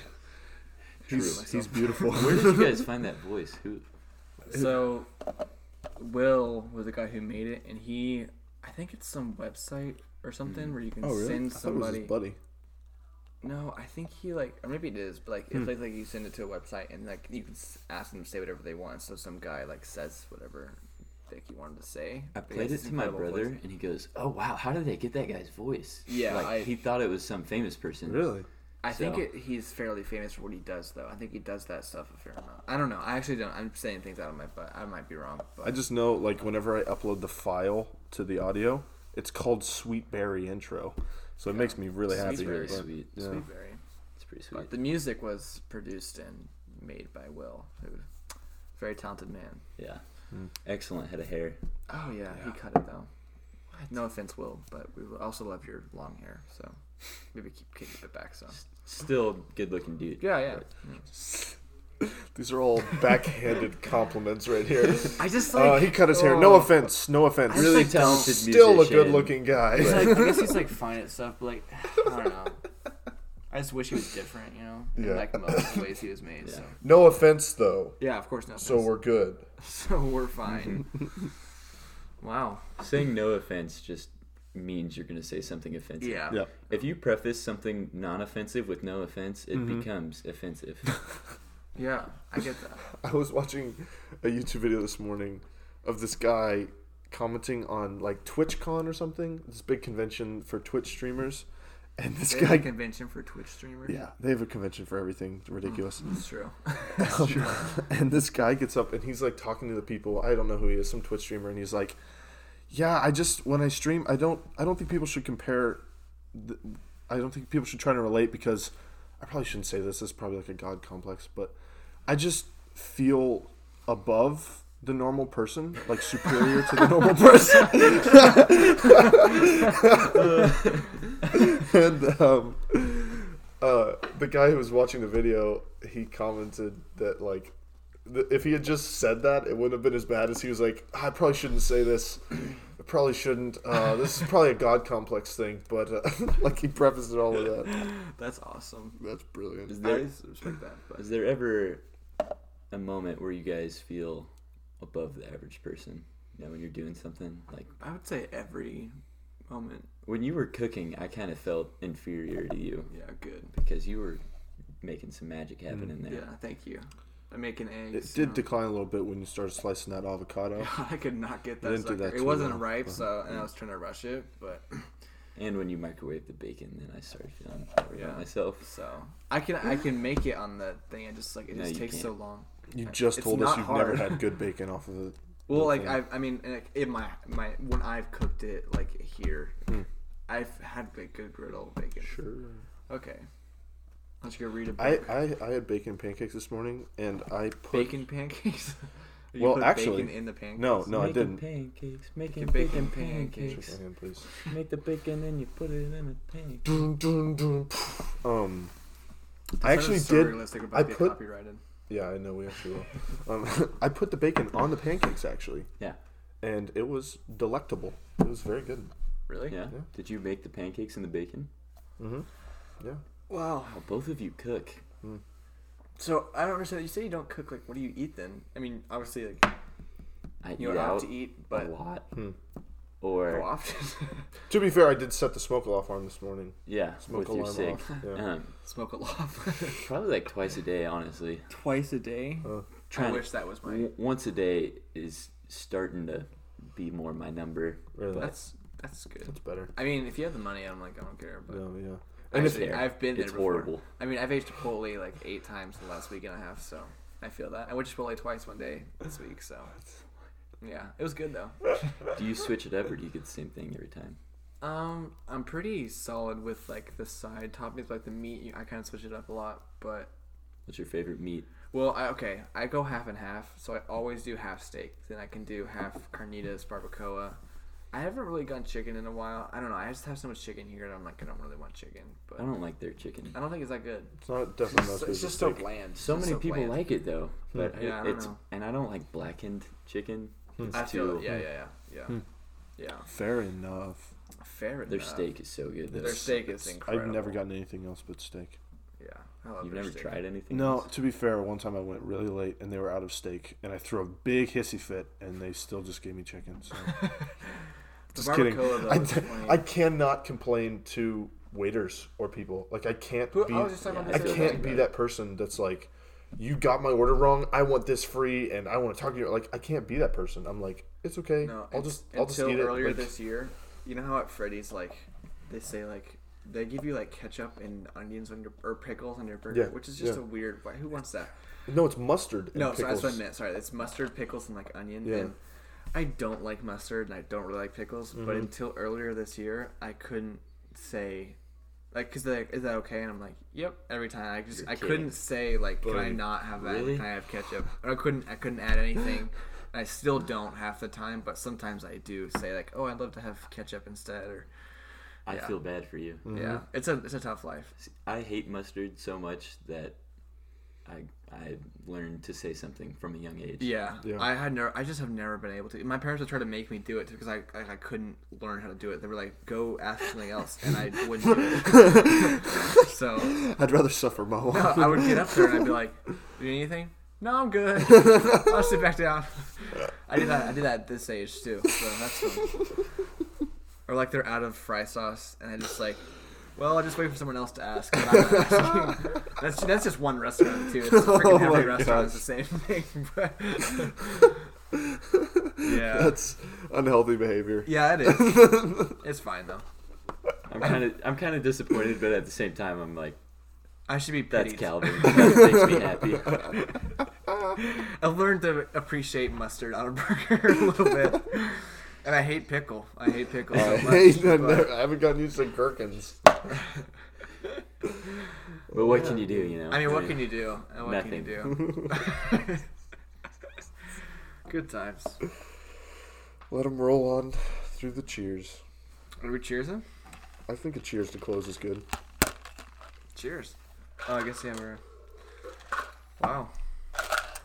[SPEAKER 3] He's, he's beautiful.
[SPEAKER 4] *laughs* Where
[SPEAKER 3] *laughs*
[SPEAKER 4] did you guys find that voice? Who?
[SPEAKER 2] So, Will was the guy who made it, and he, I think it's some website or something where you can send
[SPEAKER 3] Oh, I thought it was
[SPEAKER 2] somebody.
[SPEAKER 3] his buddy.
[SPEAKER 12] No, I think he like, or maybe it is, but like,
[SPEAKER 4] Hmm.
[SPEAKER 12] it's like, like you send it to a website and like you can s- ask them to say whatever they want. So some guy like says whatever like he wanted to say.
[SPEAKER 4] I
[SPEAKER 12] But he
[SPEAKER 4] played
[SPEAKER 12] has
[SPEAKER 4] it
[SPEAKER 12] this
[SPEAKER 4] to my
[SPEAKER 12] incredible
[SPEAKER 4] brother,
[SPEAKER 12] voice.
[SPEAKER 4] and he goes, "Oh wow, how did they get that guy's voice?"
[SPEAKER 12] Yeah,
[SPEAKER 4] like
[SPEAKER 12] I-
[SPEAKER 4] he thought it was some famous person.
[SPEAKER 3] Really?
[SPEAKER 12] I think
[SPEAKER 4] So-
[SPEAKER 12] it, he's fairly famous for what he does, though. I think he does that stuff a fair amount. I don't know. I actually don't. I'm saying things out of my butt. I might be wrong, but
[SPEAKER 3] I just know like whenever I upload the file to the audio, it's called Sweet Berry Intro. So it makes me really happy.
[SPEAKER 4] Very
[SPEAKER 3] but-
[SPEAKER 4] sweet.
[SPEAKER 3] yeah.
[SPEAKER 12] very.
[SPEAKER 4] It's pretty sweet.
[SPEAKER 12] But the music was produced and made by Will, who very talented man.
[SPEAKER 4] yeah, excellent head of hair.
[SPEAKER 12] Oh yeah, he cut it though. No offense, Will, but we would also love your long hair, so maybe keep keep it back some.
[SPEAKER 4] Still good looking dude.
[SPEAKER 12] Yeah, yeah.
[SPEAKER 3] These are
[SPEAKER 4] *laughs*
[SPEAKER 3] all backhanded compliments right here.
[SPEAKER 12] I just like
[SPEAKER 3] Uh, he cut his hair. No offense. No offense.
[SPEAKER 4] Oh. Really
[SPEAKER 3] He's
[SPEAKER 4] talented
[SPEAKER 3] Still
[SPEAKER 4] musician.
[SPEAKER 3] a good-looking guy.
[SPEAKER 13] Like, I guess he's like fine at stuff, but like I don't know. I just wish he was different, you know.
[SPEAKER 3] Yeah.
[SPEAKER 12] like most of the ways he was made. So
[SPEAKER 3] No offense, though.
[SPEAKER 12] yeah, of course not.
[SPEAKER 3] So we're good.
[SPEAKER 2] *laughs*
[SPEAKER 12] so we're
[SPEAKER 3] *laughs*
[SPEAKER 12] fine. wow.
[SPEAKER 4] Saying no offense just means you're gonna say something offensive.
[SPEAKER 12] Yeah.
[SPEAKER 3] Yeah.
[SPEAKER 4] If you preface something non-offensive with no offense, it
[SPEAKER 3] Mm-hmm.
[SPEAKER 4] becomes offensive.
[SPEAKER 3] *laughs*
[SPEAKER 12] Yeah, I get that.
[SPEAKER 3] I was watching a YouTube video this morning of this guy commenting on like TwitchCon or something. This big convention for Twitch streamers, and *laughs* this
[SPEAKER 2] They have a
[SPEAKER 3] guy.
[SPEAKER 2] convention for Twitch streamers.
[SPEAKER 3] Yeah, they have a convention for everything.
[SPEAKER 2] *gasps*
[SPEAKER 3] It's ridiculous.
[SPEAKER 2] It's true.
[SPEAKER 3] Um, *laughs* and this guy gets up and he's like talking to the people. I don't know who he is, some Twitch streamer, and he's like, "Yeah, I just when I stream, I don't, I don't think people should compare. th- I don't think people should try to relate because I probably shouldn't say this. This is probably like a god complex, but I just feel above." The normal person, like superior to the normal person, *laughs* and um, uh, the guy who was watching the video, he commented that like, th- if he had just said that, it wouldn't have been as bad as he was like, I probably shouldn't say this. I probably shouldn't. Uh, this is probably a god complex thing, but uh, *laughs* like he prefaced it all with that.
[SPEAKER 2] That's awesome.
[SPEAKER 3] That's
[SPEAKER 4] Is
[SPEAKER 3] brilliant.
[SPEAKER 4] there-
[SPEAKER 2] I just respect that. But
[SPEAKER 4] Is there ever a moment where you guys feel above the average person? You know, when you're doing something like
[SPEAKER 2] I would say every moment.
[SPEAKER 4] when you were cooking, I kind of felt inferior to you
[SPEAKER 2] Yeah, good.
[SPEAKER 4] because you were making some magic happen
[SPEAKER 3] Mm,
[SPEAKER 4] in there.
[SPEAKER 2] Yeah, thank you. I'm making
[SPEAKER 3] It
[SPEAKER 2] eggs. you
[SPEAKER 3] did
[SPEAKER 2] know. *laughs*
[SPEAKER 3] decline a little bit when you started slicing that avocado.
[SPEAKER 2] I could not get that
[SPEAKER 3] didn't do
[SPEAKER 2] sucker.
[SPEAKER 3] that
[SPEAKER 2] it
[SPEAKER 3] too
[SPEAKER 2] wasn't
[SPEAKER 3] well. Uh-huh.
[SPEAKER 2] ripe, so and I was trying to rush it, but
[SPEAKER 4] And when you microwaved the bacon, then I started feeling better
[SPEAKER 2] Yeah.
[SPEAKER 4] about myself.
[SPEAKER 2] so I can I can make it on the thing. I just like it
[SPEAKER 4] No,
[SPEAKER 2] just
[SPEAKER 4] you
[SPEAKER 2] takes so
[SPEAKER 4] can't.
[SPEAKER 2] long.
[SPEAKER 3] You just
[SPEAKER 2] It's
[SPEAKER 3] told us
[SPEAKER 2] not
[SPEAKER 3] you've never
[SPEAKER 2] hard.
[SPEAKER 3] had good bacon off of it.
[SPEAKER 2] *laughs* Well, like
[SPEAKER 3] thing. Hmm.
[SPEAKER 2] I, I mean, like, in my my when I've cooked it like here, I've had ba- good griddle bacon.
[SPEAKER 14] Sure.
[SPEAKER 2] Okay. Let's go read a book.
[SPEAKER 3] I, I I had bacon pancakes this morning, and I put
[SPEAKER 2] bacon pancakes. *laughs* you
[SPEAKER 3] Well,
[SPEAKER 2] put
[SPEAKER 3] actually,
[SPEAKER 2] bacon in the pancakes.
[SPEAKER 3] no no I didn't.
[SPEAKER 4] making pancakes, making
[SPEAKER 2] Bacon
[SPEAKER 4] bacon
[SPEAKER 2] pancakes.
[SPEAKER 4] pancakes.
[SPEAKER 3] Shake my hand, please.
[SPEAKER 4] Make the bacon and you put it in a pancake.
[SPEAKER 3] Dun, dun, dun. Um, I
[SPEAKER 2] That
[SPEAKER 3] actually
[SPEAKER 2] is so
[SPEAKER 3] did.
[SPEAKER 2] Realistic
[SPEAKER 3] I
[SPEAKER 2] about being
[SPEAKER 3] put-
[SPEAKER 2] copyrighted.
[SPEAKER 3] Yeah, I know we actually will. Um, *laughs* I put the bacon on the pancakes actually,
[SPEAKER 4] Yeah.
[SPEAKER 3] and it was delectable. It was very good.
[SPEAKER 2] Really?
[SPEAKER 4] Yeah.
[SPEAKER 3] Yeah.
[SPEAKER 4] Did you make the pancakes and the bacon?
[SPEAKER 3] Yeah.
[SPEAKER 2] Wow.
[SPEAKER 4] Well, both of you cook.
[SPEAKER 2] So I don't understand. You say you don't cook. Like, what do you eat then? I mean, obviously, like
[SPEAKER 4] I
[SPEAKER 2] you don't
[SPEAKER 4] eat
[SPEAKER 2] have
[SPEAKER 4] out
[SPEAKER 2] to eat,
[SPEAKER 4] a
[SPEAKER 2] but hmm.
[SPEAKER 4] lot.
[SPEAKER 2] how
[SPEAKER 4] Or
[SPEAKER 2] often? *laughs*
[SPEAKER 3] To be fair, I did set the smoke alarm this morning.
[SPEAKER 4] yeah,
[SPEAKER 3] Smoke
[SPEAKER 4] with your
[SPEAKER 3] alarm
[SPEAKER 4] sick.
[SPEAKER 3] off. Yeah.
[SPEAKER 4] Um,
[SPEAKER 2] Smoke a lot.
[SPEAKER 4] probably like twice a day, honestly.
[SPEAKER 15] Twice a day.
[SPEAKER 2] I
[SPEAKER 4] Trying
[SPEAKER 2] wish that was my.
[SPEAKER 4] w- once a day is starting to be more my number.
[SPEAKER 3] Really, that's,
[SPEAKER 2] That's that's good.
[SPEAKER 3] better.
[SPEAKER 2] I mean, if you have the money, I'm like, I don't care. But
[SPEAKER 3] No, yeah.
[SPEAKER 2] and
[SPEAKER 4] it's
[SPEAKER 2] Actually,
[SPEAKER 4] there.
[SPEAKER 2] I've been there
[SPEAKER 4] It's
[SPEAKER 2] before.
[SPEAKER 4] horrible.
[SPEAKER 2] I mean, I've aged Chipotle like eight times in the last week and a half, so I feel that. I went to Chipotle twice one day this week, so yeah, it was good though.
[SPEAKER 4] Do you switch it up or do you get the same thing every time?
[SPEAKER 2] Um, I'm pretty solid with like the side toppings, like the meat. you- I kind of switch it up a lot, but
[SPEAKER 4] What's your favorite meat?
[SPEAKER 2] well, I, okay, I go half and half, so I always do half steak. Then I can do half carnitas, barbacoa. I haven't really gone chicken in a while. I don't know. I just have so much chicken here, and I'm like, I don't really want chicken, but
[SPEAKER 4] I don't like their chicken.
[SPEAKER 2] I don't think it's that good.
[SPEAKER 3] It's not definitely not as
[SPEAKER 2] So
[SPEAKER 3] good
[SPEAKER 2] it's
[SPEAKER 3] as a
[SPEAKER 2] just so
[SPEAKER 3] steak.
[SPEAKER 2] bland.
[SPEAKER 4] So
[SPEAKER 2] It's
[SPEAKER 4] many people
[SPEAKER 2] bland. Hmm.
[SPEAKER 4] like it though,
[SPEAKER 2] Yeah,
[SPEAKER 4] but it-
[SPEAKER 2] I don't
[SPEAKER 4] it's
[SPEAKER 2] know. Hmm.
[SPEAKER 4] and I don't like blackened chicken. It's
[SPEAKER 2] I feel
[SPEAKER 4] too.
[SPEAKER 2] it. Yeah, yeah, yeah, yeah, yeah.
[SPEAKER 3] Fair enough.
[SPEAKER 2] Fair enough.
[SPEAKER 4] Their steak is so good. Though.
[SPEAKER 2] Their steak is incredible.
[SPEAKER 3] I've never gotten anything else but steak.
[SPEAKER 2] Yeah, I love
[SPEAKER 4] You've
[SPEAKER 2] their
[SPEAKER 4] never
[SPEAKER 2] steak.
[SPEAKER 4] tried anything?
[SPEAKER 3] No,
[SPEAKER 4] else?
[SPEAKER 3] to be fair, one time I went really late and they were out of steak, and I threw a big hissy fit, and they still just gave me chicken. So. just kidding.
[SPEAKER 2] barbacoa, though,
[SPEAKER 3] I,
[SPEAKER 2] is
[SPEAKER 3] d-
[SPEAKER 2] plain.
[SPEAKER 3] *laughs* I cannot complain to waiters or people. Like I can't
[SPEAKER 2] Who-
[SPEAKER 3] be.
[SPEAKER 2] I was just talking about
[SPEAKER 3] I
[SPEAKER 2] this the other
[SPEAKER 3] can't
[SPEAKER 2] day.
[SPEAKER 3] be that person that's like, you got my order wrong. I want this free, and I want to talk to you. Like I can't be that person. I'm like, it's okay.
[SPEAKER 2] No,
[SPEAKER 3] I'll
[SPEAKER 2] un-
[SPEAKER 3] just I'll just
[SPEAKER 2] until
[SPEAKER 3] eat it.
[SPEAKER 2] earlier
[SPEAKER 3] like-
[SPEAKER 2] this year, you know how at Freddy's like they say like they give you like ketchup and onions on your or pickles on your burger,
[SPEAKER 3] Yeah,
[SPEAKER 2] which is just
[SPEAKER 3] yeah.
[SPEAKER 2] a weird. Why, who wants that?
[SPEAKER 3] no, it's mustard. And
[SPEAKER 2] No, so
[SPEAKER 3] pickles.
[SPEAKER 2] that's what I meant. Sorry, it's mustard, pickles, and like onion.
[SPEAKER 3] Yeah.
[SPEAKER 2] And I don't like mustard and I don't really like pickles, but
[SPEAKER 3] Mm-hmm.
[SPEAKER 2] until earlier this year, I couldn't say. Like, cause they're like, is that okay? And I'm like, yep. Every time I just I
[SPEAKER 4] kidding.
[SPEAKER 2] couldn't say like, can I not have that?
[SPEAKER 4] Really?
[SPEAKER 2] Can I have ketchup? Or I couldn't I couldn't add anything. And I still don't half the time, but sometimes I do say like, oh, I'd love to have ketchup instead. Or
[SPEAKER 4] I
[SPEAKER 2] yeah.
[SPEAKER 4] feel bad for you.
[SPEAKER 3] Mm. Mm-hmm.
[SPEAKER 2] yeah, it's a it's a tough life.
[SPEAKER 4] I hate mustard so much that I I learned to say something from a young age.
[SPEAKER 2] Yeah,
[SPEAKER 3] Yeah.
[SPEAKER 2] I had never. I just have never been able to. My parents would try to make me do it because I like, I couldn't learn how to do it. They were like, "Go ask something else," and I wouldn't. do it. so
[SPEAKER 3] I'd rather suffer my
[SPEAKER 2] *laughs*
[SPEAKER 3] whole.
[SPEAKER 2] I would get up there and I'd be like, "Do you need anything?" No, I'm good. I'll sit back down. I did that. I did that at this age too. So that's fun. Or like they're out of fry sauce, and I just like, well, I'll just wait for someone else to ask. and I'm not asking. *laughs* that's that's just one restaurant too. It's freaking
[SPEAKER 3] *laughs* Oh my
[SPEAKER 2] every restaurant is
[SPEAKER 3] gosh.
[SPEAKER 2] the same thing.
[SPEAKER 3] *laughs*
[SPEAKER 2] But *laughs* yeah,
[SPEAKER 3] *laughs* That's unhealthy behavior.
[SPEAKER 2] yeah, it is.
[SPEAKER 3] *laughs*
[SPEAKER 2] it's fine though.
[SPEAKER 4] I'm kind of I'm kind of disappointed, but at the same time,
[SPEAKER 2] *laughs*
[SPEAKER 4] I'm like,
[SPEAKER 2] I should be
[SPEAKER 4] that's
[SPEAKER 2] pitied. *laughs*
[SPEAKER 4] Calvin. That makes me happy.
[SPEAKER 2] I've learned to appreciate mustard on a *laughs* burger a little bit. And I hate pickle. I hate pickle so
[SPEAKER 3] *laughs* I,
[SPEAKER 2] much.
[SPEAKER 3] hate- I
[SPEAKER 2] but-
[SPEAKER 3] never- I haven't gotten used to gherkins.
[SPEAKER 4] But what can you do? You know.
[SPEAKER 2] I mean, what can you do? And what
[SPEAKER 4] Nothing.
[SPEAKER 2] can you
[SPEAKER 4] *laughs*
[SPEAKER 2] do? Good times.
[SPEAKER 3] Let them roll on through the cheers.
[SPEAKER 2] Are we cheers him?
[SPEAKER 3] I think a cheers to close is good.
[SPEAKER 2] Cheers. Oh, I guess yeah, we're. Wow.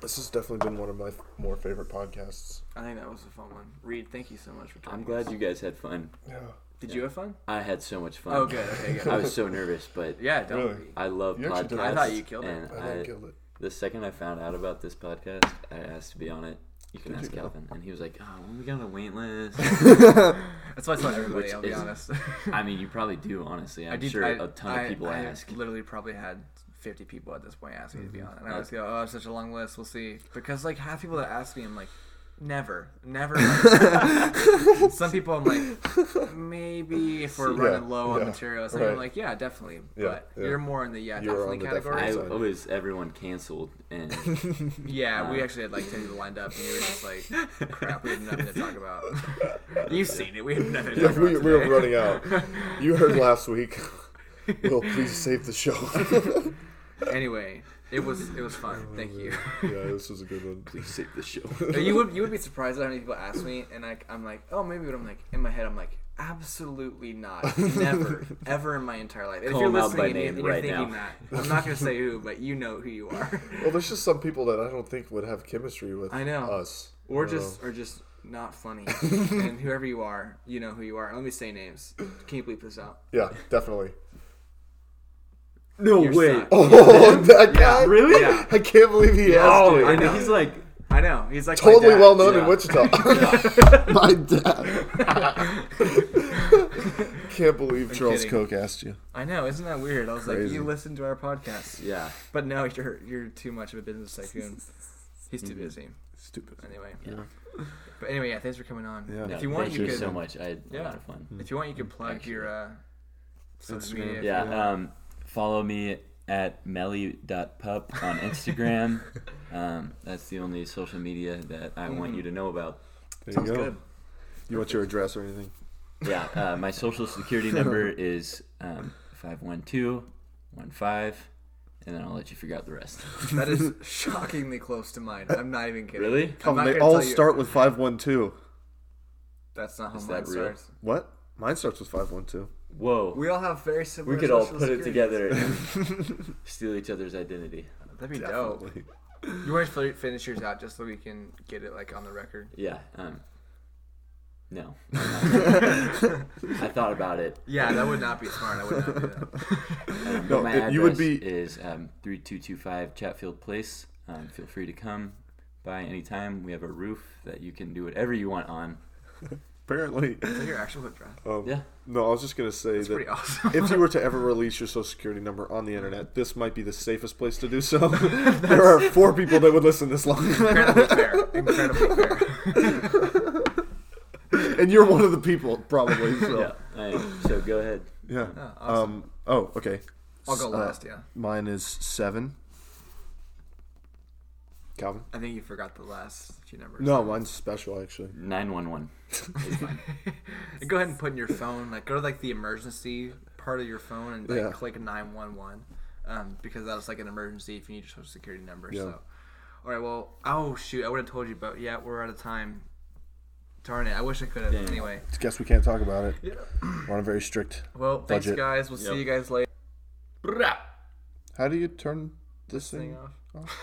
[SPEAKER 3] This has definitely been one of my f- more favorite podcasts.
[SPEAKER 2] I think that was a fun one. Reed, thank you so much for joining
[SPEAKER 4] I'm
[SPEAKER 2] us.
[SPEAKER 4] glad you guys had fun.
[SPEAKER 3] Yeah.
[SPEAKER 2] Did you have fun?
[SPEAKER 4] I had so much fun.
[SPEAKER 2] Oh, good. Okay,
[SPEAKER 4] *laughs*
[SPEAKER 2] good.
[SPEAKER 4] I was so nervous, but
[SPEAKER 2] Yeah, don't
[SPEAKER 3] Really?
[SPEAKER 2] be.
[SPEAKER 4] I love
[SPEAKER 3] You actually did it.
[SPEAKER 4] podcasts.
[SPEAKER 2] I thought you killed it.
[SPEAKER 4] and
[SPEAKER 3] I
[SPEAKER 4] I-
[SPEAKER 3] didn't kill it.
[SPEAKER 4] the second I found out about this podcast, I asked to be on it. You can ask Calvin, and he was like, "Oh, when we got on a wait
[SPEAKER 2] *laughs*
[SPEAKER 4] list."
[SPEAKER 2] That's why I told everybody,
[SPEAKER 4] Which
[SPEAKER 2] I'll be
[SPEAKER 4] is-
[SPEAKER 2] honest. *laughs*
[SPEAKER 4] I mean, you probably do, honestly. I'm
[SPEAKER 2] I did-
[SPEAKER 4] sure
[SPEAKER 2] I-
[SPEAKER 4] a ton
[SPEAKER 2] I-
[SPEAKER 4] of people
[SPEAKER 2] I
[SPEAKER 4] ask.
[SPEAKER 2] Literally, probably had fifty
[SPEAKER 3] Mm-hmm.
[SPEAKER 2] people at this point asking me to be on, and I was go, "Oh, it's such a long list. We'll see." Because like half people that ask me, I'm like, Never,
[SPEAKER 3] *laughs*
[SPEAKER 2] never. like- Some people I'm like, maybe if we're
[SPEAKER 3] Yeah,
[SPEAKER 2] running low on
[SPEAKER 3] yeah,
[SPEAKER 2] material, some people
[SPEAKER 3] right.
[SPEAKER 2] I'm like, yeah, definitely.
[SPEAKER 3] Yeah,
[SPEAKER 2] but
[SPEAKER 3] yeah.
[SPEAKER 2] you're more in the yeah,
[SPEAKER 3] You're
[SPEAKER 2] definitely
[SPEAKER 3] on the
[SPEAKER 2] category.
[SPEAKER 4] I
[SPEAKER 3] definitely Sorry.
[SPEAKER 4] was everyone canceled,
[SPEAKER 2] *laughs*
[SPEAKER 4] and
[SPEAKER 2] Yeah,
[SPEAKER 3] uh,
[SPEAKER 2] we actually had like ten people lined up, and you were just
[SPEAKER 3] *laughs*
[SPEAKER 2] like, crap, we have nothing to talk about. You've seen it. We have nothing to
[SPEAKER 3] Yeah,
[SPEAKER 2] talk
[SPEAKER 3] we,
[SPEAKER 2] about.
[SPEAKER 3] we were
[SPEAKER 2] today. *laughs*
[SPEAKER 3] running out. You heard last week. *laughs* Will, please save the show. *laughs*
[SPEAKER 2] Anyway, it was it was
[SPEAKER 3] *laughs*
[SPEAKER 2] fun. Thank you.
[SPEAKER 3] yeah, this was a good one.
[SPEAKER 4] please save the show.
[SPEAKER 2] But you would you would be surprised at how many people ask me, and I, I'm like, oh, maybe. But I'm like, in my head, I'm like, absolutely not,
[SPEAKER 4] *laughs*
[SPEAKER 2] never, ever in my entire life. And
[SPEAKER 4] Call
[SPEAKER 2] if you're
[SPEAKER 4] them out by
[SPEAKER 2] listening, and
[SPEAKER 4] name
[SPEAKER 2] you're,
[SPEAKER 4] right
[SPEAKER 2] thinking that, I'm not gonna say
[SPEAKER 4] *laughs*
[SPEAKER 2] who, but you know who you are,
[SPEAKER 3] Well, there's just some people that I don't think would have chemistry with
[SPEAKER 2] I know.
[SPEAKER 3] us.
[SPEAKER 2] or
[SPEAKER 3] I don't
[SPEAKER 2] just or just not
[SPEAKER 4] *laughs*
[SPEAKER 2] funny. and whoever you are, you know who you are. Let me say names. Can you bleep this out?
[SPEAKER 3] know. Yeah,
[SPEAKER 2] *laughs*
[SPEAKER 3] definitely.
[SPEAKER 4] No
[SPEAKER 2] You're
[SPEAKER 4] way.
[SPEAKER 2] stuck.
[SPEAKER 3] Oh, that guy!
[SPEAKER 4] Really?
[SPEAKER 2] Yeah.
[SPEAKER 3] I can't believe he asked
[SPEAKER 4] Oh,
[SPEAKER 3] you.
[SPEAKER 4] and he's like,
[SPEAKER 2] I know. He's like my
[SPEAKER 3] Totally
[SPEAKER 2] dad.
[SPEAKER 3] well known in
[SPEAKER 2] *laughs*
[SPEAKER 4] Yeah.
[SPEAKER 3] Wichita. *laughs* My dad. can't believe Charles
[SPEAKER 2] kidding.
[SPEAKER 3] Koch asked you.
[SPEAKER 2] I know. Isn't that weird? I was like,
[SPEAKER 3] Crazy.
[SPEAKER 2] you listen to our podcast,
[SPEAKER 4] yeah.
[SPEAKER 2] but no, you're you're too much of a business tycoon. He's
[SPEAKER 4] Mm-hmm.
[SPEAKER 2] too busy.
[SPEAKER 3] Stupid.
[SPEAKER 2] Anyway. But anyway, yeah, thanks for coming on.
[SPEAKER 3] Yeah.
[SPEAKER 4] No,
[SPEAKER 2] If you want,
[SPEAKER 4] thank
[SPEAKER 2] you
[SPEAKER 4] you
[SPEAKER 2] could.
[SPEAKER 4] so much. I had a lot
[SPEAKER 2] Yeah.
[SPEAKER 4] of fun.
[SPEAKER 2] If you want, you can plug your uh, social
[SPEAKER 3] Instagram.
[SPEAKER 2] media.
[SPEAKER 4] Yeah. Um, follow me at melly.pup
[SPEAKER 2] *laughs*
[SPEAKER 4] on Instagram. um, that's the only social media that I want you to know about.
[SPEAKER 3] There you go. You want your address or anything?
[SPEAKER 4] Yeah. Uh, my
[SPEAKER 3] *laughs*
[SPEAKER 4] social security number is um, 512 15, and then I'll let you figure out the rest.
[SPEAKER 2] That
[SPEAKER 4] *laughs*
[SPEAKER 2] is shockingly close to mine. I'm not even kidding.
[SPEAKER 4] um, Really?
[SPEAKER 2] I'm not
[SPEAKER 3] they
[SPEAKER 2] gonna
[SPEAKER 3] all
[SPEAKER 2] tell you-
[SPEAKER 3] start with five one two.
[SPEAKER 2] That's not how
[SPEAKER 4] Is
[SPEAKER 2] mine
[SPEAKER 4] that real?
[SPEAKER 2] starts.
[SPEAKER 3] What? Mine starts with five one two.
[SPEAKER 4] Whoa.
[SPEAKER 2] We all have very similar.
[SPEAKER 4] we could all
[SPEAKER 2] social
[SPEAKER 4] put it
[SPEAKER 2] securities.
[SPEAKER 4] together and
[SPEAKER 3] *laughs*
[SPEAKER 4] steal each other's identity.
[SPEAKER 2] That'd be dope. You want to finish yours out just so we can get it like on the record?
[SPEAKER 4] Yeah. Um, no.
[SPEAKER 3] *laughs*
[SPEAKER 4] I thought about it.
[SPEAKER 2] Yeah, that would not be smart. I would not do that.
[SPEAKER 4] Um,
[SPEAKER 3] No,
[SPEAKER 4] my
[SPEAKER 3] it-
[SPEAKER 4] address
[SPEAKER 3] you would be-
[SPEAKER 4] is um, 3225 Chatfield Place. Um, feel free to come by anytime. We have a roof that you can do whatever you want on.
[SPEAKER 3] Apparently.
[SPEAKER 2] Is that your actual address?
[SPEAKER 3] Um,
[SPEAKER 4] Yeah.
[SPEAKER 3] No, I was just gonna say
[SPEAKER 2] That's
[SPEAKER 3] that
[SPEAKER 2] pretty awesome.
[SPEAKER 3] *laughs*
[SPEAKER 2] *laughs*
[SPEAKER 3] if you were to ever release your social security number on the internet, this might be the safest place to
[SPEAKER 2] *laughs*
[SPEAKER 3] do so. there are four people that would listen this long, *laughs*
[SPEAKER 2] Incredibly fair. Incredibly fair.
[SPEAKER 3] and you're one of the people probably. So
[SPEAKER 4] Yeah.
[SPEAKER 3] yeah.
[SPEAKER 4] I am. So go ahead.
[SPEAKER 3] Um. Oh, okay.
[SPEAKER 2] I'll go
[SPEAKER 3] Uh,
[SPEAKER 2] last. Yeah.
[SPEAKER 3] Mine is seven. Calvin.
[SPEAKER 2] I think you forgot the last few numbers.
[SPEAKER 3] No, mine's special actually.
[SPEAKER 4] 911.
[SPEAKER 2] And go ahead and put in your phone, like go to like the emergency part of your phone and like
[SPEAKER 3] Yeah.
[SPEAKER 2] click nine one one, um, because that's like an emergency if you need your social security number.
[SPEAKER 3] Yeah.
[SPEAKER 2] So, all right, well, oh shoot, I would have told you, but yeah, we're out of time. Darn it, I wish I could have. Anyway,
[SPEAKER 3] Guess we can't talk about it. We're on a very strict.
[SPEAKER 2] well, thanks
[SPEAKER 3] Budget.
[SPEAKER 2] guys. We'll see you guys later.
[SPEAKER 3] How do you turn this thing?
[SPEAKER 2] Hang on.